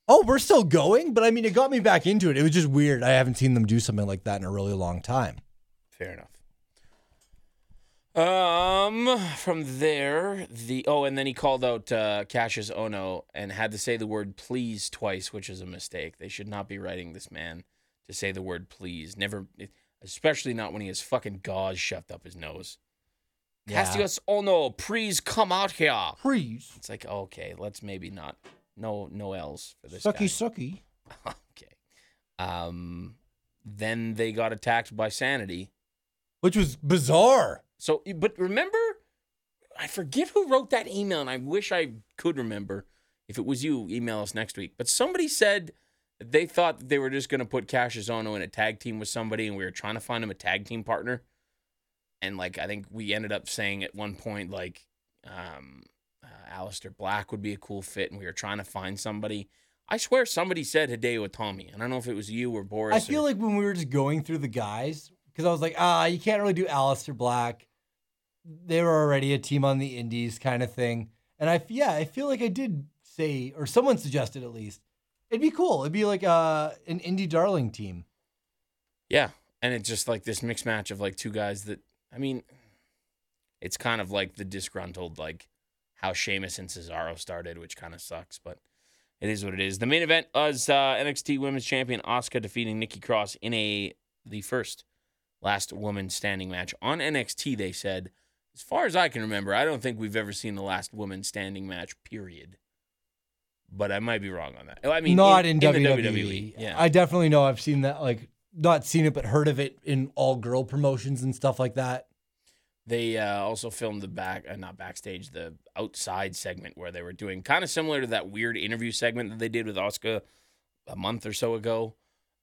B: oh, we're still going? But I mean, it got me back into it. It was just weird. I haven't seen them do something like that in a really long time.
A: fair enough. Um, from there, the oh, and then he called out uh, Cassius Ono and had to say the word "please" twice, which is a mistake. They should not be writing this man to say the word "please." Never, especially not when he has fucking gauze shoved up his nose.
B: Yeah.
A: Cassius Ono, please come out here.
B: Please.
A: It's like okay, let's maybe not. No, no L's for this. guy.
B: Sucky, sucky.
A: okay. Um, then they got attacked by Sanity.
B: Which was bizarre.
A: So, but remember, I forget who wrote that email, and I wish I could remember. If it was you, email us next week. But somebody said that they thought that they were just going to put Cassius Ono in a tag team with somebody, and we were trying to find him a tag team partner. And like, I think we ended up saying at one point, like, um, uh, Alistair Black would be a cool fit, and we were trying to find somebody. I swear somebody said Hideo Itami. and I don't know if it was you or Boris.
B: I feel
A: or-
B: like when we were just going through the guys, because I was like, ah, you can't really do Alistair Black. They were already a team on the Indies kind of thing. And I, f- yeah, I feel like I did say, or someone suggested at least, it'd be cool. It'd be like uh, an indie darling team.
A: Yeah, and it's just like this mixed match of like two guys that I mean, it's kind of like the disgruntled like how Sheamus and Cesaro started, which kind of sucks, but it is what it is. The main event was uh, NXT Women's Champion Asuka defeating Nikki Cross in a the first last woman standing match on NXT. They said, as far as I can remember, I don't think we've ever seen the last woman standing match. Period. But I might be wrong on that. Oh, I mean,
B: not in,
A: the E,
B: WWE.
A: Yeah,
B: I definitely know I've seen that, like, not seen it, but heard of it in all girl promotions and stuff like that.
A: They uh, also filmed the back, uh, not backstage, the outside segment where they were doing kind of similar to that weird interview segment that they did with Oscar a month or so ago.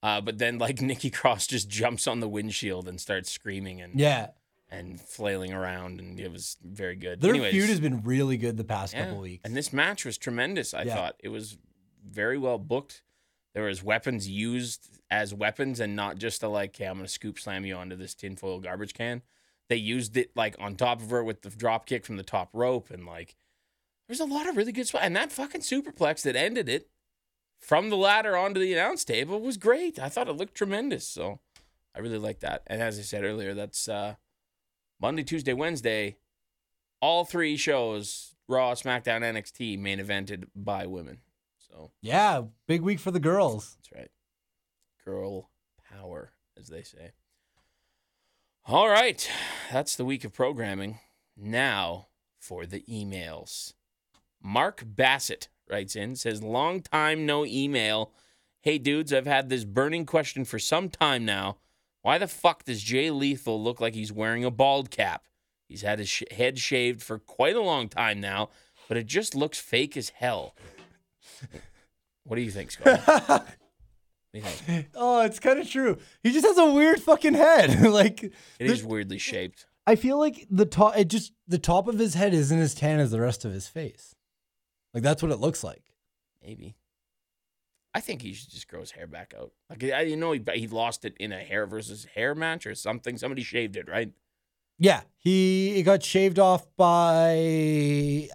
A: Uh, but then, like Nikki Cross just jumps on the windshield and starts screaming and
B: Yeah.
A: and flailing around, and it was very good.
B: Their
A: Anyways,
B: feud has been really good the past
A: yeah.
B: couple weeks.
A: and this match was tremendous. I
B: Yeah.
A: thought it was very well booked. There was weapons used as weapons, and not just a like, "Hey, I'm gonna scoop slam you onto this tinfoil garbage can." they used it like on top of her with the drop kick from the top rope and like there's a lot of really good spots and that fucking superplex that ended it from the ladder onto the announce table was great i thought it looked tremendous so i really like that and as i said earlier that's uh monday tuesday wednesday all three shows raw smackdown nxt main evented by women so
B: yeah. Big week for the girls.
A: that's right. Girl power, as they say. All right. That's the week of programming. Now for the emails. Mark Bassett writes in, says, Long time no email. Hey dudes, I've had this burning question for some time now. Why the fuck does Jay Lethal look like he's wearing a bald cap? He's had his sh- head shaved for quite a long time now, but it just looks fake as hell. What do you think, Scott? do you think?
B: Oh, it's kind of true. He just has a weird fucking head. like
A: It is weirdly shaped.
B: I feel like the top, it just the top of his head isn't as tan as the rest of his face. Like that's what it looks like.
A: Maybe. I think he should just grow his hair back out. Like I you know he he lost it in a hair versus hair match or something. Somebody shaved it, right?
B: Yeah, he it got shaved off by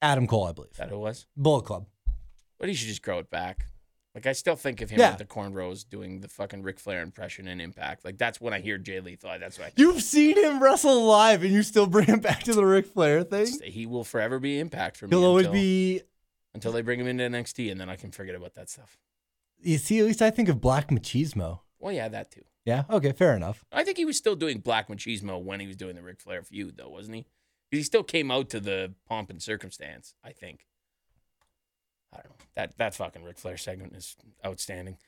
B: Adam Cole, I believe.
A: Is that who it was?
B: Bullet Club.
A: But he should just grow it back. Like I still think of him
B: Yeah.
A: with the cornrows doing the fucking Ric Flair impression and impact. Like that's when I hear Jay Lethal. That's what I
B: You've seen him wrestle live, and you still bring him back to the Ric Flair thing.
A: he will forever be impact for me.
B: He'll always
A: until-
B: be.
A: until they bring him into NXT and then I can forget about that stuff.
B: You see, at least I think of Black Machismo.
A: Well, yeah, that too.
B: Yeah. Okay. Fair enough.
A: I think he was still doing Black Machismo when he was doing the Ric Flair feud, though, wasn't he? 'Cause He still came out to the pomp and circumstance, I think. I don't know. That that fucking Ric Flair segment is outstanding.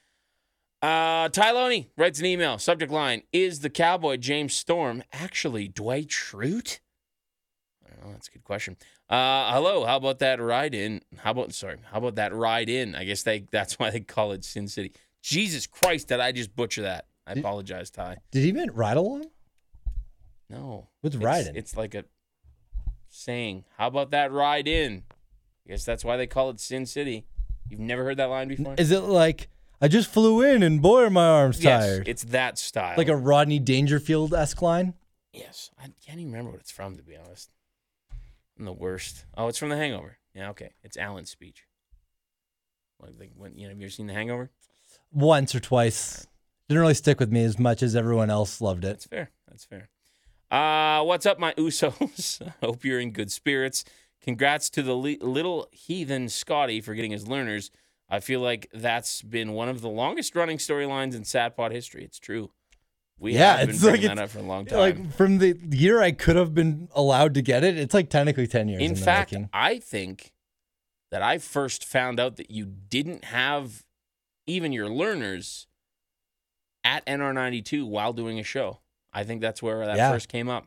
A: Uh, Ty Loney writes an email. Subject line Is the cowboy James Storm actually Dwight Schrute? I don't know. That's a good question. Uh, hello. How about that ride in? How about, sorry, how about that ride in? I guess they that's why they call it Sin City. Jesus Christ, did I just butcher that? I apologize, Ty.
B: Did he mean ride along?
A: No.
B: What's
A: it's,
B: ride in?
A: It's like a saying. How about that ride in? I guess that's why they call it Sin City. You've never heard that line before?
B: Is it like I just flew in and boy are my arms
A: yes,
B: tired?
A: it's that style.
B: Like a Rodney Dangerfield esque line.
A: yes. I can't even remember what it's from to be honest. I'm the worst. Oh, it's from The Hangover. Yeah, okay. It's Alan's speech. Like, like when you know, have you ever seen The Hangover?
B: Once or twice. Didn't really stick with me as much as everyone else loved it.
A: That's fair. That's fair. Uh, what's up, my Usos? I hope you're in good spirits. Congrats to the le- little heathen Scotty for getting his learners. I feel like that's been one of the longest running storylines in Satpod history. It's true. We
B: Yeah,
A: have been
B: it's like
A: bringing that up
B: it's-
A: for a long time.
B: Like from the year I could have been allowed to get it, it's like technically ten years. In,
A: in fact,
B: the making.
A: I think that I first found out that you didn't have even your learners at NR92 while doing a show. I think that's where that
B: Yeah.
A: first came up,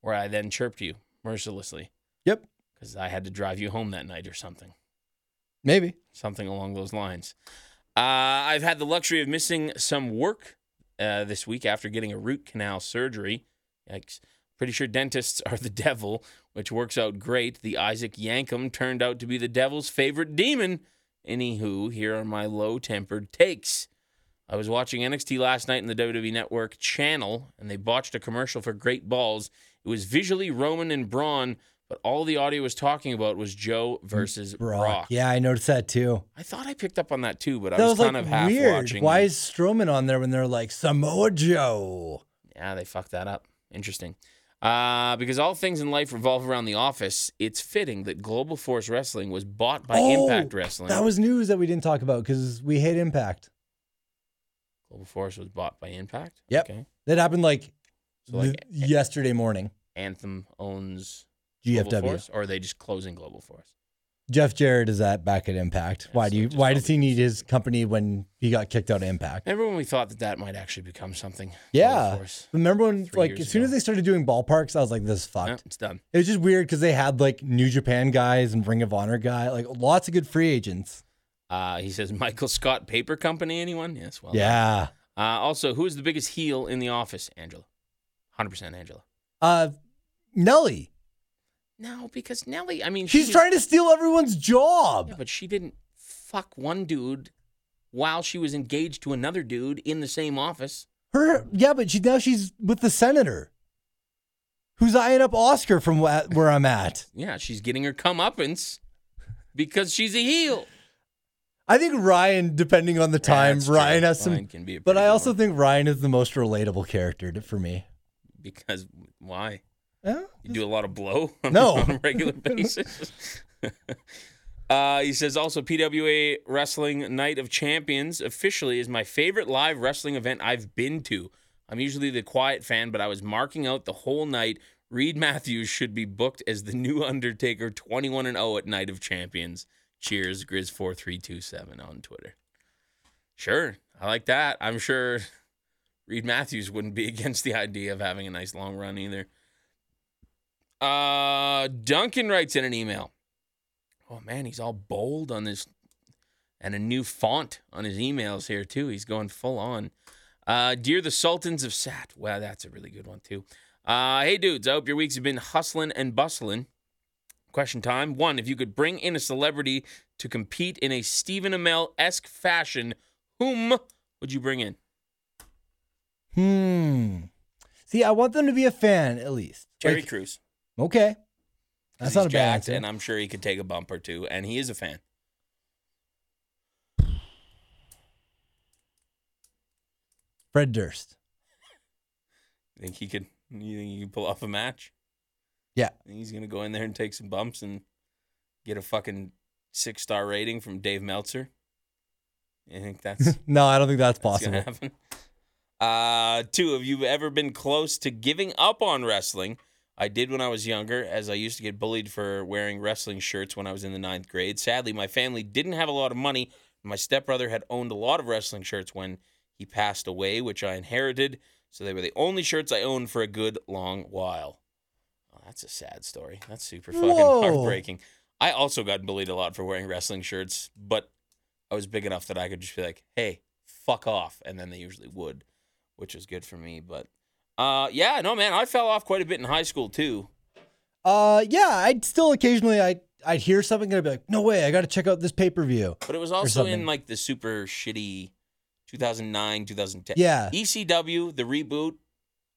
A: where I then chirped you mercilessly
B: yep,
A: because I had to drive you home that night or something,
B: maybe.
A: something along those lines. Uh, I've had the luxury of missing some work uh, this week after getting a root canal surgery. Yikes. Pretty sure dentists are the devil, which works out great. The Isaac Yankum turned out to be the devil's favorite demon. Anywho, here are my low tempered takes. I was watching NXT last night in the WWE Network channel, and they botched a commercial for Great Balls. It was visually Roman and Braun, but all the audio was talking about was Joe versus
B: Brock.
A: Brock.
B: Yeah, I noticed that too.
A: I thought I picked up on that too, but I
B: that
A: was,
B: was, like
A: kind of half
B: weird.
A: watching.
B: Why is Strowman on there when they're like Samoa Joe?
A: Yeah, they fucked that up. Interesting. Uh, because all things in life revolve around the office, it's fitting that Global Force Wrestling was bought by
B: Oh,
A: Impact Wrestling.
B: That was news that we didn't talk about because we hate Impact.
A: Global Force was bought by Impact.
B: Yep.
A: Okay.
B: That happened like,
A: So, like, eh,
B: th- yesterday morning.
A: Anthem owns Global
B: GFW.
A: Force, or are they just closing Global Force?
B: Jeff Jarrett is at back at Impact.
A: Yeah,
B: why
A: so
B: do you?
A: just
B: Why
A: all
B: does he need his company when he got kicked out of Impact?
A: Remember when we thought that that might actually become something? Global
B: Yeah.
A: Force.
B: Remember when,
A: Three
B: like,
A: years
B: as soon
A: ago.
B: as they started doing ballparks, I was like, "This is
A: No,
B: fucked."
A: it's done.
B: It was just weird because they had like New Japan guys and Ring of Honor guy, like lots of good free agents.
A: Uh, he says Michael Scott Paper Company. Anyone? Yes. Well. done.
B: yeah.
A: Uh, also, who is the biggest heel in the office? Angela. Hundred percent, Angela.
B: Uh, Nelly.
A: No, because Nelly. I mean,
B: She's
A: she-
B: trying to steal everyone's
A: Yeah,
B: job.
A: but she didn't fuck one dude while she was engaged to another dude in the same office.
B: Her, yeah, but she now she's with the senator, who's eyeing up Oscar from wh- where I'm at.
A: Yeah, she's getting her comeuppance because she's a heel.
B: I think Ryan, depending on the time,
A: That's true.
B: Ryan has some.
A: Ryan can be a
B: but
A: pretty
B: I
A: good
B: also
A: one.
B: think Ryan is the most relatable character to, for me.
A: Because why?
B: Yeah.
A: You do a lot of blow on,
B: No.
A: on a regular basis. uh, he says also PWA Wrestling Night of Champions officially is my favorite live wrestling event I've been to. I'm usually the quiet fan, but I was marking out the whole night. Reed Matthews should be booked as the new Undertaker 21 and 0 at Night of Champions. Cheers, Grizz4327 on Twitter. Sure, I like that. I'm sure Reed Matthews wouldn't be against the idea of having a nice long run either. Uh, Duncan writes in an email. Oh man, he's all bold on this and a new font on his emails here too. He's going full on. Uh, Dear the Sultans of Sat. Wow, that's a really good one too. Uh, hey dudes, I hope your weeks have been hustling and bustling. Question time one: If you could bring in a celebrity to compete in a Stephen Amell esque fashion, whom would you bring in?
B: Hmm. See, I want them to be a fan at least.
A: Terry
B: Like,
A: Crews.
B: okay. That's
A: He's
B: not a bad
A: jacked,
B: answer.
A: and I'm sure he could take a bump or two, and he is a fan.
B: Fred Durst.
A: You think he could? You think he could pull off a match?
B: Yeah.
A: Think he's gonna go in there and take some bumps and get a fucking six star rating from Dave Meltzer. I think that's, that's
B: No, I don't think that's
A: gonna
B: possible.
A: happen. Uh, two, have you ever been close to giving up on wrestling? I did when I was younger, as I used to get bullied for wearing wrestling shirts when I was in the ninth grade. Sadly, my family didn't have a lot of money. My stepbrother had owned a lot of wrestling shirts when he passed away, which I inherited. So they were the only shirts I owned for a good long while. Oh, that's a sad story. That's super fucking
B: Whoa.
A: heartbreaking. I also got bullied a lot for wearing wrestling shirts, but I was big enough that I could just be like, hey, fuck off. And then they usually would, which was good for me. But uh, yeah, no, man, I fell off quite a bit in high school too.
B: Uh, yeah, I'd still occasionally I would I'd hear something and I'd be like, no way, I got to check out this pay per view.
A: But it was also in
B: something.
A: like the super shitty 2009, 2010.
B: Yeah.
A: ECW, E the reboot,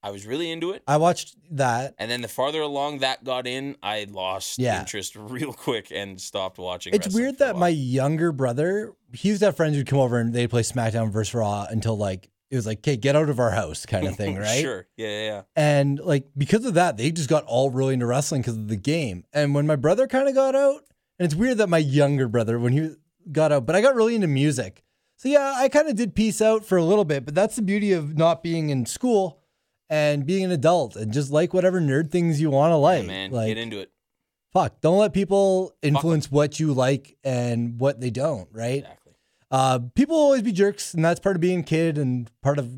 A: I was really into it.
B: I watched that.
A: And then the farther along that got in, I lost
B: Yeah.
A: interest real quick and stopped watching.
B: It's
A: wrestling
B: weird
A: for a
B: that
A: while.
B: my younger brother, he used to have friends who'd come over and they'd play SmackDown versus Raw until like it was like, okay, get out of our house kind of thing, right?
A: Oh, Sure. Yeah, yeah, yeah.
B: And like because of that, they just got all really into wrestling because of the game. And when my brother kind of got out, and it's weird that my younger brother when he got out, but I got really into music. So yeah, I kind of did peace out for a little bit, but that's the beauty of not being in school and being an adult and just like whatever nerd things you want to
A: Yeah,
B: like.
A: man,
B: like,
A: get into it.
B: fuck, don't let people influence what you like and what they don't, right?
A: Exactly.
B: Uh, people will always be jerks, and that's part of being a kid and part of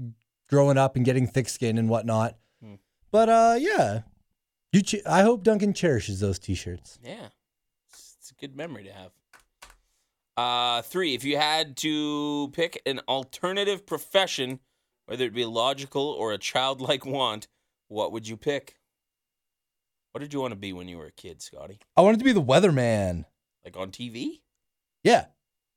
B: growing up and getting thick skin and whatnot.
A: Hmm.
B: But uh, yeah, you. Che- I hope Duncan cherishes those T-shirts.
A: Yeah. It's, it's a good memory to have. Uh, three, if you had to pick an alternative profession, whether it be logical or a childlike want, what would you pick? What did you want to be when you were a kid, Scotty?
B: I wanted to be the weatherman.
A: Like on TV?
B: Yeah.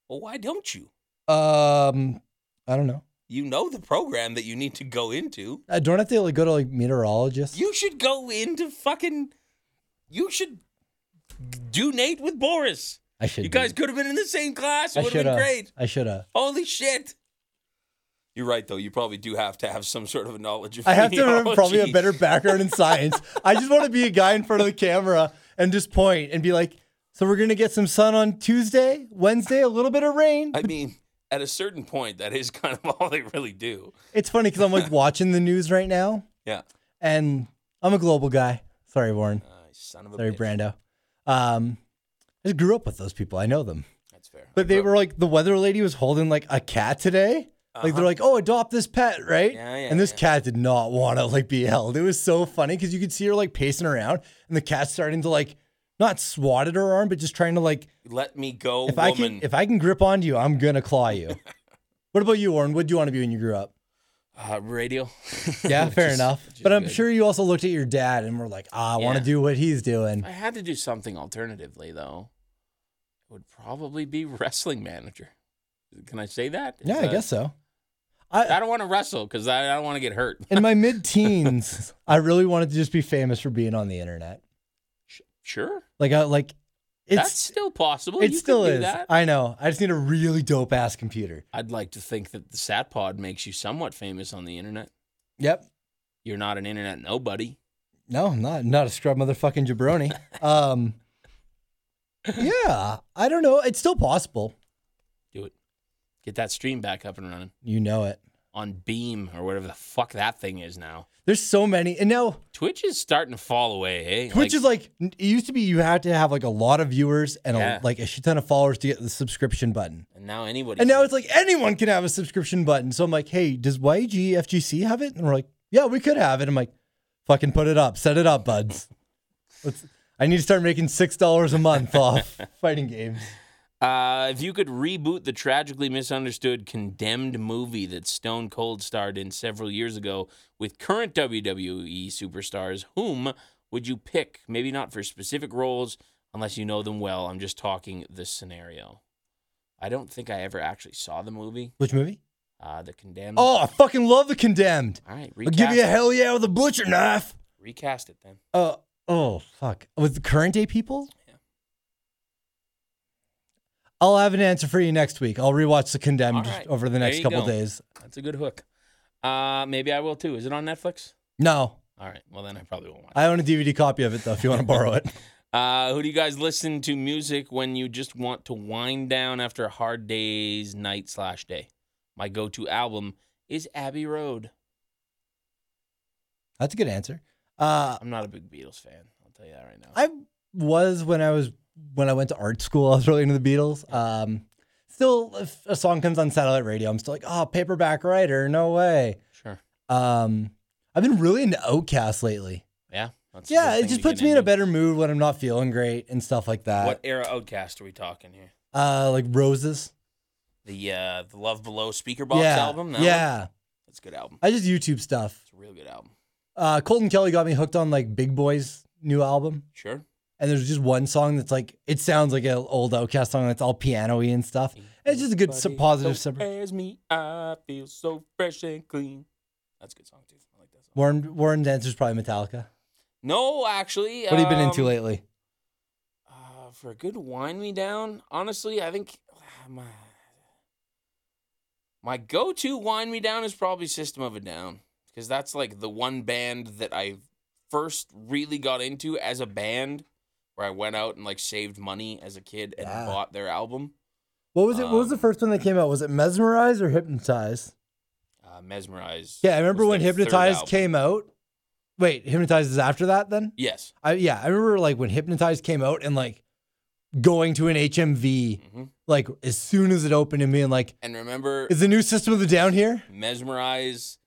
A: Well, why don't you?
B: Um, I don't know.
A: You know the program that you need to go into.
B: I don't have to like go to like meteorologists.
A: You should go into fucking. You should do Nate with Boris.
B: I should.
A: You guys
B: be.
A: could have been in the same class.
B: I
A: It would have been
B: shoulda-
A: great.
B: I should have.
A: Holy shit. You're right, though. You probably do have to have some sort of a knowledge of
B: I have to have
A: meteorology.
B: probably a better background in science. I just want to be a guy in front of the camera and just point and be like, "So we're gonna get some sun on Tuesday, Wednesday, a little bit of rain,
A: I mean, at a certain point, that is kind of all they really do.
B: It's funny because I'm like watching the news right now,
A: Yeah.
B: and I'm a global guy. Sorry, Warren.
A: Uh, son of a
B: Sorry,
A: bitch.
B: Brando. Um, I just grew up with those people. I know them.
A: That's fair.
B: But they were like the weather lady was holding like a cat today. Like they're like, oh, adopt this pet, right?
A: Uh-huh. Yeah, yeah,
B: and this
A: yeah.
B: cat did not want to like be held. It was so funny because you could see her like pacing around, and the cat's starting to like not swat at her arm, but just trying to like
A: Let me go,
B: if I
A: woman.
B: can if I can grip onto you, I'm gonna claw you. what about you, Warren? What do you want to be when you grew up?
A: uh, radio.
B: Yeah,
A: Which
B: fair
A: is-
B: enough.
A: which is
B: But I'm
A: good.
B: sure you also looked at your dad and were like, ah, I want
A: Yeah.
B: to do what he's doing.
A: I had to do something alternatively, though. It would probably be wrestling manager. Can I say that? Is
B: yeah, I
A: that-
B: guess so.
A: I
B: I
A: don't want to wrestle because I, I don't want to get hurt.
B: in my mid teens, I really wanted to just be famous for being on the internet.
A: Sure.
B: Like I like
A: That's
B: it's
A: still possible.
B: it
A: You
B: still
A: can do
B: is.
A: That.
B: I know. I just need a really dope ass computer.
A: I'd like to think that the Sat Pod makes you somewhat famous on the internet.
B: Yep.
A: You're not an internet nobody.
B: No, I'm not not a scrub motherfucking jabroni. um Yeah. I don't know. It's still possible.
A: Do it. Get that stream back up and running
B: You know it.
A: on Beam or whatever the fuck that thing is now.
B: There's so many and now
A: Twitch is starting to fall away, eh?
B: Twitch is like it used to be. You had to have like a lot of viewers and
A: Yeah.
B: a, like a shit ton of followers to get the subscription button.
A: and now anybody.
B: And now
A: can-
B: it's like anyone can have a subscription button. So I'm like, hey, does YGFGC have it? And we're like, yeah, we could have it. I'm like, fucking put it up, set it up, buds. Let's. I need to start making six dollars a month off fighting games.
A: Uh, if you could reboot the tragically misunderstood condemned movie that Stone Cold starred in several years ago with current WWE superstars, whom would you pick? Maybe not for specific roles unless you know them well. I'm just talking the scenario. I don't think I ever actually saw the movie,
B: Which movie?
A: uh, The Condemned.
B: Oh, I fucking love The Condemned.
A: all right,
B: I'll
A: recast,
B: give you a
A: it.
B: hell yeah with a butcher knife.
A: recast it then.
B: Uh, oh, fuck. With the current day people?
A: Yeah.
B: I'll have an answer for you next week. I'll rewatch The Condemned
A: All right.
B: over the
A: There
B: next
A: you
B: couple
A: go.
B: days.
A: That's a good hook. Uh, maybe I will too. Is it on Netflix?
B: No,
A: All right. Well, then I probably won't watch.
B: I own a DVD copy of it though. If you want to borrow it,
A: Uh, who do you guys listen to music when you just want to wind down after a hard day's night slash day? My go-to album is Abbey Road.
B: that's a good answer. Uh,
A: I'm not a big Beatles fan. I'll tell you that right now.
B: I was when I was when I went to art school. I was really into the Beatles. Um, still, if a song comes on satellite radio, I'm still like, oh, paperback writer, no way.
A: sure.
B: Um, I've been really into Outcast lately.
A: Yeah. That's a
B: yeah,
A: good
B: it
A: thing
B: just
A: to get
B: puts me in a
A: into.
B: better mood when I'm not feeling great and stuff like that.
A: What era Outcast are we talking here?
B: Uh, like roses.
A: The uh, the Love Below Speaker Box
B: yeah,
A: album. That one?
B: yeah.
A: that's a good album.
B: I just YouTube stuff.
A: It's a real good album.
B: Uh, Colton Kelly got me hooked on like Big Boy's new album.
A: Sure.
B: and there's just one song that's like it sounds like an old outcast song that's all piano-y and stuff it's just a good su-
A: Everybody
B: positive
A: so
B: sub-
A: bears me, I feel so fresh and clean. That's a good song too. I like that song.
B: warren warren's answer's probably metallica
A: No, actually.
B: what have you been into
A: um,
B: lately
A: Uh, for a good wind me down, honestly, I think ah, my my go to wind me down is probably System of a Down because that's like the one band that I first really got into as a band, where I went out and like saved money as a kid and
B: Yeah.
A: bought their album,
B: what was it what was the
A: um,
B: first one that came out was it mesmerize or hypnotize
A: uh, Mesmerize.
B: yeah i remember
A: was
B: when
A: their third
B: hypnotize
A: album.
B: came out wait hypnotize is after that then
A: Yes.
B: I, yeah i remember like when hypnotize came out and like going to an hmv
A: hmm
B: like as soon as it opened and being like
A: And remember,
B: is the new system of the down here
A: mesmerize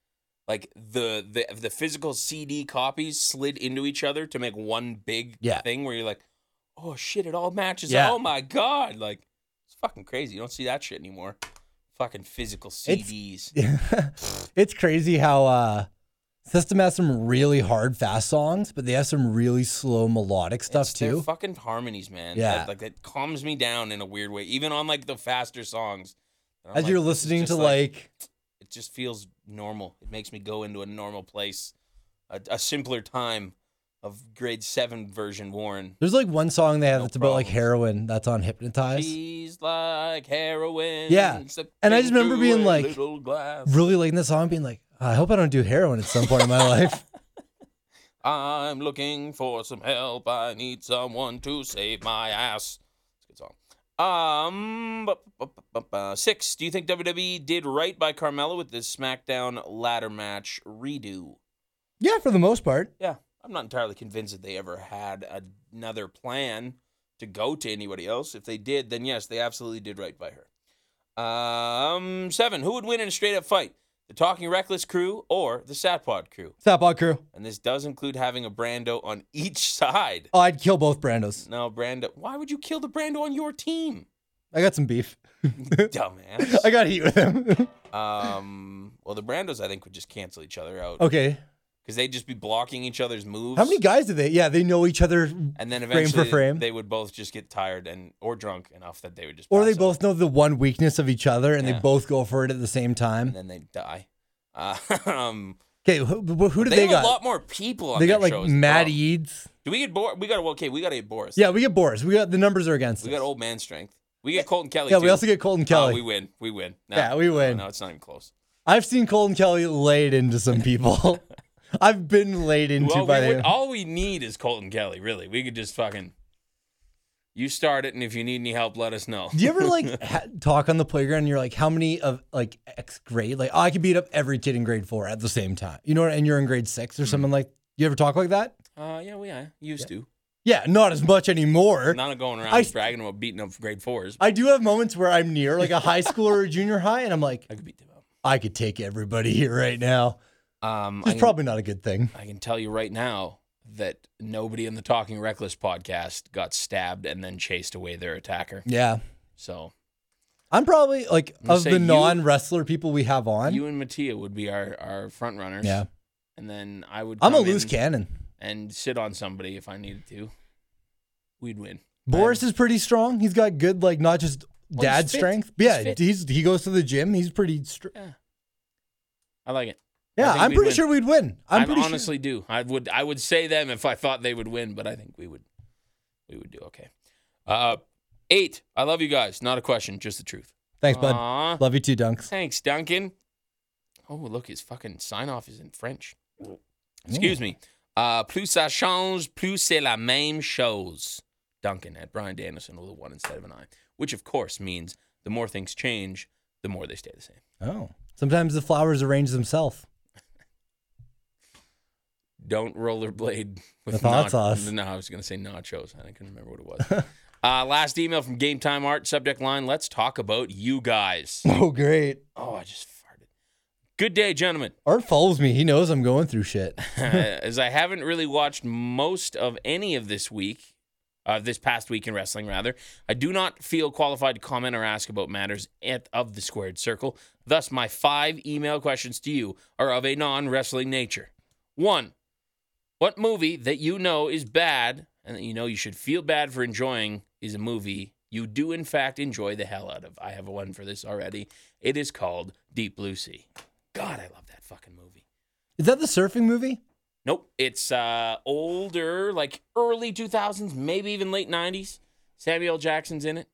A: like the the the physical CD copies slid into each other to make one big
B: Yeah.
A: thing where you're like, oh shit, it all matches.
B: Yeah.
A: Oh my god, like it's fucking crazy. You don't see that shit anymore. Fucking physical
B: It's-
A: CDs.
B: it's crazy how uh System has some really hard fast songs, but they have some really slow melodic stuff
A: It's Their
B: too.
A: fucking harmonies, man.
B: Yeah.
A: That- like that calms me down in a weird way, even on like the faster songs. And I'm
B: As
A: like,
B: you're
A: this is
B: listening
A: just,
B: to like,
A: it just feels normal. It makes me go into a normal place, a, a simpler time of grade seven version Warren.
B: there's like one song they have
A: No
B: that's about like
A: problems.
B: heroin that's on Hypnotize.
A: She's like heroin.
B: Yeah. And I just
A: slipping
B: remember
A: through
B: being
A: a
B: like,
A: little glass.
B: Really liking the song, being like, I hope I don't do heroin at some point in my life.
A: I'm looking for some help. I need someone to save my ass. It's a good song. Um, bu- bu- bu- bu- bu- six. Do you think WWE did right by Carmella with this SmackDown ladder match redo?
B: Yeah, for the most part.
A: Yeah, I'm not entirely convinced that they ever had another plan to go to anybody else. If they did, then yes, they absolutely did right by her. Um, seven. Who would win in a straight up fight? The Talking Reckless crew or the Satpod crew?
B: Stop on crew.
A: And this does include having a Brando on each side.
B: Oh, I'd kill both Brandos.
A: No, Brando. Why would you kill the Brando on your team?
B: I got some beef.
A: Dumbass.
B: I got heat with him.
A: Um, well, the Brandos, I think, would just cancel each other out because
B: okay.
A: they'd just be blocking each other's moves.
B: How many guys do they? Yeah, they know each other
A: And then
B: frame
A: eventually,
B: for frame.
A: they would both just get tired and or drunk enough that they would just.
B: Or they
A: pass out,
B: both know the one weakness of each other and
A: Yeah.
B: they both go for it at the same
A: and
B: time.
A: then they die. Uh, um,
B: Okay, who, who who do
A: they,
B: they,
A: have
B: got?
A: a lot more people. on
B: they
A: their
B: got like
A: show is the
B: Matt
A: problem.
B: Eads.
A: Do we get Boris? We got okay. We got to get Boris.
B: Yeah, we get Boris. We got the numbers are against
A: we
B: us.
A: got old man strength. We get Colton Kelly.
B: yeah, we
A: too.
B: also get Colton
A: Oh,
B: Kelly.
A: we win. We win. No,
B: Yeah, we
A: no,
B: win.
A: No, it's not even close.
B: I've seen Colton Kelly laid into some people. I've been laid into
A: Well,
B: by
A: we would-
B: them.
A: all we need is Colton Kelly. Really, we could just fucking. You start it, and if you need any help, let us know.
B: Do you ever like ha- talk on the playground? and You're like, how many of like X grade? Like, oh, I could beat up every kid in grade four at the same time. You know, and you're in grade six
A: Hmm.
B: or something like. You ever talk like that?
A: Uh, yeah, we yeah, used to.
B: Yeah, not as much anymore.
A: Not going around
B: I-
A: bragging about beating up grade fours.
B: I do have moments where I'm near like a high school or a junior high, and I'm like,
A: I could beat them up.
B: I could take everybody here right now.
A: Um, I
B: It's
A: can-
B: probably not a good thing.
A: I can tell you right now that nobody in the Talking Reckless podcast got stabbed and then chased away their attacker.
B: Yeah.
A: So
B: I'm probably like
A: gonna
B: of
A: say
B: the
A: you-
B: non wrestler people we have on.
A: you and Mattia would be our, our front runners.
B: Yeah.
A: And then I would
B: I'm a
A: come
B: loose
A: in
B: cannon.
A: and sit on somebody if I needed to. We'd win.
B: Boris is pretty strong. He's got good like not just
A: he's
B: dad
A: fit.
B: strength.
A: He's
B: yeah,
A: fit.
B: he's he goes to the gym. He's pretty. Str-
A: I like it. I
B: yeah,
A: think
B: I'm
A: we'd
B: pretty
A: win.
B: sure we'd win. I'm
A: i
B: pretty
A: honestly do. I would I would say them if I thought they would win, but I think we would we would do okay. Uh eight. I love you guys. Not a question, just the truth.
B: sure. Thanks, bud.
A: Aw.
B: Love you too, Dunks.
A: Thanks, Duncan. Oh, look, his fucking sign off is in French. Excuse me. Uh, plus ça change, plus c'est la même chose. Duncan at Brian Danielson with a one instead of an I, which of course means the more things change, the more they stay the same.
B: Oh, sometimes the flowers arrange themselves.
A: Don't rollerblade with
B: With hot
A: nach-
B: sauce.
A: No, I was gonna say nachos. I couldn't remember what it was. uh, last email from Game Time Art. Subject line: Let's talk about you guys.
B: Oh, great.
A: Oh, I just farted. Good day, gentlemen.
B: Art follows me. He knows I'm going through shit.
A: as I haven't really watched most of any of this week, uh, this past week in wrestling, rather, I do not feel qualified to comment or ask about matters at, of the squared circle. Thus, my five email questions to you are of a non wrestling nature. One, what movie that you know is bad and that you know you should feel bad for enjoying is a movie you do, in fact, enjoy the hell out of? I have one for this already. It is called Deep Blue Sea. God, I love that fucking movie.
B: Is that the surfing movie?
A: Nope. It's uh, older, like early 2000s, maybe even late 90s. Samuel Jackson's in it.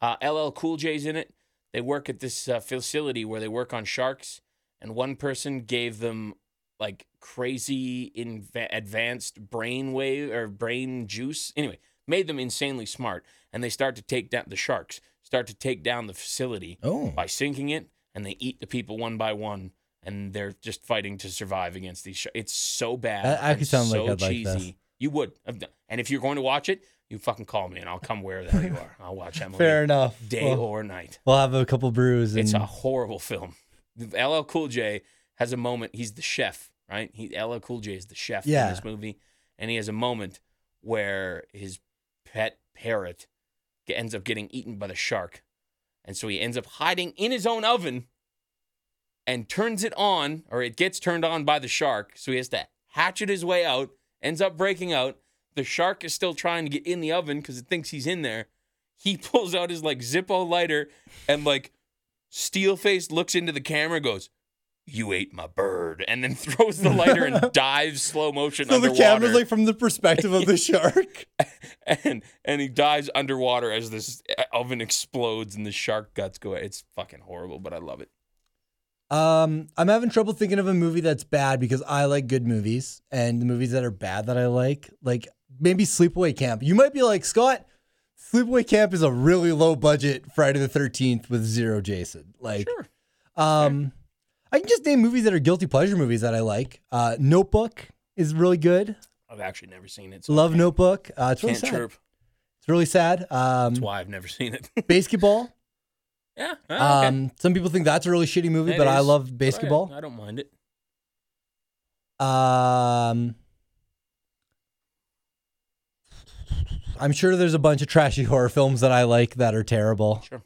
A: Uh, LL Cool J's in it. They work at this uh, facility where they work on sharks, and one person gave them like crazy inv- advanced brain wave or brain juice. Anyway, made them insanely smart, and they start to take down the sharks. Start to take down the facility
B: Oh,
A: by sinking it, and they eat the people one by one, and they're just fighting to survive against these. Sh- it's so bad.
B: That actually
A: and
B: sounds like
A: so
B: I'd like this.
A: You would, I've done- and if you're going to watch it, you fucking call me, and I'll come wherever the hell you are. I'll watch Emily
B: fair enough.
A: day
B: We'll,
A: or night.
B: we'll have a couple brews. And
A: It's a horrible film. LL Cool J has a moment. He's the chef, right? He LL Cool J is the chef
B: Yeah.
A: in this movie, and he has a moment where his pet parrot ge- ends up getting eaten by the shark, and so he ends up hiding in his own oven and turns it on, or it gets turned on by the shark. So he has to hatchet his way out. Ends up breaking out. The shark is still trying to get in the oven because it thinks he's in there. He pulls out his like Zippo lighter and like Steel face looks into the camera, goes, "You ate my bird," and then throws the lighter and dives slow motion
B: so the
A: underwater.
B: camera's like from the perspective of the shark.
A: and and he dives underwater as this oven explodes and the shark guts go. out. It's fucking horrible, but I love it.
B: Um, I'm having trouble thinking of a movie that's bad because I like good movies and the movies that are bad that I like, like maybe Sleepaway Camp. You might be like, Scott, Sleepaway Camp is a really low budget Friday the 13th with zero Jason. Like,
A: Sure.
B: um, I can just name movies that are guilty pleasure movies that I like. Uh, Notebook is really good.
A: I've actually never seen it. so I
B: Love
A: can't-
B: Notebook. Uh, it's really
A: Can't
B: sad.
A: chirp.
B: It's really sad. Um,
A: That's why I've never seen it.
B: basketball.
A: yeah. ah, okay.
B: Um, some people think that's a really shitty movie,
A: It
B: but I
A: is,
B: love
A: but I-
B: basketball.
A: I, don't mind it.
B: Um, I'm sure there's a bunch of trashy horror films that I like that are terrible.
A: Sure.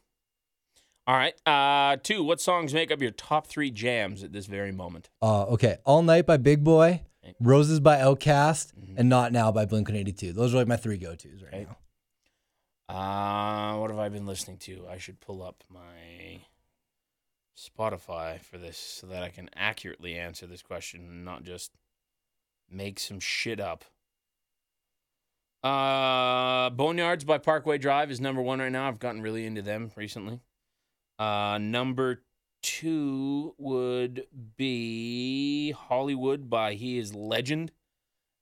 A: All right. Uh, two. What songs make up your top three jams at this very moment?
B: Uh, okay, All Night by Big Boy, Roses by Outkast,
A: Mm-hmm.
B: and Not Now by Blink 182. Those are like my three go tos right,
A: Right.
B: now.
A: Uh, what have I been listening to? I should pull up my Spotify for this so that I can accurately answer this question and not just make some shit up. Uh, Boneyards by Parkway Drive is number one right now. I've gotten really into them recently. Uh, number two would be Hollywood by He Is Legend.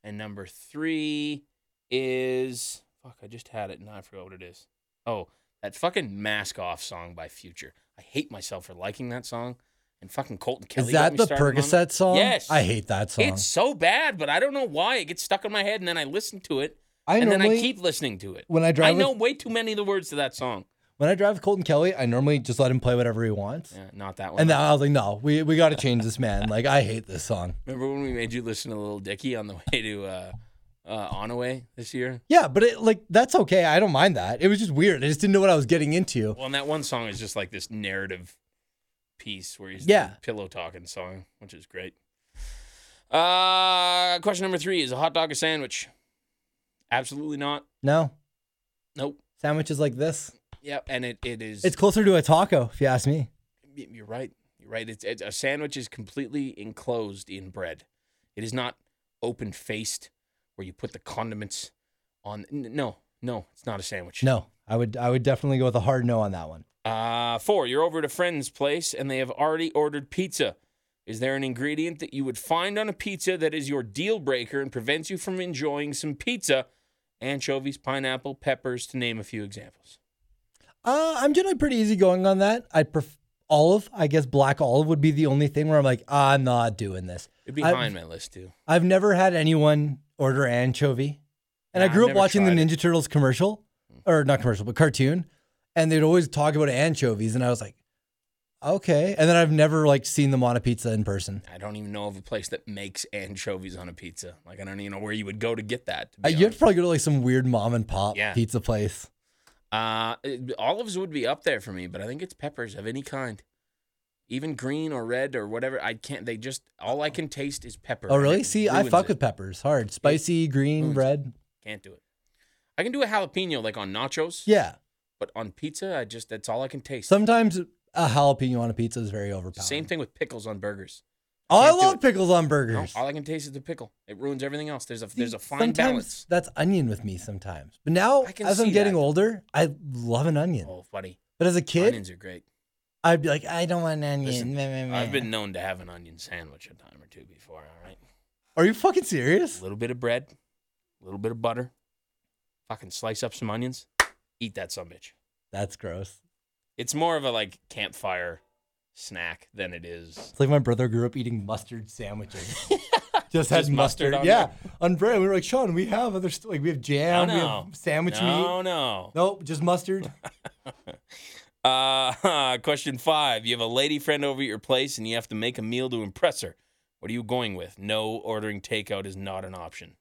A: And number three is fuck, I just had it and I forgot what it is. Oh, that fucking mask off song by Future. I hate myself for liking that song. And fucking Colton Kelly.
B: Is
A: got
B: that
A: me
B: the
A: started on it.
B: Percocet song?
A: Yes.
B: I hate that song.
A: It's so bad, but I don't know why it gets stuck in my head, and then I listen to it,
B: I
A: and then I
B: normally-
A: keep listening to it.
B: when I drive
A: I
B: with-
A: know way too many of the words to that song.
B: When I drive with Colton Kelly, I normally just let him play whatever he wants.
A: Yeah, not that one.
B: And now I was like, no, we, we got to change this man. Like, I hate this song.
A: Remember when we made you listen to Little Dicky on the way to uh, uh, Onaway this year.
B: Yeah, but it, like that's okay. I don't mind that. It was just weird. I just didn't know what I was getting into.
A: Well, and that one song is just like this narrative piece where he's
B: Yeah.
A: the pillow talking song, which is great. Uh, question number three is a hot dog a sandwich? Absolutely not.
B: No
A: Nope.
B: sandwiches like this.
A: Yep. And it, it is.
B: It's closer to a taco, if you ask me.
A: Y- You're right. You're right. It's, it's a sandwich is completely enclosed in bread. It is not open faced where you put the condiments on. N- no, no, it's not a sandwich.
B: No, I would I would definitely go with a hard no on that one.
A: Uh, four. You're over at a friend's place and they have already ordered pizza. Is there an ingredient that you would find on a pizza that is your deal breaker and prevents you from enjoying some pizza? Anchovies, pineapple, peppers, to name a few examples.
B: Uh, I'm generally pretty easygoing on that. I'd pref- olive. I guess black olive would be the only thing where I'm like, "Ah, I'm not doing this.
A: It'd be
B: I-
A: high on my list too.
B: I've never had anyone order anchovy. And I
A: Nah,
B: grew
A: I've
B: up
A: never
B: watching the
A: tried it. Mm.
B: Ninja Turtles commercial, or not commercial, but cartoon. And they'd always talk about anchovies. And I was like, okay. And then I've never like seen them on a pizza in person.
A: I don't even know of a place that makes anchovies on a pizza. Like I don't even know where you would go to get that. To
B: Uh,
A: be
B: you'd
A: honest.
B: probably go to like some weird mom and pop
A: Yeah.
B: pizza place.
A: Uh, it- olives would be up there for me, but I think it's peppers of any kind, even green or red or whatever. I can't. They just all I can taste is pepper.
B: Oh,
A: and
B: really?
A: it
B: See, I
A: ruins
B: fuck
A: it.
B: with peppers hard. Spicy, green,
A: ruins it.
B: red.
A: Can't do it. I can do a jalapeno like on nachos,
B: Yeah.
A: but on pizza, I just that's all I can taste.
B: Sometimes a jalapeno on a pizza is very overpowered.
A: Same thing with pickles on burgers.
B: Oh, I
A: Can't do
B: love
A: it.
B: pickles on
A: No,
B: burgers.
A: all I can taste is the pickle. It ruins everything else. There's a
B: See,
A: there's a fine
B: sometimes
A: balance.
B: That's onion with me sometimes. But now,
A: I can
B: as I'm
A: see
B: getting
A: that.
B: older, I love an onion.
A: Oh, buddy,
B: But as a kid,
A: onions are great.
B: I'd be like, I don't want an onion.
A: Listen,
B: Meh, meh, meh.
A: I've been known to have an onion sandwich a time or two before. All right,
B: Are you fucking
A: a
B: serious?
A: little bit of bread, a little bit of butter, fucking slice up some onions, eat that some bitch.
B: That's gross.
A: It's more of a like campfire snack than it is.
B: It's like my brother grew up eating mustard sandwiches. Just had
A: Just
B: mustard.
A: mustard on
B: yeah, on bread. We were like, Sean, we have other st- like we have jam,
A: no, no,
B: we have sandwich
A: no,
B: meat.
A: no.
B: Nope, just mustard.
A: Uh, question five. You have a lady friend over at your place and you have to make a meal to impress her. What are you going with? No, ordering takeout is not an option.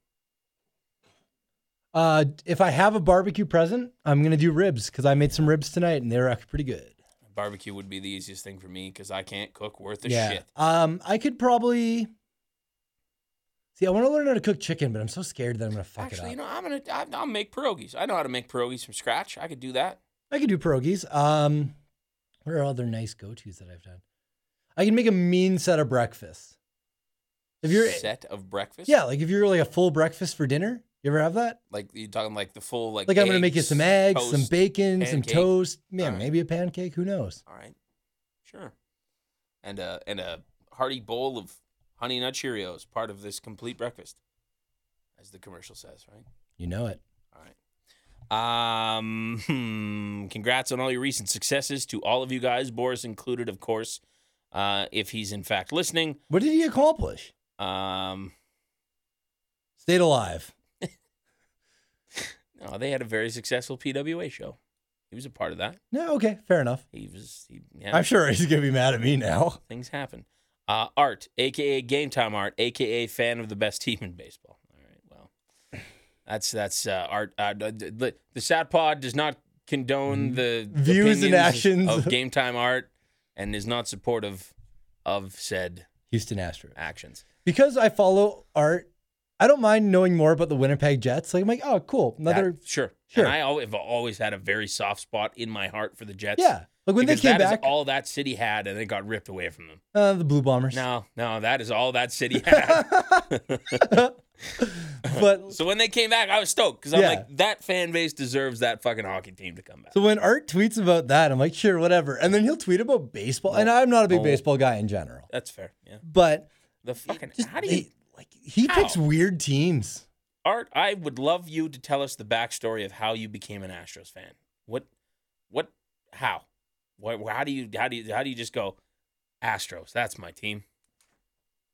B: Uh, if I have a barbecue present, I'm gonna do ribs because I made some ribs tonight and they were actually pretty good.
A: Barbecue would be the easiest thing for me because I can't cook worth a shit.
B: Um, I could probably see. I want to learn how to cook chicken, but I'm so scared that I'm gonna fuck
A: Actually,
B: it
A: you
B: up.
A: know, I'm gonna I- I'll make pierogies. I know how to make pierogies from scratch. I could do that.
B: I could do pierogies. Um, what are other nice go tos that I've done? I can make a mean set of breakfast. If you're
A: set of breakfast,
B: yeah, like if you're like a full breakfast for dinner, you ever have that?
A: like you're talking like the full like.
B: Like I'm gonna make you some eggs, some
A: toast.
B: bacon, some
A: pancake.
B: toast. Man,
A: Alright.
B: maybe a pancake. Who knows?
A: All right, sure, and a and a hearty bowl of honey nut Cheerios, part of this complete breakfast, as the commercial says, right?
B: You know it.
A: All right. Um, hmm, congrats on all your recent successes to all of you guys, Boris included, of course. Uh, if he's in fact listening,
B: What did he accomplish?
A: um,
B: Stayed alive.
A: no, Uh, they had a very successful PWA show. He was a part of that.
B: No, okay, fair enough.
A: He was, he, yeah.
B: I'm sure he's gonna be mad at me now.
A: things happen. Uh, art, aka Game Time Art, aka fan of the best team in baseball. All right, well, that's that's uh, art. Uh, d- d- the, the Sat Pod does not condone the
B: Views and
A: opinions
B: actions.
A: of Game Time Art, and is not supportive of said
B: Houston Astros.
A: actions.
B: Because I follow art, I don't mind knowing more about the Winnipeg Jets. Like I'm like, oh, cool,
A: That-
B: another
A: sure,
B: sure.
A: And I al- have always had a very soft spot in my heart for the Jets.
B: yeah. Like when they
A: because
B: came
A: that is
B: back,
A: all that city had, and it got ripped away from them.
B: uh, the Blue Bombers.
A: No, no, that is all that city had.
B: But
A: So when they came back, I was stoked because I'm
B: Yeah.
A: like, that fan base deserves that fucking hockey team to come back.
B: So when Art tweets about that, I'm like, sure, whatever. And then he'll tweet about baseball, and I'm not a big
A: No.
B: baseball guy in general.
A: That's fair. Yeah.
B: But
A: The fucking
B: just
A: how do
B: they-
A: you
B: like he picks
A: How?
B: weird teams.
A: Art? I would love you to tell us the backstory of how you became an Astros fan. What? What? How? What? How do you? How do you? How do you just go? Astros. That's my team.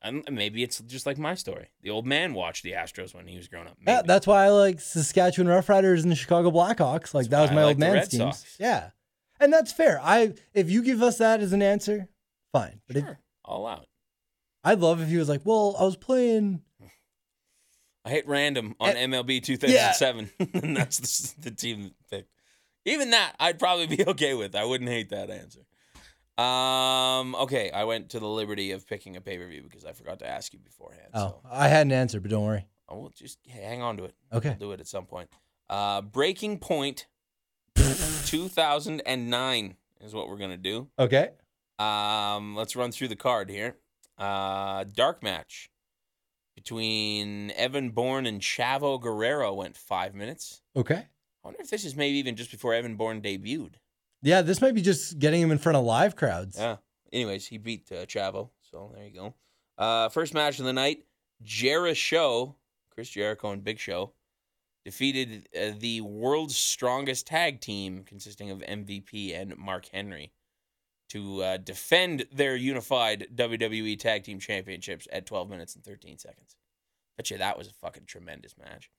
A: And maybe it's just like my story. The old man watched the Astros when he was growing up.
B: Yeah,
A: Maybe.
B: that's why I like Saskatchewan Roughriders and the Chicago Blackhawks.
A: That's
B: Like that was
A: why I
B: my
A: like
B: old
A: the
B: man's
A: Red
B: teams.
A: Sox.
B: Yeah, and that's fair. I if you give us that as an answer, fine. But if,
A: sure. All out.
B: I'd love if he was like, well, I was playing.
A: I hit random on MLB 2007, and that's the, s- the team pick. Even that, I'd probably be okay with. I wouldn't hate that answer. Um, okay, I went to the liberty of picking a pay per view because I forgot to ask you beforehand.
B: Oh,
A: So
B: I had an answer, but don't worry.
A: I will just hang on to it.
B: Okay.
A: I'll do it at some point. Uh, Breaking Point 2009 is what we're going to do.
B: Okay.
A: Um, let's run through the card here. Uh, dark match between Evan Bourne and Chavo Guerrero went five minutes.
B: Okay.
A: I wonder if this is maybe even just before Evan Bourne debuted.
B: Yeah, this might be just getting him in front of live crowds.
A: Yeah. Anyways, he beat uh, Chavo, so there you go. Uh, first match of the night: Jericho, Chris Jericho, and Big Show defeated uh, the world's strongest tag team consisting of MVP and Mark Henry to uh, defend their unified WWE Tag Team Championships at 12 minutes and 13 seconds. Bet you that was a fucking tremendous match.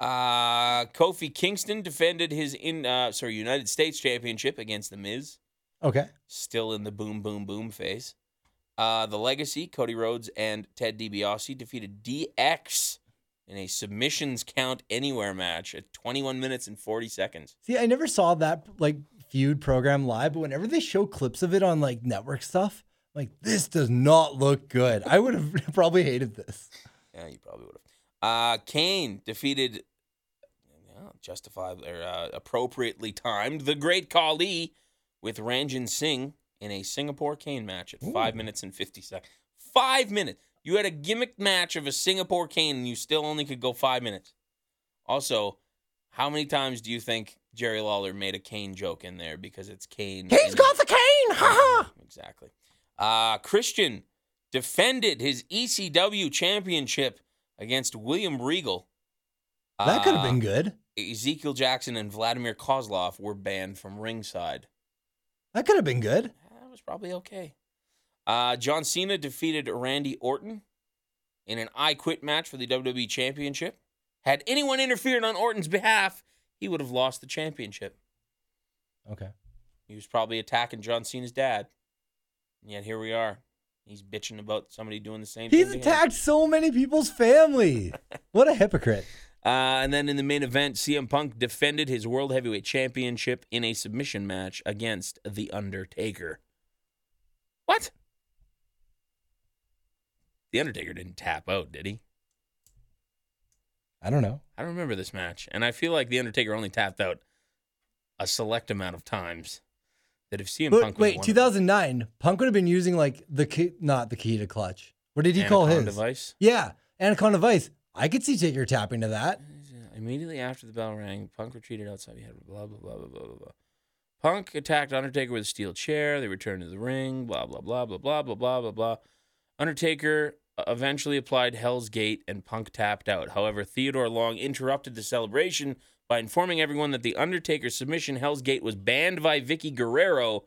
A: Uh, Kofi Kingston defended his in uh, sorry United States Championship against The Miz
B: Okay.
A: still in the boom, boom, boom phase. Uh, the Legacy, Cody Rhodes and Ted DiBiase defeated DX in a submissions count anywhere match at 21 minutes and 40 seconds.
B: See, I never saw that like feud program live, but whenever they show clips of it on like network stuff, I'm like this does not look good. I would have probably hated this.
A: Yeah, you probably would have. Uh, Kane defeated, yeah, justified or uh, appropriately timed, the Great Khali with Ranjan Singh in a Singapore Kane match at five minutes and 50 seconds. Five minutes. You had a gimmick match of a Singapore Kane and you still only could go five minutes. Also, how many times do you think Jerry Lawler made a Kane joke in there because it's Kane?
B: Kane's
A: and-
B: got the cane. Ha ha.
A: Exactly. Uh, Christian defended his ECW championship against William Regal.
B: That could have
A: Uh,
B: been good.
A: Ezekiel Jackson and Vladimir Kozlov were banned from ringside.
B: That could have been good.
A: That was probably okay. Uh, John Cena defeated Randy Orton in an I Quit match for the WWE Championship. Had anyone interfered on Orton's behalf, he would have lost the championship.
B: Okay.
A: He was probably attacking John Cena's dad. And yet here we are. He's bitching about somebody doing the same
B: He's
A: thing. to him.
B: attacked so many people's family. What a hypocrite.
A: Uh, and then in the main event, CM Punk defended his World Heavyweight Championship in a submission match against The Undertaker. What? The Undertaker didn't tap out, did he?
B: I don't know.
A: I don't remember this match. And I feel like The Undertaker only tapped out a select amount of times. That if CM Punk
B: But
A: was
B: wait,
A: one of them-
B: 2009, Punk would have been using like the key, not the key to clutch. What did he call
A: Anaconda
B: his?
A: Vice,
B: Yeah, Anaconda Vice. I could see Taker tapping to that.
A: Immediately after the bell rang, Punk retreated outside. He had blah blah blah blah blah blah blah. Punk attacked Undertaker with a steel chair. They returned to the ring. Blah blah blah blah blah blah blah blah blah. Undertaker uh, eventually applied Hell's Gate, and Punk tapped out. However, Theodore Long interrupted the celebration by informing everyone that the Undertaker's submission Hell's Gate was banned by Vicky Guerrero.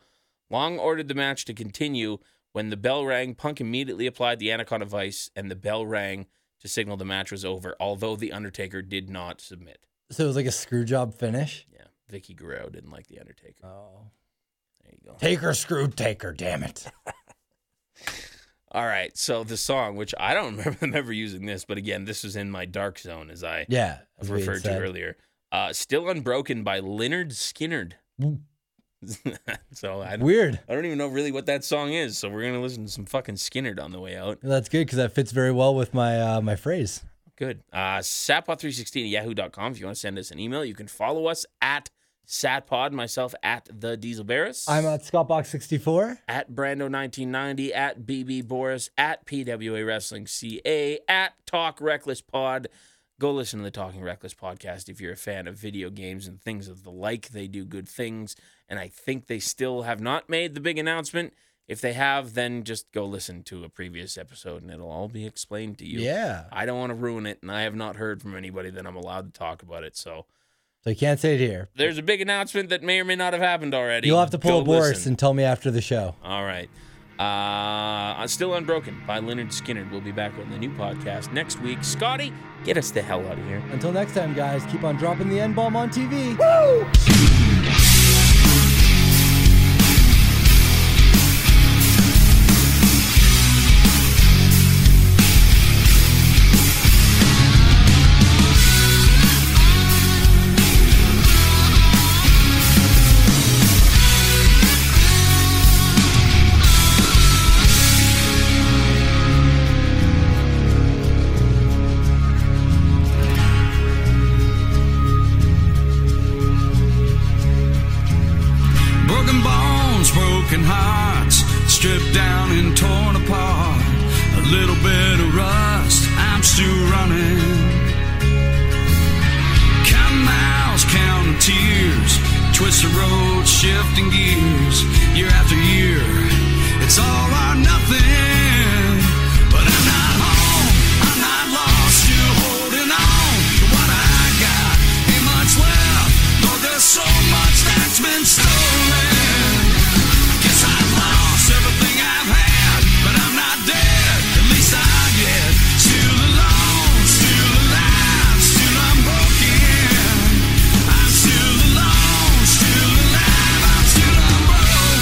A: Long ordered the match to continue. When the bell rang, Punk immediately applied the Anaconda Vice, and the bell rang to signal the match was over, although The Undertaker did not submit.
B: So it was like a screw job finish.
A: Yeah, Vicky Guerrero didn't like The Undertaker.
B: Oh.
A: There you go.
B: Taker screwed Taker, damn it.
A: All right, so the song, which I don't remember, remember using this, but again, this was in my dark zone, as I
B: Yeah. as we had
A: referred to
B: said.
A: earlier. Uh, Still Unbroken by Leonard Skinnerd.
B: Mm.
A: so I don't,
B: Weird.
A: I don't even know really what that song is, so we're going to listen to some fucking Skinnerd on the way out.
B: That's good because that fits very well with my uh, my phrase.
A: Good. Uh, satpod316 at yahoo.com. If you want to send us an email, you can follow us at satpod, myself at the Diesel Barris.
B: I'm at Scottbox64.
A: at Brando1990, at BB Boris, at PWA Wrestling CA, at Talk Reckless Pod. Go listen to the Talking Reckless podcast if you're a fan of video games and things of the like. They do good things, and I think they still have not made the big announcement. If they have, then just go listen to a previous episode and it'll all be explained to you.
B: Yeah.
A: I don't want to ruin it, and I have not heard from anybody that I'm allowed to talk about it. So
B: So you can't say it here.
A: there's a big announcement that may or may not have happened already.
B: You'll have to pull
A: Go
B: a Boris
A: listen.
B: and tell me after the show.
A: All right. Uh, Still Unbroken by Leonard Skinner. We'll be back on the new podcast next week. Scotty, get us the hell out of here.
B: Until next time, guys, keep on dropping the N bomb on TV.
E: broken hearts, stripped down and torn apart. A little bit of rust, I'm still running. Count miles, counting tears, twist the road, shifting gears, year after year. It's all or nothing, but I'm not home, I'm not lost. Still holding on to what I got. Ain't much left, though there's so much that's been stolen. Guess I've lost everything I've had, but I'm not dead. At least not yet. Still alone, still alive, still unbroken. I'm still alone, still alive, I'm still unbroken.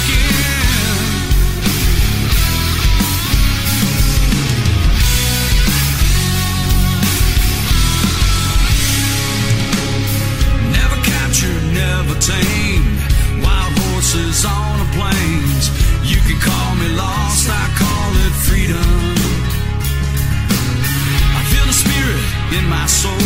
E: Never captured, never tamed. Wild horses on the plains. You can call me lost, I call it freedom. I feel the spirit in my soul. oh,